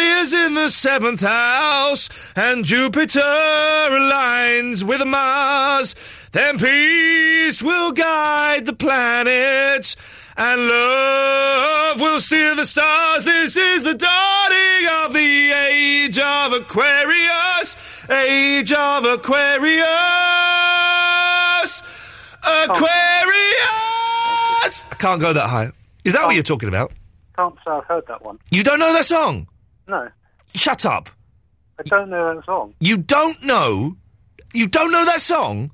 Speaker 4: moon is in the seventh house and Jupiter aligns with Mars, then peace will guide the planet and love will steer the stars. This is the dawning of the age of Aquarius, age of Aquarius, Aquarius.
Speaker 10: I can't go that high. Is that what you're talking about?
Speaker 15: Can't say I've heard that one.
Speaker 10: You don't know that song?
Speaker 15: No,
Speaker 10: Shut up.
Speaker 15: I don't know that song.
Speaker 10: You don't know. You don't know that song.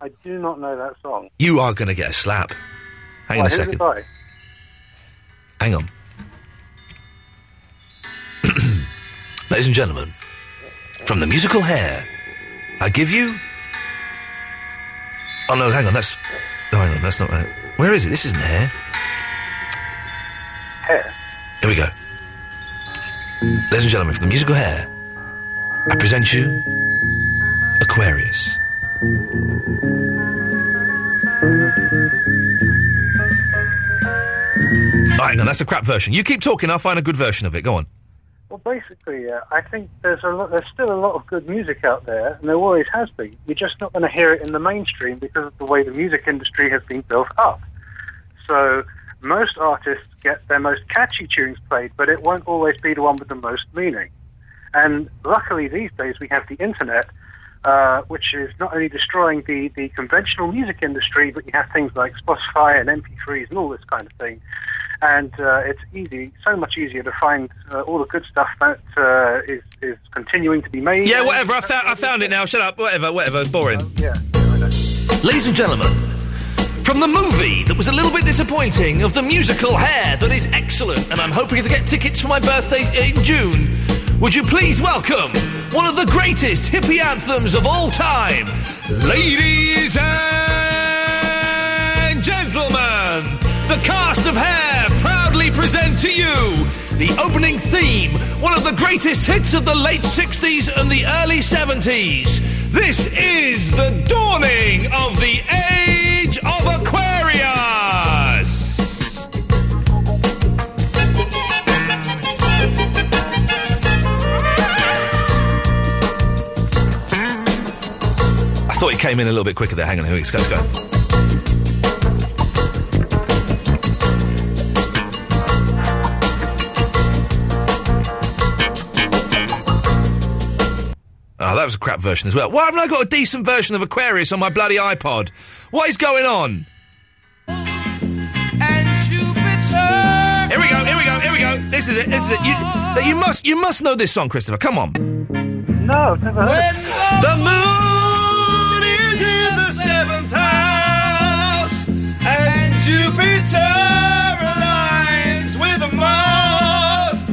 Speaker 15: I do not know that song.
Speaker 10: You are going to get a slap. Hang on
Speaker 15: Why,
Speaker 10: a
Speaker 15: who
Speaker 10: second.
Speaker 15: was I?
Speaker 10: Hang on. Ladies and gentlemen, from the musical Hair, I give you. Oh no! Hang on. That's. No, hang on. That's not. Right. Where is it? This isn't Hair.
Speaker 15: Hair.
Speaker 10: Here we go. Ladies and gentlemen, from the musical hair, I present you Aquarius. All right, now Oh, that's a crap version. You keep talking, I'll find a good version of it. Go on.
Speaker 15: Well, basically, yeah, I think there's a lot, there's still a lot of good music out there, and there always has been. You're just not going to hear it in the mainstream because of the way the music industry has been built up. So most artists get their most catchy tunes played, but it won't always be the one with the most meaning. And luckily, these days we have the internet, uh, which is not only destroying the, the conventional music industry, but you have things like Spotify and MP3s and all this kind of thing. And uh, it's easy, so much easier to find uh, all the good stuff that uh, is, is continuing to be made.
Speaker 10: Yeah, whatever. I, found I found it now. Shut up. Whatever, whatever. It's boring.
Speaker 15: yeah.
Speaker 10: Ladies and gentlemen, from the movie that was a little bit disappointing, of the musical Hair that is excellent, and I'm hoping to get tickets for my birthday in June, would you please welcome one of the greatest hippie anthems of all time, ladies and gentlemen, the cast of Hair proudly present to you the opening theme, one of the greatest hits of the late 60s and the early 70s. This is the dawning of the age of Aquarius. I thought he came in a little bit quicker there. Hang on, here we go. Let's go. Oh, that was a crap version as well. Why haven't I got a decent version of Aquarius on my bloody iPod? What is going on? Here we go. Here we go. Here we go. This is it. This is it. You, that you must. You must know this song, Christopher. Come on.
Speaker 15: No, never heard.
Speaker 10: The moon is in the seventh house,
Speaker 4: and Jupiter aligns with Mars.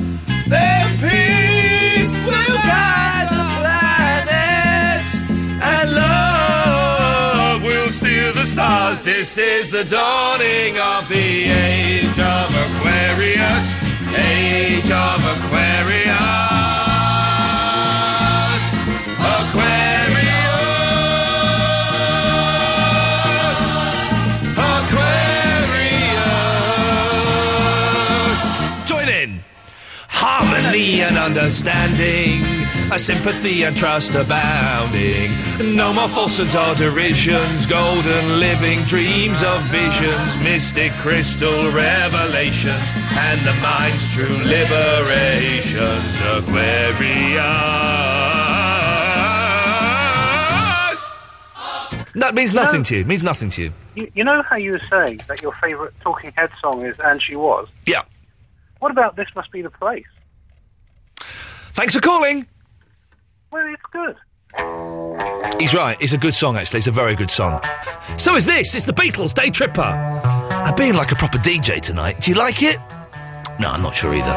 Speaker 4: Then peace will guide the planets, and love will steer the stars. This is the dawning of the age of Aquarius. Age of Aquarius. Aquarius. Aquarius.
Speaker 10: Join in. Harmony and understanding, a sympathy and trust abounding. No more falsehoods or derisions, golden living dreams of visions, mystic crystal revelations, and the mind's true liberations. Aquarius. That means nothing to you. Means nothing to you.
Speaker 15: You, you know how you were saying that your favourite Talking Head song is "And She Was."
Speaker 10: Yeah.
Speaker 15: What about "This Must Be the Place"?
Speaker 10: Thanks for calling.
Speaker 15: Well, it's good.
Speaker 10: He's right. It's a good song, actually. It's a very good song. So is this. It's the Beatles, Day Tripper. I'm being like a proper DJ tonight. Do you like it? No, I'm not sure either.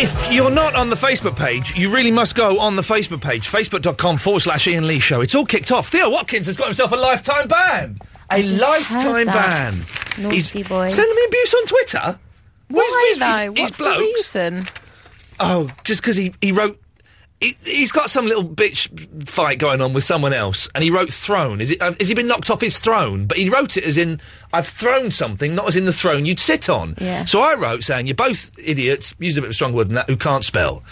Speaker 10: If you're not on the Facebook page, you really must go on the Facebook page. Facebook.com forward slash Ian Lee Show. It's all kicked off. Theo Watkins has got himself a lifetime ban. A
Speaker 12: just
Speaker 10: lifetime
Speaker 12: heard that.
Speaker 10: ban.
Speaker 12: Naughty boy.
Speaker 10: Sending me abuse on Twitter?
Speaker 12: Why
Speaker 10: he's-
Speaker 12: though?
Speaker 10: he's
Speaker 12: What's the
Speaker 10: bloked.
Speaker 12: reason?
Speaker 10: Oh, just because he, he wrote. He, he's got some little bitch fight going on with someone else, and he wrote throne. Is it? Um, has he been knocked off his throne? But he wrote it as in I've thrown something, not as in the throne you'd sit on.
Speaker 4: Yeah.
Speaker 10: So I wrote saying you're both idiots. Used a bit of a strong word than that. Who can't spell?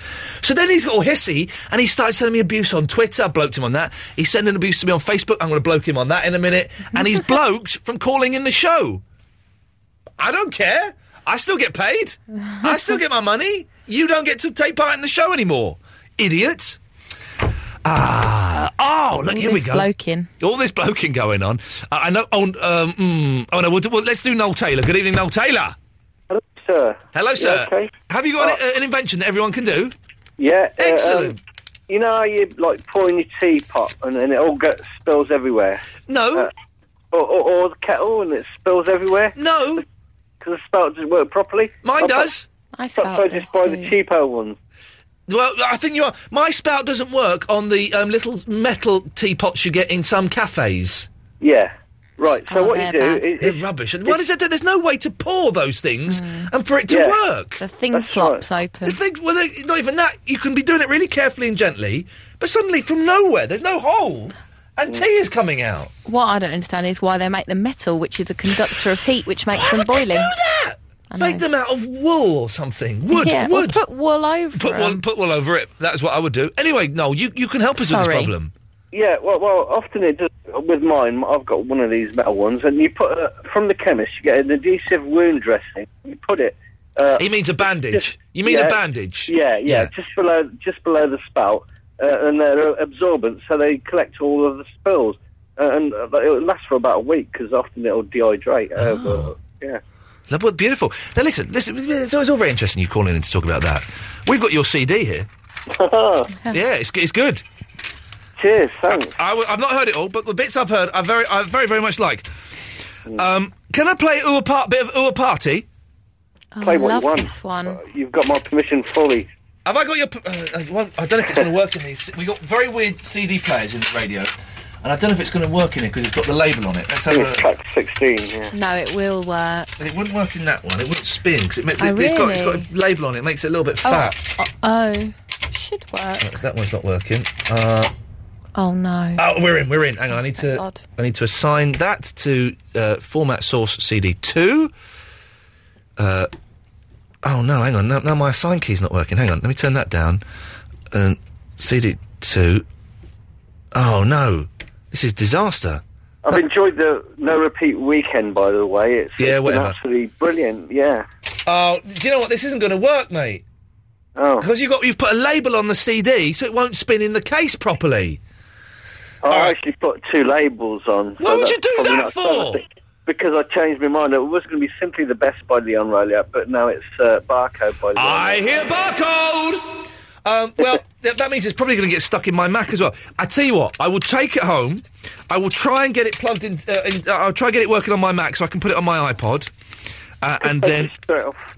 Speaker 10: So then he's got all hissy, and he started sending me abuse on Twitter. I bloked him on that. He's sending abuse to me on Facebook. I'm going to bloke him on that in a minute. And he's bloked from calling in the show. I don't care. I still get paid. I still get my money. You don't get to take part in the show anymore, idiot. Ah, oh, look,
Speaker 12: All
Speaker 10: here we
Speaker 12: this
Speaker 10: go.
Speaker 12: bloking.
Speaker 10: All this bloking going on. Uh, I know. Oh, um, mm, oh no. We'll do, well, let's do Noel Taylor. Good evening, Noel Taylor.
Speaker 13: Hello, sir.
Speaker 10: Hello,
Speaker 13: You
Speaker 10: sir.
Speaker 13: okay? Oh.
Speaker 10: Have you got an- an invention that everyone can do?
Speaker 13: Yeah. uh,
Speaker 10: Excellent.
Speaker 13: um, you know how you like pour in your teapot and then it all gets spills everywhere. Uh,
Speaker 10: No.
Speaker 13: or, or, or the kettle and it spills everywhere.
Speaker 10: No.
Speaker 13: Because the spout doesn't work properly.
Speaker 10: Mine does.
Speaker 12: I
Speaker 13: spout I just buy the cheapo ones.
Speaker 10: Well, I think you are. My spout doesn't work on the um, little metal teapots you get in some cafes.
Speaker 13: Yeah. Right, so
Speaker 12: Oh,
Speaker 13: what you
Speaker 12: they're
Speaker 13: do
Speaker 12: bad.
Speaker 13: is.
Speaker 10: They're rubbish. And what is it? that There's no way to pour those things
Speaker 12: Hmm.
Speaker 10: and for it to
Speaker 12: Yeah.
Speaker 10: work.
Speaker 12: The thing flops open.
Speaker 10: The thing, well, they- not even that. You can be doing it really carefully and gently, but suddenly from nowhere, there's no hole, and tea is coming out.
Speaker 12: What I don't understand is why they make them metal, which is a conductor of heat, which makes them boiling.
Speaker 10: Make them out of wool or something. Wood,
Speaker 12: yeah, or
Speaker 10: wood.
Speaker 12: put wool over.
Speaker 10: Put wool,
Speaker 12: 'em.
Speaker 10: put wool over it. That's what I would do. Anyway, Noel, you, you can help us with
Speaker 13: Sorry.
Speaker 10: this problem.
Speaker 13: Yeah, well, well, often it does. With mine, I've got one of these metal ones, and you put uh, from the chemist, you get an adhesive wound dressing. You put it. Uh,
Speaker 10: he means a bandage. You mean a
Speaker 13: yeah,
Speaker 10: bandage?
Speaker 13: Yeah, yeah,
Speaker 10: Yeah.
Speaker 13: just below, just below the spout, uh, and they're absorbent, so they collect all of the spills, uh, and uh, it lasts for about a week because often it'll dehydrate. Uh,
Speaker 10: Oh.
Speaker 13: but, yeah.
Speaker 10: That was beautiful. Now listen, listen. It's always all very interesting you calling in to talk about that. We've got your CD here. yeah, it's g- it's good.
Speaker 13: Cheers, thanks.
Speaker 10: I, have not heard it all, but the bits I've heard, I very, I very, very much like. Um, can I play Ooh a part, bit of Ooh a party?
Speaker 12: Oh,
Speaker 13: Play what you
Speaker 12: love
Speaker 13: want. Oh,
Speaker 12: this one.
Speaker 13: You've got my permission fully.
Speaker 10: Have I got your? p- Uh, uh, well, I don't know if it's going to work in these. We got very weird CD players in the radio, and I don't know if it's going to work in it because it's got the label on it. Let's have a
Speaker 13: It's track sixteen. Yeah.
Speaker 12: No, it will work.
Speaker 10: But it wouldn't work in that one. It wouldn't spin because it meant
Speaker 12: Oh,
Speaker 10: it's got it's got
Speaker 12: really?
Speaker 10: a label on it. it makes it a little bit
Speaker 12: Oh.
Speaker 10: fat. Oh,
Speaker 12: Oh, should work.
Speaker 10: That one's not working. Uh,
Speaker 12: Oh no.
Speaker 10: oh, we're in. We're in. Hang on. I need to.
Speaker 12: Oh, God.
Speaker 10: I need to assign that to uh, format source CD two. Uh, oh no! Hang on. Now, now my assign key's not working. Hang on. Let me turn that down. And CD two. Oh no! This is disaster.
Speaker 13: I've enjoyed the no repeat weekend, by the way. It's,
Speaker 10: Yeah,
Speaker 13: it's been
Speaker 10: whatever.
Speaker 13: absolutely brilliant. Yeah.
Speaker 10: Oh, do you know what? This isn't going to work, mate.
Speaker 13: Oh.
Speaker 10: Because you got you've put a label on the CD, so it won't spin in the case properly.
Speaker 13: I actually put two labels on.
Speaker 10: Why would you do that for?
Speaker 13: Because I changed my mind. It was going to be simply the best by Leon Rollier, but now it's uh, Barcode by Leon.
Speaker 10: I hear barcode. Um, well, th- that means it's probably going to get stuck in my Mac as well. I tell you what, I will take it home. I will try and get it plugged in. Uh, in uh, I'll try and get it working on my Mac so I can put it on my iPod, uh, and then
Speaker 13: straight off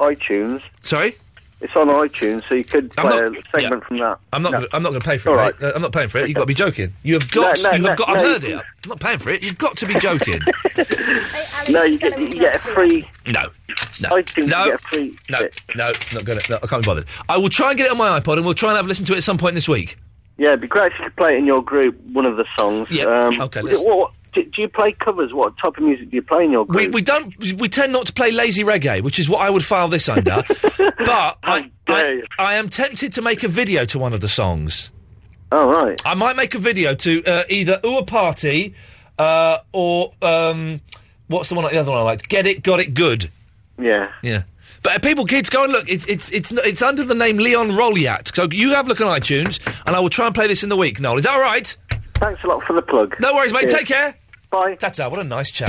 Speaker 13: iTunes.
Speaker 10: Sorry,
Speaker 13: it's on iTunes, so you could play
Speaker 10: I'm not-
Speaker 13: a segment from that.
Speaker 10: I'm not. Gonna, I'm not going to pay for it.
Speaker 13: All
Speaker 10: mate. No, I'm not paying for it. You've got to be joking. You have
Speaker 13: No,
Speaker 10: got.
Speaker 13: no,
Speaker 10: you have
Speaker 13: no,
Speaker 10: got.
Speaker 13: no,
Speaker 10: I've heard
Speaker 13: you-
Speaker 10: it. I'm not paying for it. You've got to be joking.
Speaker 13: no, you get, you get a free.
Speaker 10: No. No.
Speaker 13: iTunes,
Speaker 10: no.
Speaker 13: you get a free.
Speaker 10: No, no, not gonna. No, I can't be bothered. I will try and get it on my iPod, and we'll try and have a listen to it at some point this week.
Speaker 13: Yeah, it'd be great if you could play it in your group, one of the songs. Yeah. Um,
Speaker 10: okay,
Speaker 13: what-
Speaker 10: let's-
Speaker 13: what- do, do you play covers? What type of music do you play in your group?
Speaker 10: We, we don't. We tend not to play lazy reggae, which is what I would file this under. but I, I, I am tempted to make a video to one of the songs.
Speaker 13: Oh right.
Speaker 10: I might make a video to uh, either Ooh a Party uh, or um, what's the one? The other one I liked. Get it, got it, good.
Speaker 13: Yeah.
Speaker 10: Yeah. But uh, people, kids, go and look. It's it's it's n- it's under the name Leon Rolliat. So you have a look on iTunes, and I will try and play this in the week. Noel, is that all right?
Speaker 13: Thanks a lot for the plug.
Speaker 10: No worries, mate.
Speaker 1: Yeah.
Speaker 10: Take care.
Speaker 13: Bye.
Speaker 10: Tata. What a nice chat.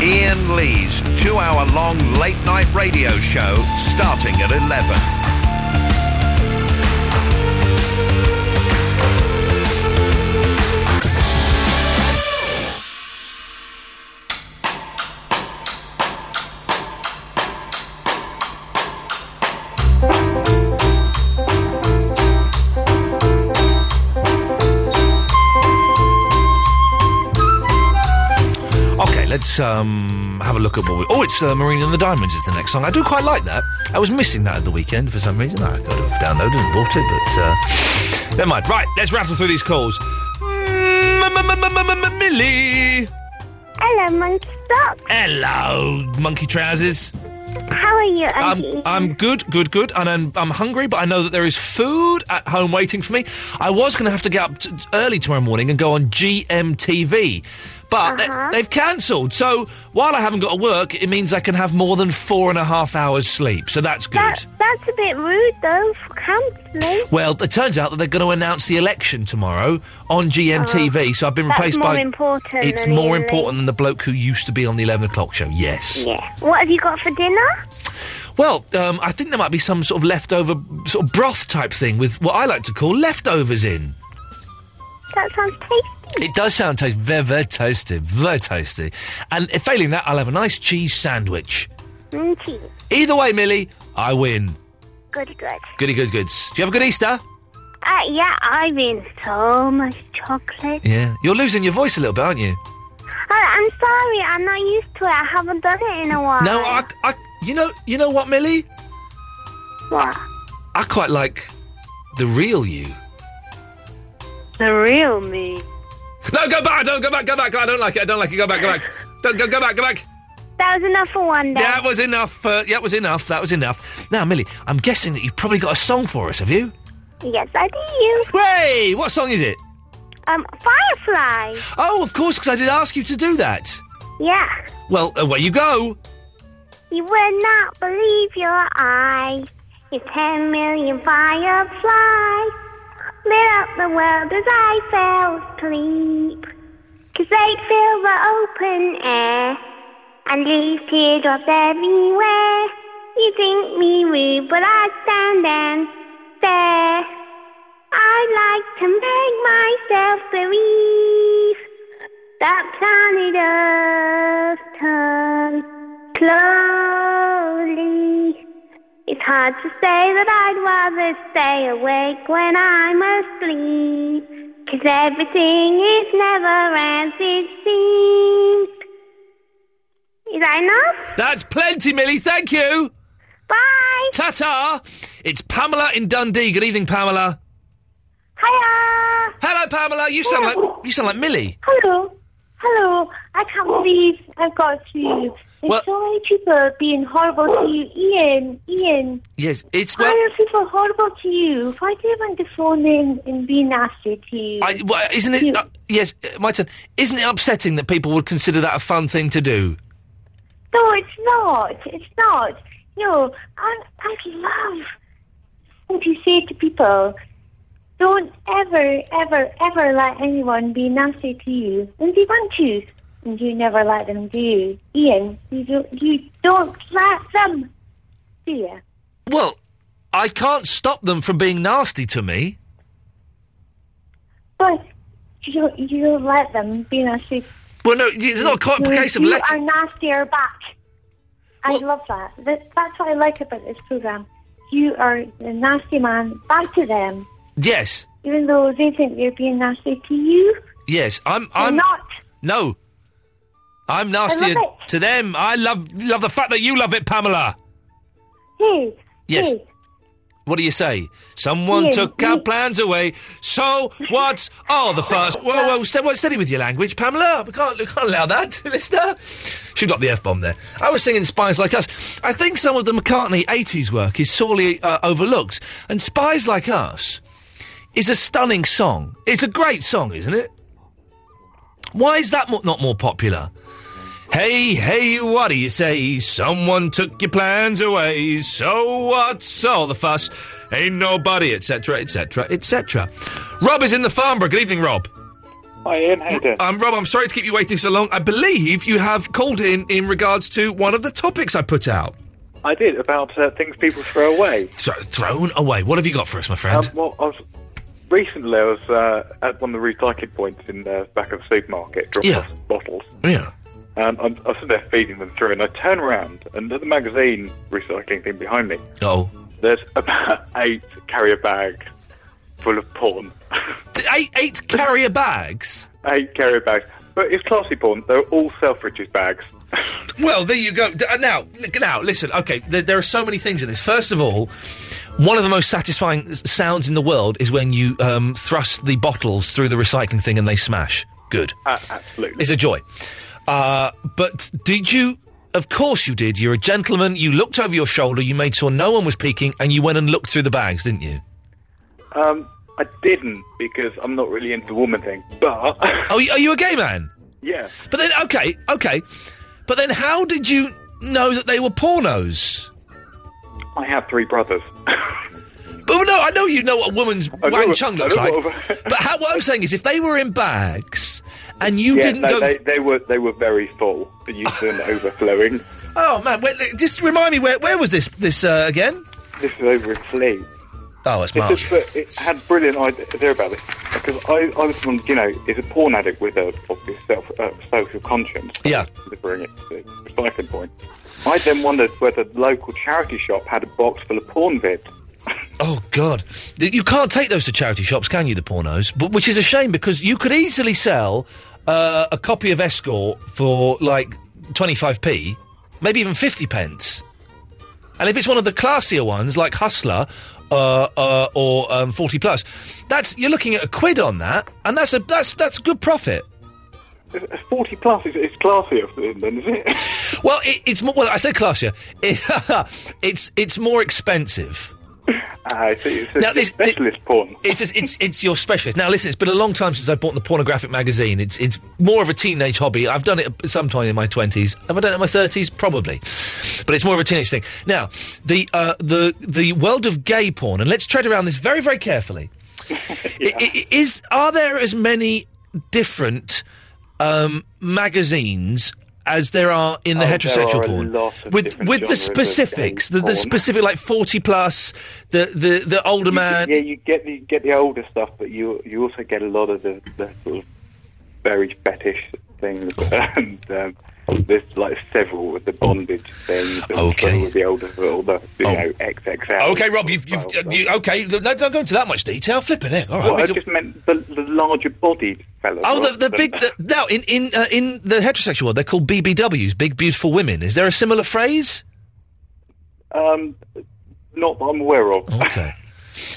Speaker 1: Ian Lee's two hour long late night radio show starting at 11.
Speaker 10: Okay, let's um have a look at what we. Oh, it's uh, Marine and the Diamonds is the next song. I do quite like that. I was missing that at the weekend for some reason. I could have downloaded and bought it, but uh, never mind. Right, let's rattle through these calls. Mm, Millie.
Speaker 21: Hello, Monkey Stop.
Speaker 10: Hello, Oh, monkey trousers.
Speaker 21: How are you,
Speaker 10: I'm,
Speaker 21: Auntie?
Speaker 10: I'm good, good, good, and I'm, I'm hungry, but I know that there is food at home waiting for me. I was going to have to get up t- early tomorrow morning and go on GMTV, but
Speaker 21: Uh-huh.
Speaker 10: they, have cancelled. So while I haven't got to work, it means I can have more than four and a half hours sleep. So that's good.
Speaker 21: That, that's a bit rude, though, for counselling.
Speaker 10: well, it turns out that they're going to announce the election tomorrow on GMTV. so I've been
Speaker 21: Oh, That's
Speaker 10: replaced
Speaker 21: more
Speaker 10: by.
Speaker 21: important
Speaker 10: it's
Speaker 21: than
Speaker 10: more
Speaker 21: Ian Lee.
Speaker 10: important than the bloke who used to be on the eleven o'clock show. Yes.
Speaker 21: Yeah. What have you got for dinner?
Speaker 10: Well, um, I think there might be some sort of leftover, sort of broth type thing with what I like to call leftovers in.
Speaker 21: That sounds tasty.
Speaker 10: It does sound tasty, very, very tasty, very tasty. And if failing that, I'll have a nice cheese sandwich.
Speaker 21: Mm, cheese.
Speaker 10: Either way, Millie, I win.
Speaker 21: Good, good.
Speaker 10: Goody, good, goods. Do you have a good Easter?
Speaker 21: Uh, yeah, I've eaten so much chocolate.
Speaker 10: Yeah. You're losing your voice a little bit, aren't you?
Speaker 21: Uh, I'm sorry, I'm not used to it. I haven't done it in a while.
Speaker 10: No, I, I, you know, you know what, Millie?
Speaker 21: What?
Speaker 10: I quite like the real you.
Speaker 22: The real me.
Speaker 10: No, go back! Don't go back! Go back! I don't like it! I don't like it! Go back! Go back! Don't go! Go back! Go back!
Speaker 21: That was enough for one day.
Speaker 10: That was enough. Uh, that was enough. That was enough. Now, Millie, I'm guessing that you've probably got a song for us, have you?
Speaker 21: Yes, I do.
Speaker 10: Hey, what song is it?
Speaker 21: Um, Firefly.
Speaker 10: Oh, of course, because I did ask you to do that.
Speaker 21: Yeah.
Speaker 10: Well, away you go.
Speaker 21: You would not believe your eyes. Your ten million fireflies lit up the world as I fell asleep. Cause they fill the open air and leave teardrops everywhere. You think me rude, but I stand and stare. I like to make myself believe that planet Earth turns slowly. It's hard to say that I'd rather stay awake when I'm asleep. 'Cause everything is never as it seems. Is that enough?
Speaker 10: That's plenty, Millie. Thank you.
Speaker 21: Bye.
Speaker 10: Ta ta. It's Pamela in Dundee. Good evening, Pamela.
Speaker 21: Hiya.
Speaker 10: Hello, Pamela. You sound like you sound like Millie.
Speaker 24: Hello. Hello. I can't believe I've got to you. There's
Speaker 10: What?
Speaker 24: so many people being horrible to you. Ian, Ian.
Speaker 10: Yes, it's
Speaker 24: Why
Speaker 10: well.
Speaker 24: are people horrible to you? Why do you want to phone in and be nasty to you?
Speaker 10: I, well isn't it? Uh, yes, uh, my turn. Isn't it upsetting that people would consider that a fun thing to do?
Speaker 24: No, it's not. It's not. No, I, I love what you say to people. Don't ever, ever, ever let anyone be nasty to you. And they want you. And you never let them do you. Ian, you don't, you don't let them do you.
Speaker 10: Well, I can't stop them from being nasty to me.
Speaker 24: But you don't, you don't let them be nasty.
Speaker 10: Well, no, it's not quite a
Speaker 24: You-
Speaker 10: case of
Speaker 24: You
Speaker 10: letting.
Speaker 24: are nastier back. I love that. that. That's what I like about this program. You are the nasty man back to them,
Speaker 10: Yes,
Speaker 24: even though they think you're being nasty to you.
Speaker 10: yes. I'm. I'm
Speaker 24: not.
Speaker 10: No, I'm nastier
Speaker 24: love
Speaker 10: to them. I love love the fact that you love it, Pamela.
Speaker 24: Hey,
Speaker 10: Yes.
Speaker 24: hey,
Speaker 10: What do you say? Someone
Speaker 24: Yeah,
Speaker 10: took our plans away. So what's all the fuss? Whoa, whoa, ste- whoa, steady with your language, Pamela. We can't, we can't allow that, listener. She dropped the F bomb there. I was singing Spies Like Us. I think some of the McCartney 80s work is sorely uh, overlooked. And Spies Like Us is a stunning song. It's a great song, isn't it? Why is that mo- not more popular? Hey, hey, what do you say? Someone took your plans away. So what's all the fuss? Ain't nobody, etc., etc., etc. Rob is in the Farnborough. Good evening, Rob.
Speaker 9: Hi, Ian. How you doing?
Speaker 10: Um, Rob, I'm sorry to keep you waiting so long. I believe you have called in in regards to one of the topics I put out.
Speaker 9: I did about uh, things people throw away.
Speaker 10: So, thrown away. What have you got for us, my friend?
Speaker 9: Um, well, I was recently I was uh, at one of the recycling points in the back of the supermarket, dropping
Speaker 10: Yeah.
Speaker 9: off some bottles,
Speaker 10: yeah.
Speaker 9: and I'm, I'm sitting there feeding them through, and I turn around, and at the magazine recycling thing behind me,
Speaker 10: Oh.
Speaker 9: there's about eight carrier bags full of porn.
Speaker 10: eight, eight carrier bags.
Speaker 9: eight carrier bags, but it's classy porn. They're all Selfridges bags.
Speaker 10: Well, there you go. D- uh, Now, look- now, listen. Okay, there, there are so many things in this. First of all, one of the most satisfying s- sounds in the world is when you um, thrust the bottles through the recycling thing and they smash. Good.
Speaker 9: Uh, absolutely.
Speaker 10: It's a joy. Uh, but did you? Of course you did. You're a gentleman. You looked over your shoulder. You made sure no one was peeking, and you went and looked through the bags, didn't you?
Speaker 9: Um, I didn't because I'm not really into the woman thing, but
Speaker 10: Oh, y- are you a gay man?
Speaker 9: yeah.
Speaker 10: But then, okay, okay. But then, how did you know that they were pornos?
Speaker 9: I have three brothers.
Speaker 10: But no, I know you know what a woman's
Speaker 9: I know
Speaker 10: wang
Speaker 9: what-
Speaker 10: chung
Speaker 9: I
Speaker 10: looks
Speaker 9: know
Speaker 10: like.
Speaker 9: what
Speaker 10: but how, what I'm saying is, if they were in bags and you
Speaker 9: yeah,
Speaker 10: didn't
Speaker 9: no,
Speaker 10: go,
Speaker 9: They, they were they were very full. The used to them overflowing.
Speaker 10: oh man, wait, li- just remind me where where was this this uh, again?
Speaker 9: This is over in Fleet.
Speaker 10: Oh, it's
Speaker 9: It's
Speaker 10: Marsh.
Speaker 9: just that it had brilliant idea about it because I, I was one, you know, is a porn addict with a obvious self uh, social conscience.
Speaker 10: Yeah.
Speaker 9: delivering it to the recycling point. I then wondered whether the local charity shop had a box full of porn vids.
Speaker 10: Oh God, Th- you can't take those to charity shops, can you? The pornos, but which is a shame because you could easily sell uh, a copy of Escort for like 25p, maybe even 50 pence. And if it's one of the classier ones, like Hustler uh, uh, or um, 40 Plus, that's you're looking at a quid on that, and that's a that's that's good profit.
Speaker 9: It's 40 plus, it's, it's classier then, is it?
Speaker 10: Well, it, it's more. Well, I say classier. It- it's it's more expensive.
Speaker 9: Ah, it's, it's,
Speaker 10: Now, this-
Speaker 9: it's specialist porn.
Speaker 10: It's just, it's it's your specialist. Now, listen, it's been a long time since I bought the pornographic magazine. It's it's more of a teenage hobby. I've done it sometime in my twenties. Have I done it in my thirties? Probably, but it's more of a teenage thing. Now, the uh, the the world of gay porn, and let's tread around this very very carefully. I- i- is are there as many different um, magazines as there are in the
Speaker 9: Oh, there
Speaker 10: heterosexual
Speaker 9: are a
Speaker 10: porn?
Speaker 9: lot of
Speaker 10: with
Speaker 9: different
Speaker 10: with the
Speaker 9: genres of gay
Speaker 10: specifics, the, the
Speaker 9: porn.
Speaker 10: specific like forty plus, the the the older
Speaker 9: You-
Speaker 10: man.
Speaker 9: Yeah, you get the you get the older stuff, but you you also get a lot of the, the sort of very fetish things, and um, there's like several with the bondage things. and
Speaker 10: Okay. Oh.
Speaker 9: With the older, older, you know, XXL.
Speaker 10: Okay, Rob, you've, you've uh, you, okay. look, No, don't go into that much detail. Flipping it. All right.
Speaker 9: Well,
Speaker 10: we
Speaker 9: I
Speaker 10: can-
Speaker 9: just meant the, the larger bodied fellows.
Speaker 10: oh, the, the
Speaker 9: But-
Speaker 10: big. The, now, in in uh, in the heterosexual world, they're called BBWs, big beautiful women. Is there a similar phrase?
Speaker 9: um, not that I'm aware of.
Speaker 10: Okay.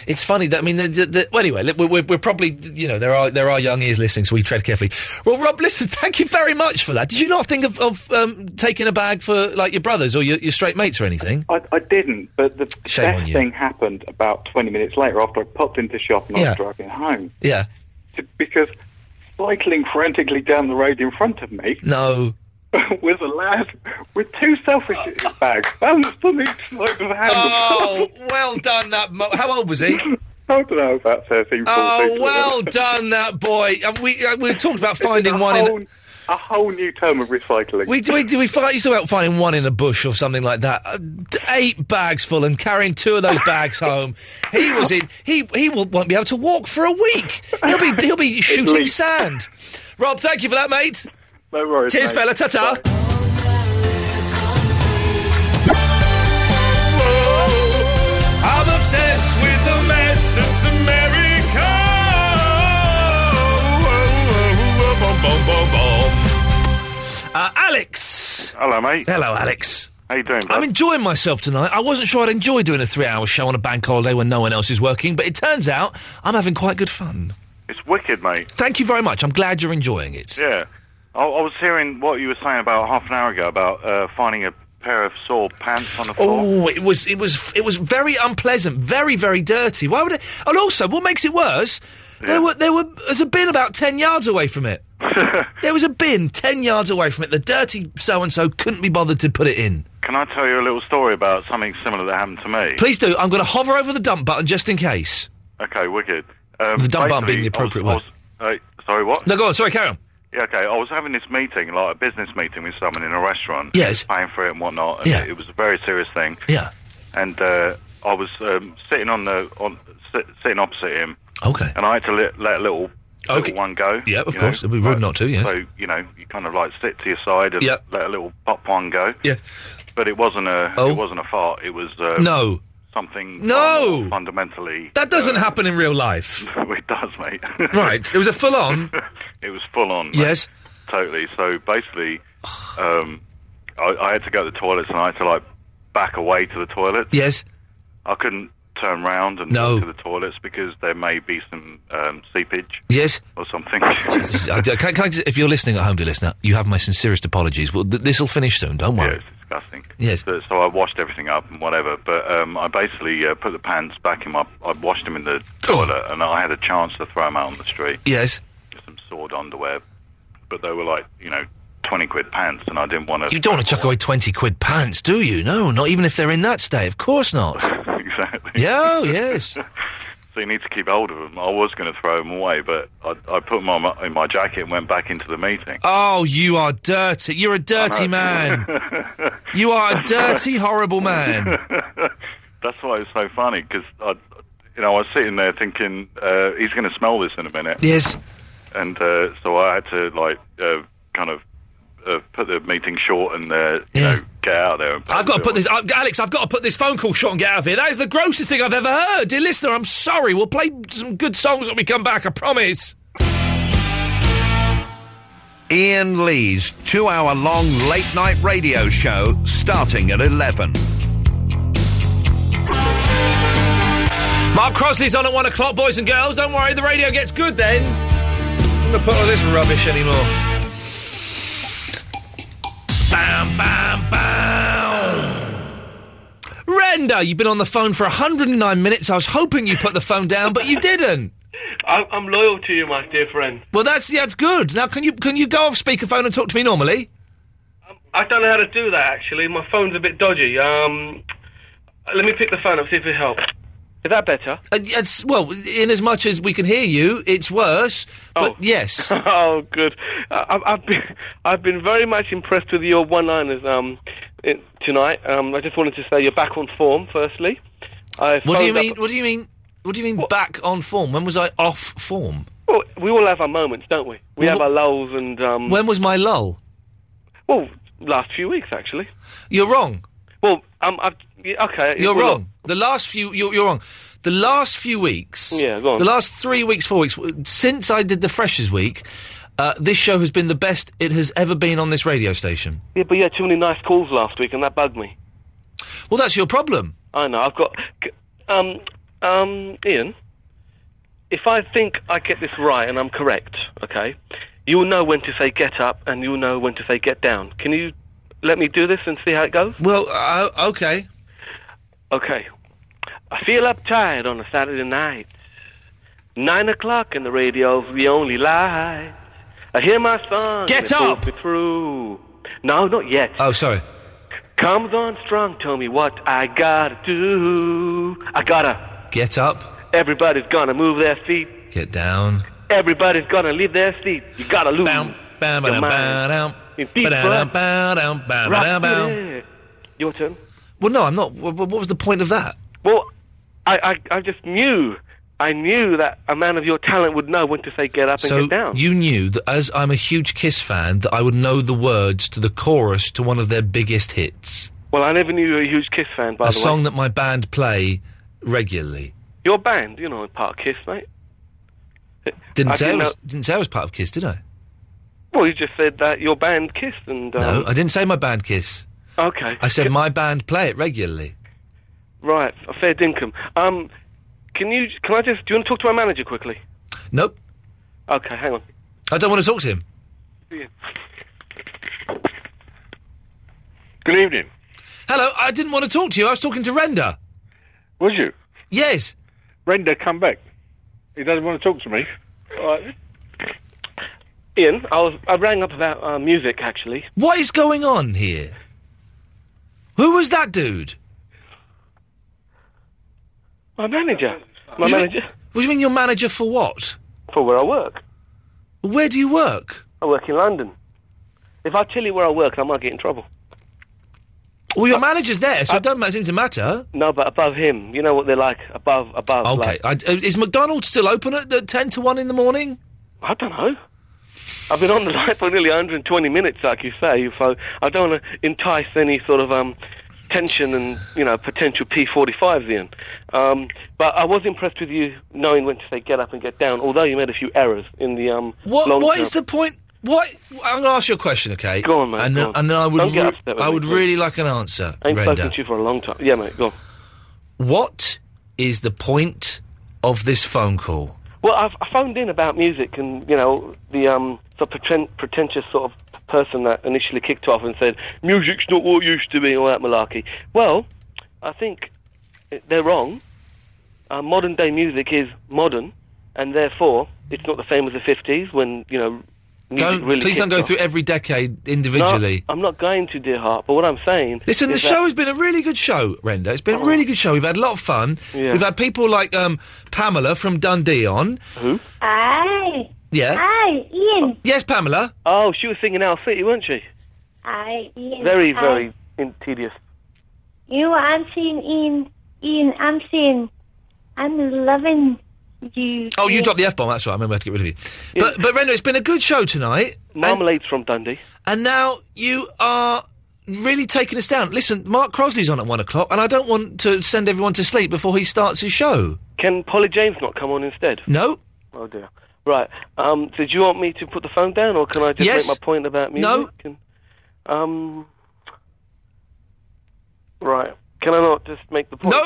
Speaker 10: It's funny that I mean, the, the, the, well, anyway, look, we're, we're, we're probably you know there are there are young ears listening, so we tread carefully. Well, Rob, listen, thank you very much for that. Did you not think of, of um, taking a bag for like your brothers or your, your straight mates or anything?
Speaker 9: I, I didn't, but the
Speaker 10: Shame on
Speaker 9: best
Speaker 10: you.
Speaker 9: thing happened about 20 minutes later after I popped into shop and I
Speaker 10: Yeah.
Speaker 9: was driving home
Speaker 10: Yeah.
Speaker 9: because cycling frantically down the road in front of me
Speaker 10: No.
Speaker 9: was a lad with two selfish bags balanced on each side of the handle.
Speaker 10: Oh, well done, that. Mo- How old was he?
Speaker 9: I don't know, about 13, 14.
Speaker 10: Oh, well done, that boy. And we uh, we talked about
Speaker 4: Oh,
Speaker 10: finding one
Speaker 9: whole,
Speaker 10: in.
Speaker 9: a whole new term of recycling.
Speaker 10: We do we do we find you talk about finding one in a bush or something like that. Uh, d- eight bags full and carrying two of those bags home. He was in. He he will, won't be able to walk for a week. He'll be he'll be shooting
Speaker 9: least.
Speaker 10: sand. Rob, thank you for that, mate.
Speaker 9: No worries.
Speaker 10: Cheers,
Speaker 9: mate.
Speaker 10: fella. Ta ta.
Speaker 19: I'm obsessed with the mess that's America.
Speaker 10: Uh, Alex.
Speaker 7: Hello, mate.
Speaker 10: Hello, Alex.
Speaker 7: How you doing?
Speaker 10: I'm enjoying myself tonight. I wasn't sure I'd enjoy doing a three-hour show on a bank holiday when no one else is working, but it turns out I'm having quite good fun.
Speaker 7: It's wicked, mate.
Speaker 10: Thank you very much. I'm glad you're enjoying it.
Speaker 7: Yeah. I, I was hearing what you were saying about half an hour ago about uh, finding a pair of sore pants on the floor.
Speaker 10: Oh, it was it was it was very unpleasant, very very dirty. Why would it? And also, what makes it worse? There were there were there's a bin about ten yards away from it. there was a bin ten yards away from it. The dirty so and so couldn't be bothered to put it in.
Speaker 7: Can I tell you a little story about something similar that happened to me?
Speaker 10: Please do. I'm going to hover over the dump button just in case.
Speaker 7: Okay, wicked. Um,
Speaker 10: The dumb button being the
Speaker 7: basically, I was-
Speaker 10: appropriate
Speaker 7: I
Speaker 10: word.
Speaker 7: was- uh, sorry, what?
Speaker 10: No, go on. Sorry, carry on.
Speaker 7: Yeah, okay. I was having this meeting, like a business meeting with someone in a restaurant.
Speaker 10: Yes.
Speaker 7: Paying for it and whatnot. And
Speaker 10: Yeah.
Speaker 7: It was a very serious thing.
Speaker 10: Yeah.
Speaker 7: And uh, I was um, sitting on the on sit, sitting opposite him.
Speaker 10: Okay.
Speaker 7: And I had to let, let a little, little
Speaker 10: Okay.
Speaker 7: one go.
Speaker 10: Yeah, of
Speaker 7: you
Speaker 10: course.
Speaker 7: know.
Speaker 10: It'd be rude not to. Yes.
Speaker 7: So you know, you kind of like sit to your side and
Speaker 10: Yeah.
Speaker 7: let a little pop one go.
Speaker 10: Yeah.
Speaker 7: But it wasn't a
Speaker 10: Oh.
Speaker 7: it wasn't a fart. It was uh,
Speaker 10: No.
Speaker 7: something
Speaker 10: No.
Speaker 7: far more fundamentally.
Speaker 10: That doesn't happen in real life.
Speaker 7: Oh, it does, mate.
Speaker 10: right. It was a full on.
Speaker 7: It was full on. mate.
Speaker 10: Yes.
Speaker 7: Totally. So basically, um, I, I had to go to the toilets and I had to like back away to the toilets.
Speaker 10: Yes.
Speaker 7: I couldn't turn round and
Speaker 10: No.
Speaker 7: walk to the toilets because there may be some um, seepage
Speaker 10: Yes.
Speaker 7: or something.
Speaker 10: Jesus, I, can, I- can I just- if you're listening at home, dear listener, you have my sincerest apologies. Well, th- this will finish soon. Don't worry.
Speaker 7: Disgusting.
Speaker 10: Yes.
Speaker 7: So, so I washed everything up and whatever, but um, I basically uh, put the pants back in my. I washed them in the toilet, and I had a chance to throw them out on the street.
Speaker 10: Yes.
Speaker 7: Some sword underwear, but they were like you know twenty quid pants, and I didn't want to.
Speaker 10: You don't want to chuck away 20 quid pants, do you? No, not even if they're in that state. Of course not.
Speaker 7: exactly.
Speaker 10: Yeah, oh, yes.
Speaker 7: So you need to keep hold of them. I was going to throw them away, but I, I put them on my, in my jacket and went back into the meeting.
Speaker 10: Oh, you are dirty. You're a dirty man. you are a dirty, horrible man.
Speaker 7: That's why it's so funny because I, you know, I was sitting there thinking uh, he's going to smell this in a minute.
Speaker 10: Yes.
Speaker 7: And uh, so I had to like uh, kind of uh, put the meeting short and uh, you know get out of there. And
Speaker 10: I've got to put this, uh, Alex. I've got to put this phone call short and get out of here. That is the grossest thing I've ever heard, dear listener. I'm sorry. We'll play some good songs when we come back. I promise.
Speaker 1: Ian Lee's two hour long late night radio show starting at 11.
Speaker 10: Mark Crosley's on at one o'clock, boys and girls. Don't worry, the radio gets good then. I'm not gonna put all this rubbish anymore. Bam, bam, bam. Renda, you've been on the phone for 109 minutes. I was hoping you put the phone down, but you didn't.
Speaker 28: I'm, I'm loyal to you, my dear friend.
Speaker 10: Well, that's that's good. Now, can you can you go off speakerphone and talk to me normally?
Speaker 28: I don't know how to do that, actually. My phone's a bit dodgy. Um, let me pick the phone up, see if it helps. Is that better?
Speaker 10: Uh, it's, well, in as much as we can hear you, it's worse. But yes,
Speaker 28: oh, good. I, I've been I've been very much impressed with your one-liners um, it, tonight. Um, I just wanted to say you're back on form. Firstly, I
Speaker 10: What do you
Speaker 28: phoned up-
Speaker 10: mean? What do you mean? What do you mean? Back on form? When was I off form?
Speaker 28: Well, we all have our moments, don't we? We have
Speaker 10: Well, wh-
Speaker 28: our lulls and um,
Speaker 10: When was my lull?
Speaker 28: well, last few weeks actually.
Speaker 10: You're wrong.
Speaker 28: Well, um, I've, yeah, okay,
Speaker 10: You're
Speaker 28: well,
Speaker 10: wrong. The last few, you're, you're wrong. The last few weeks,
Speaker 28: Yeah, Mm, go on.
Speaker 10: the last three weeks, four weeks, w- since I did the Freshers Week, uh, this show has been the best it has ever been on this radio station.
Speaker 28: Yeah, but you had too many nice calls last week, and that bugged me.
Speaker 10: Well, that's your problem.
Speaker 28: I know. I've got. c- Um, um, Ian, if I think I get this right and I'm correct, okay, you'll know when to say get up and you'll know when to say get down. Can you let me do this and see how it goes?
Speaker 10: Well, uh, okay.
Speaker 28: Okay. I feel uptight on a Saturday night. Nine o'clock and the radio's the only light. I hear my song.
Speaker 10: Get
Speaker 28: and it pulls
Speaker 10: up!
Speaker 28: Me through. No, not yet.
Speaker 10: Oh, sorry.
Speaker 28: Comes on strong. Tell me what I gotta do. I gotta.
Speaker 10: Get up,
Speaker 28: Everybody's gonna move their feet.
Speaker 10: get down.
Speaker 28: Everybody's gonna leave their seat. You gotta lose.
Speaker 10: Bam,
Speaker 28: your
Speaker 10: bam,
Speaker 28: mind.
Speaker 10: bam,
Speaker 28: In deep
Speaker 10: Ba-da-dum,
Speaker 28: breath.
Speaker 10: ba-dum, ba-da-dum,
Speaker 28: Rock
Speaker 10: ba-dum.
Speaker 28: it. Your turn.
Speaker 10: Well, no, I'm not. wh- wh- What was the point of that?
Speaker 28: Well, I, I, I just knew. I knew that a man of your talent would know when to say get up and
Speaker 10: So
Speaker 28: get down.
Speaker 10: you knew that as I'm a huge Kiss fan, that I would know the words to the chorus to one of their biggest hits,
Speaker 28: Well, I never knew you were a huge Kiss fan, by
Speaker 10: a
Speaker 28: the
Speaker 10: song
Speaker 28: way.
Speaker 10: that my band play regularly.
Speaker 28: Your band, you know, in part of Kiss, mate.
Speaker 10: Didn't
Speaker 28: Uh, I
Speaker 10: say
Speaker 28: didn't
Speaker 10: I was, didn't say I was part of Kiss, did I?
Speaker 28: Well, you just said that your band Kiss and.
Speaker 10: No,
Speaker 28: Um,
Speaker 10: I didn't say my band Kiss.
Speaker 28: Okay.
Speaker 10: I said my band play it regularly.
Speaker 28: Right, a fair dinkum. Um, can you? Can I just? Do you want to talk to my manager quickly?
Speaker 10: Nope,
Speaker 28: Okay, hang on.
Speaker 10: I don't want to talk to him.
Speaker 29: Good evening.
Speaker 10: Hello, I didn't want to talk to you. I was talking to Renda.
Speaker 29: Was you?
Speaker 10: Yes.
Speaker 29: Renda, come back. He doesn't want to talk to me.
Speaker 28: Right. Ian, I was I rang up about uh, music actually.
Speaker 10: What is going on here? Who was that dude?
Speaker 28: My manager. My
Speaker 10: What do you mean-
Speaker 28: manager.
Speaker 10: What do you mean your manager for what?
Speaker 28: For where I work.
Speaker 10: Where do you work?
Speaker 28: I work in London. If I tell you where I work, I might get in trouble.
Speaker 10: Well, your manager's there, so it doesn't seem to matter.
Speaker 28: No, but above him, you know what they're like. Above, above.
Speaker 10: Okay.
Speaker 28: like-
Speaker 10: I, uh, is McDonald's still open at, at 10 to 1 in the morning?
Speaker 28: I don't know. I've been on the line for nearly 120 minutes, like you say. So I don't want to entice any sort of um, tension and you know potential P45s in. Um, but I was impressed with you knowing when to say get up and get down. Although you made a few errors in the um.
Speaker 10: What?
Speaker 28: long
Speaker 10: what
Speaker 28: term.
Speaker 10: is the point? What? I'm going to ask you a question, okay?
Speaker 28: Go on, mate,
Speaker 10: And,
Speaker 28: go on.
Speaker 10: and I would,
Speaker 28: Don't get
Speaker 10: re-
Speaker 28: upset with
Speaker 10: I
Speaker 28: me,
Speaker 10: would
Speaker 28: please.
Speaker 10: really like an answer,
Speaker 28: I ain't spoken
Speaker 10: Brenda.
Speaker 28: to you for a long time. Yeah, mate, go on.
Speaker 10: What is the point of this phone call?
Speaker 28: Well, I've, I phoned in about music and, you know, the um, sort of preten- pretentious sort of person that initially kicked off and said, music's not what it used to be, all that malarkey. Well, I think they're wrong. Uh, modern day music is modern, and therefore it's not the same as the 50s when, you know, music
Speaker 10: Don't,
Speaker 28: really
Speaker 10: please don't
Speaker 28: kicked
Speaker 10: go
Speaker 28: off.
Speaker 10: through every decade individually.
Speaker 28: No, I'm not going to, dear heart, but what I'm saying.
Speaker 10: Listen, the
Speaker 28: is
Speaker 10: show
Speaker 28: that- Oh.
Speaker 10: has been a really good show, Renda. It's been a really good show. We've had a lot of fun.
Speaker 28: Yeah.
Speaker 10: We've had people like um, Pamela from Dundee on. Who?
Speaker 24: Aye.
Speaker 10: Yeah.
Speaker 24: Aye, Ian.
Speaker 10: Yes, Pamela.
Speaker 28: Oh, she was singing Our City, weren't she?
Speaker 24: Aye, Ian.
Speaker 28: Very,
Speaker 24: Aye.
Speaker 28: very in- tedious.
Speaker 24: You know what I'm saying, Ian? Ian, I'm saying I'm loving you.
Speaker 10: Oh, you dropped the F bomb. That's right. I remember I had to get rid of you. But, but Renda, it's been a good show tonight.
Speaker 28: Marmalade's from Dundee.
Speaker 10: And now you are really taking us down. Listen, Mark Crosley's on at one o'clock, and I don't want to send everyone to sleep before he starts his show.
Speaker 28: Can Polly James not come on instead?
Speaker 10: No?
Speaker 28: Oh, dear. Right. Um, so do you want me to put the phone down, or can I just
Speaker 10: Yes.
Speaker 28: make my point about music?
Speaker 10: No.
Speaker 28: And, um. Right. Can I not just make the point? No.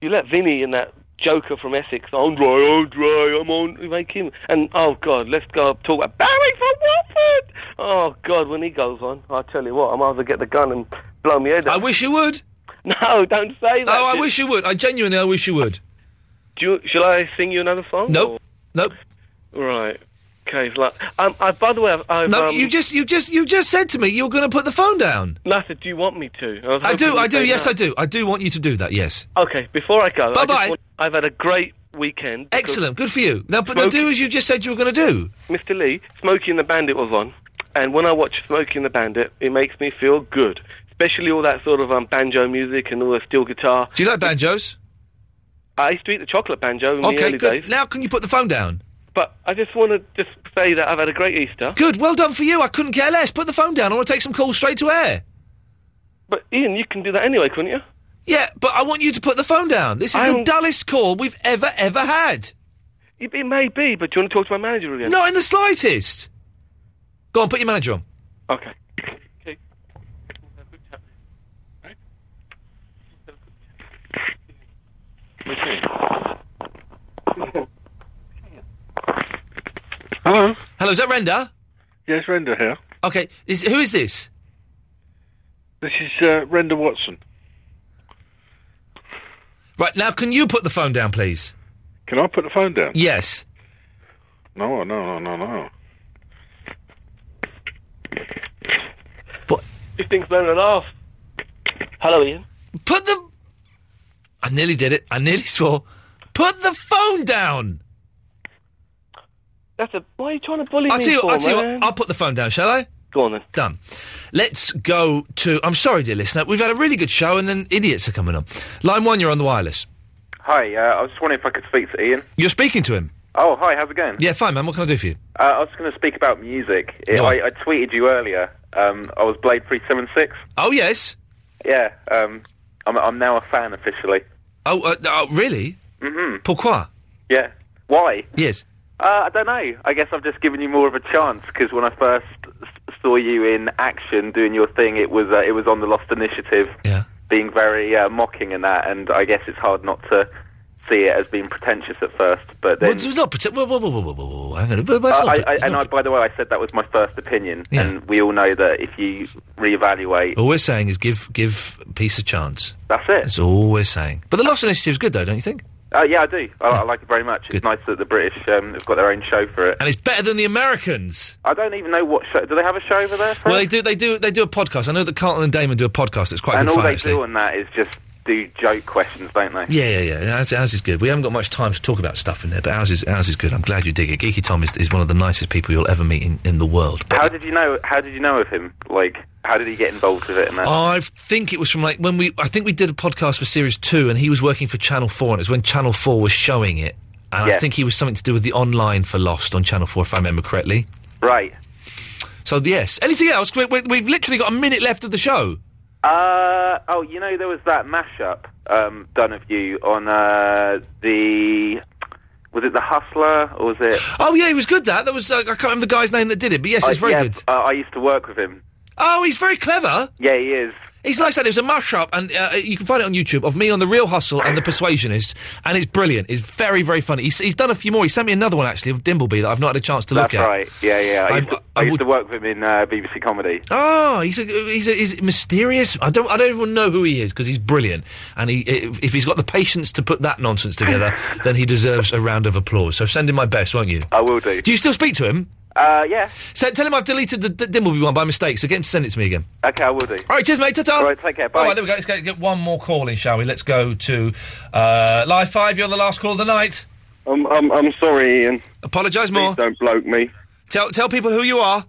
Speaker 28: You let Vinny and that joker from Essex, Andre, Andre, I'm on, make him. And oh God, let's go up, talk about Barry from Watford. Oh God, when he goes on, I tell you what, I might as well get the gun and blow me head. I
Speaker 10: wish you would.
Speaker 28: No, don't say that.
Speaker 10: Oh, I
Speaker 28: Just-
Speaker 10: wish you would. I genuinely, I wish you would.
Speaker 28: Do you, shall I sing you another song?
Speaker 10: Nope. Nope.
Speaker 28: Right. Okay. it's Like, um, I, by the way, I've, I've
Speaker 10: No,
Speaker 28: um,
Speaker 10: you just, you just, you just said to me you were going to put the phone down.
Speaker 28: Nothing. Do you want me to? was
Speaker 10: I do,
Speaker 28: hoping
Speaker 10: I
Speaker 28: you'd
Speaker 10: do.
Speaker 28: say
Speaker 10: Yes,
Speaker 28: no.
Speaker 10: I do. I do want you to do that. Yes.
Speaker 28: Okay. Before I go, I just
Speaker 10: Bye-bye.
Speaker 28: want- I've had a great weekend. because
Speaker 10: Excellent. Good for you. Now, but now do as you just said you were going to do.
Speaker 28: Mr. Lee, Smokey and the Bandit was on, and when I watch Smokey and the Bandit, it makes me feel good. Especially all that sort of um, banjo music and all the steel guitar.
Speaker 10: Do you like banjos?
Speaker 28: I used to eat the chocolate banjo in the
Speaker 10: Okay,
Speaker 28: early
Speaker 10: good.
Speaker 28: days.
Speaker 10: Now, can you put the phone down?
Speaker 28: But I just want to just say that I've had a great Easter.
Speaker 10: Good. Well done for you. I couldn't care less. Put the phone down. I want to take some calls straight to air.
Speaker 28: But Ian, you can do that anyway, couldn't you?
Speaker 10: Yeah, but I want you to put the phone down. This is the dullest call we've ever, ever had.
Speaker 28: It, it may be, but do you want to talk to my manager again?
Speaker 10: Not in the slightest. Go on, put your manager on.
Speaker 28: Okay.
Speaker 4: Hello.
Speaker 10: Hello, is that Renda?
Speaker 4: Yes, Renda here.
Speaker 10: Okay, is, who is this?
Speaker 4: This is uh, Renda Watson.
Speaker 10: Right, now can you put the phone down, please?
Speaker 4: Can I put the phone down?
Speaker 10: Yes.
Speaker 4: No, no, no, no, no.
Speaker 28: This thing's blown it off. Hello, Ian.
Speaker 10: Put the. I nearly did it. I nearly swore. Put the phone down.
Speaker 28: That's a. Why are you trying to bully
Speaker 10: I'll
Speaker 28: me
Speaker 10: tell you.
Speaker 28: for,
Speaker 10: I'll tell you
Speaker 28: man?
Speaker 10: what, I'll put the phone down. Shall I?
Speaker 28: Go on then.
Speaker 10: Done. Let's go to. I'm sorry, dear listener. We've had a really good show, and then idiots are coming on. Line one, you're on the wireless.
Speaker 33: Hi, uh, I was just wondering if I could speak to Ian.
Speaker 10: You're speaking to him.
Speaker 33: Oh, hi, how's it going?
Speaker 10: Yeah, fine, man. What can I do for you?
Speaker 33: Uh, I was going to speak about music. I-
Speaker 10: Go on.
Speaker 33: I, I tweeted you earlier. Um, I was Blade 376.
Speaker 10: Oh, yes.
Speaker 33: Yeah, um, I'm, I'm now a fan officially.
Speaker 10: Oh, uh, oh really?
Speaker 33: hmm
Speaker 10: Pourquoi?
Speaker 33: Yeah. Why?
Speaker 10: Yes.
Speaker 33: Uh, I don't know. I guess I've just given you more of a chance because when I first s- saw you in action doing your thing, it was uh, it was on the Lost Initiative, yeah. being very uh, mocking and that. And I guess it's hard not to see it as being pretentious at first. But
Speaker 10: Well,
Speaker 33: then
Speaker 10: it's it's not pretend. Whoa, whoa, whoa, whoa, whoa, whoa, whoa. Hang on. But- but it's
Speaker 33: Uh,
Speaker 10: not-
Speaker 33: I, I,
Speaker 10: it's
Speaker 33: and
Speaker 10: not-
Speaker 33: I, by the way, I said that was my first opinion,
Speaker 10: Yeah.
Speaker 33: and we all know that if you reevaluate,
Speaker 10: all we're saying is give give peace a chance.
Speaker 33: that's it.
Speaker 10: That's all we're saying. But the Lost Initiative's good, though, don't you think?
Speaker 33: Uh, yeah, I do. I, I like it very much. It's nice that the British um, have got their own show for it.
Speaker 10: And it's better than the Americans.
Speaker 33: I don't even know what show. Do they have a show over there?
Speaker 10: Well, they do. They do. They do a podcast. I know that Carlton and Damon do a podcast. That's quite
Speaker 33: and
Speaker 10: good
Speaker 33: all
Speaker 10: fun,
Speaker 33: they
Speaker 10: actually.
Speaker 33: do on that is just do joke questions, don't they?
Speaker 10: Yeah, yeah, yeah. Ours, ours is good. We haven't got much time to talk about stuff in there, but ours is ours is good. I'm glad you dig it. Geeky Tom is, is one of the nicest people you'll ever meet in, in the world.
Speaker 33: How did you know? How did you know of him? Like, how did he get involved with it? And that?
Speaker 10: I think it was from like when we. I think we did a podcast for Series Two, and he was working for Channel Four, and it was when Channel Four was showing it, and I
Speaker 33: Yeah.
Speaker 10: think he was something to do with the online for Lost on Channel Four, if I remember correctly.
Speaker 33: Right.
Speaker 10: So yes. Anything else? We, we, we've literally got a minute left of the show.
Speaker 33: Uh, oh, you know, there was that mashup um, done of you on uh, the. Was it The Hustler or was it.
Speaker 10: Oh yeah, he was good. That that was. Uh, I can't remember the guy's name that did it, but yes,
Speaker 33: I-
Speaker 10: it's very
Speaker 33: yeah,
Speaker 10: good.
Speaker 33: Uh, I used to work with him.
Speaker 10: Oh, he's very clever.
Speaker 33: Yeah, he is.
Speaker 10: He's like that. It was a mash-up, and uh, you can find it on YouTube of me on the Real Hustle and the Persuasionist, and it's brilliant. It's very, very funny. He's, he's done a few more. He sent me another one actually of Dimbleby that I've not had a chance to
Speaker 33: That's
Speaker 10: look at.
Speaker 33: right. Yeah, yeah. I,
Speaker 10: I-
Speaker 33: used, to, I, used to work with him in uh, BBC Comedy.
Speaker 10: Oh, he's a, he's a, he's mysterious. I don't I don't even know who he is because he's brilliant, and he if, if he's got the patience to put that nonsense together, then he deserves a round of applause. So send him my best, won't you?
Speaker 33: I will do.
Speaker 10: Do you still speak to him?
Speaker 33: Uh, yeah.
Speaker 10: So tell him I've deleted the, the Dimbleby one by mistake. So get him to send it to me again.
Speaker 33: Okay, I will do.
Speaker 10: All right, cheers, mate. Ta-ta.
Speaker 33: All right, take care. Bye.
Speaker 10: All right, there we go. Let's go get one more call in, shall we? Let's go to uh, Live 5. You're the last call of the night.
Speaker 34: I'm, I'm, I'm sorry, Ian.
Speaker 10: Apologise more.
Speaker 34: Please don't bloke me.
Speaker 10: Tell, tell people who you are.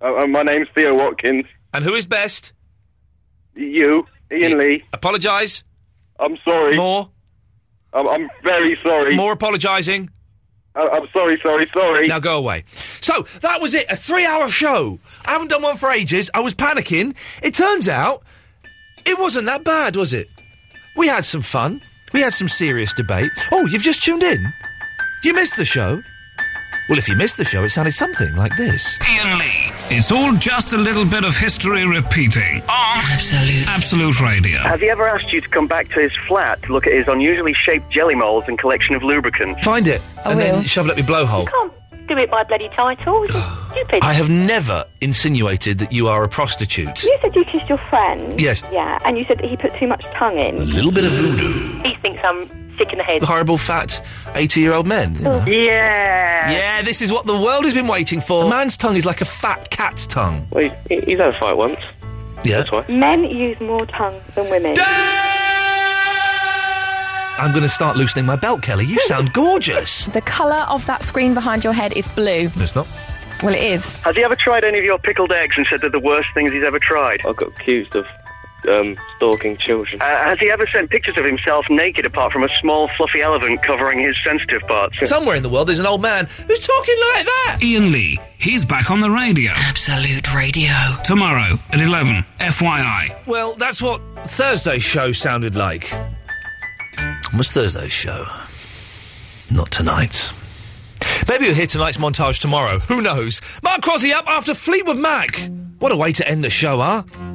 Speaker 34: Uh, uh, my name's Theo Watkins.
Speaker 10: And who is best?
Speaker 34: You, Ian Lee.
Speaker 10: Apologise.
Speaker 34: I'm sorry.
Speaker 10: More.
Speaker 34: I'm, I'm very sorry. Uh,
Speaker 10: More apologising.
Speaker 34: I'm sorry, sorry, sorry.
Speaker 10: Now go away. So that was it. A three hour show. I haven't done one for ages. I was panicking. It turns out it wasn't that bad, was it? We had some fun. We had some serious debate. Oh, you've just tuned in. You missed the show. Well, if you missed the show, it sounded something like this.
Speaker 17: Ian Lee. It's all just a little bit of history repeating on Absolute, Absolute Radio.
Speaker 20: Has he ever asked you to come back to his flat to look at his unusually shaped jelly molds and collection of lubricants?
Speaker 10: Find it and then shove it up your blowhole.
Speaker 31: Can't do it by bloody title. It's stupid.
Speaker 10: I have never insinuated that you are a prostitute.
Speaker 31: You said you kissed your friend.
Speaker 10: Yes.
Speaker 31: Yeah, and you said that he put too much tongue in.
Speaker 10: A little bit of voodoo.
Speaker 31: He thinks I'm sick in the head.
Speaker 10: Horrible fat 80 year old men. you know.
Speaker 31: Yeah.
Speaker 10: Yeah, this is what the world has been waiting for. A man's tongue is like a fat cat's tongue. Well, he's, he's had a fight once. Yeah. That's why.
Speaker 31: Men use more tongue than women.
Speaker 10: I'm going to start loosening my belt, Kelly. You sound gorgeous.
Speaker 12: The colour of that screen behind your head is blue.
Speaker 10: No, it's not.
Speaker 12: Well, it is.
Speaker 20: Has he ever tried any of your pickled eggs and said they're the worst things he's ever tried? I got accused of um, stalking children. Uh, has he ever sent pictures of himself naked apart from a small fluffy elephant covering his sensitive parts?
Speaker 10: Somewhere in the world, there's an old man who's talking like that.
Speaker 17: Ian Lee. He's back on the radio. Absolute Radio. Tomorrow at 11. FYI.
Speaker 10: Well, that's what Thursday's show sounded like. Was Thursday's show? Not tonight. Maybe you'll hear tonight's montage tomorrow. Who knows? Mark Crosby up after Fleetwood Mac. What a way to end the show, huh?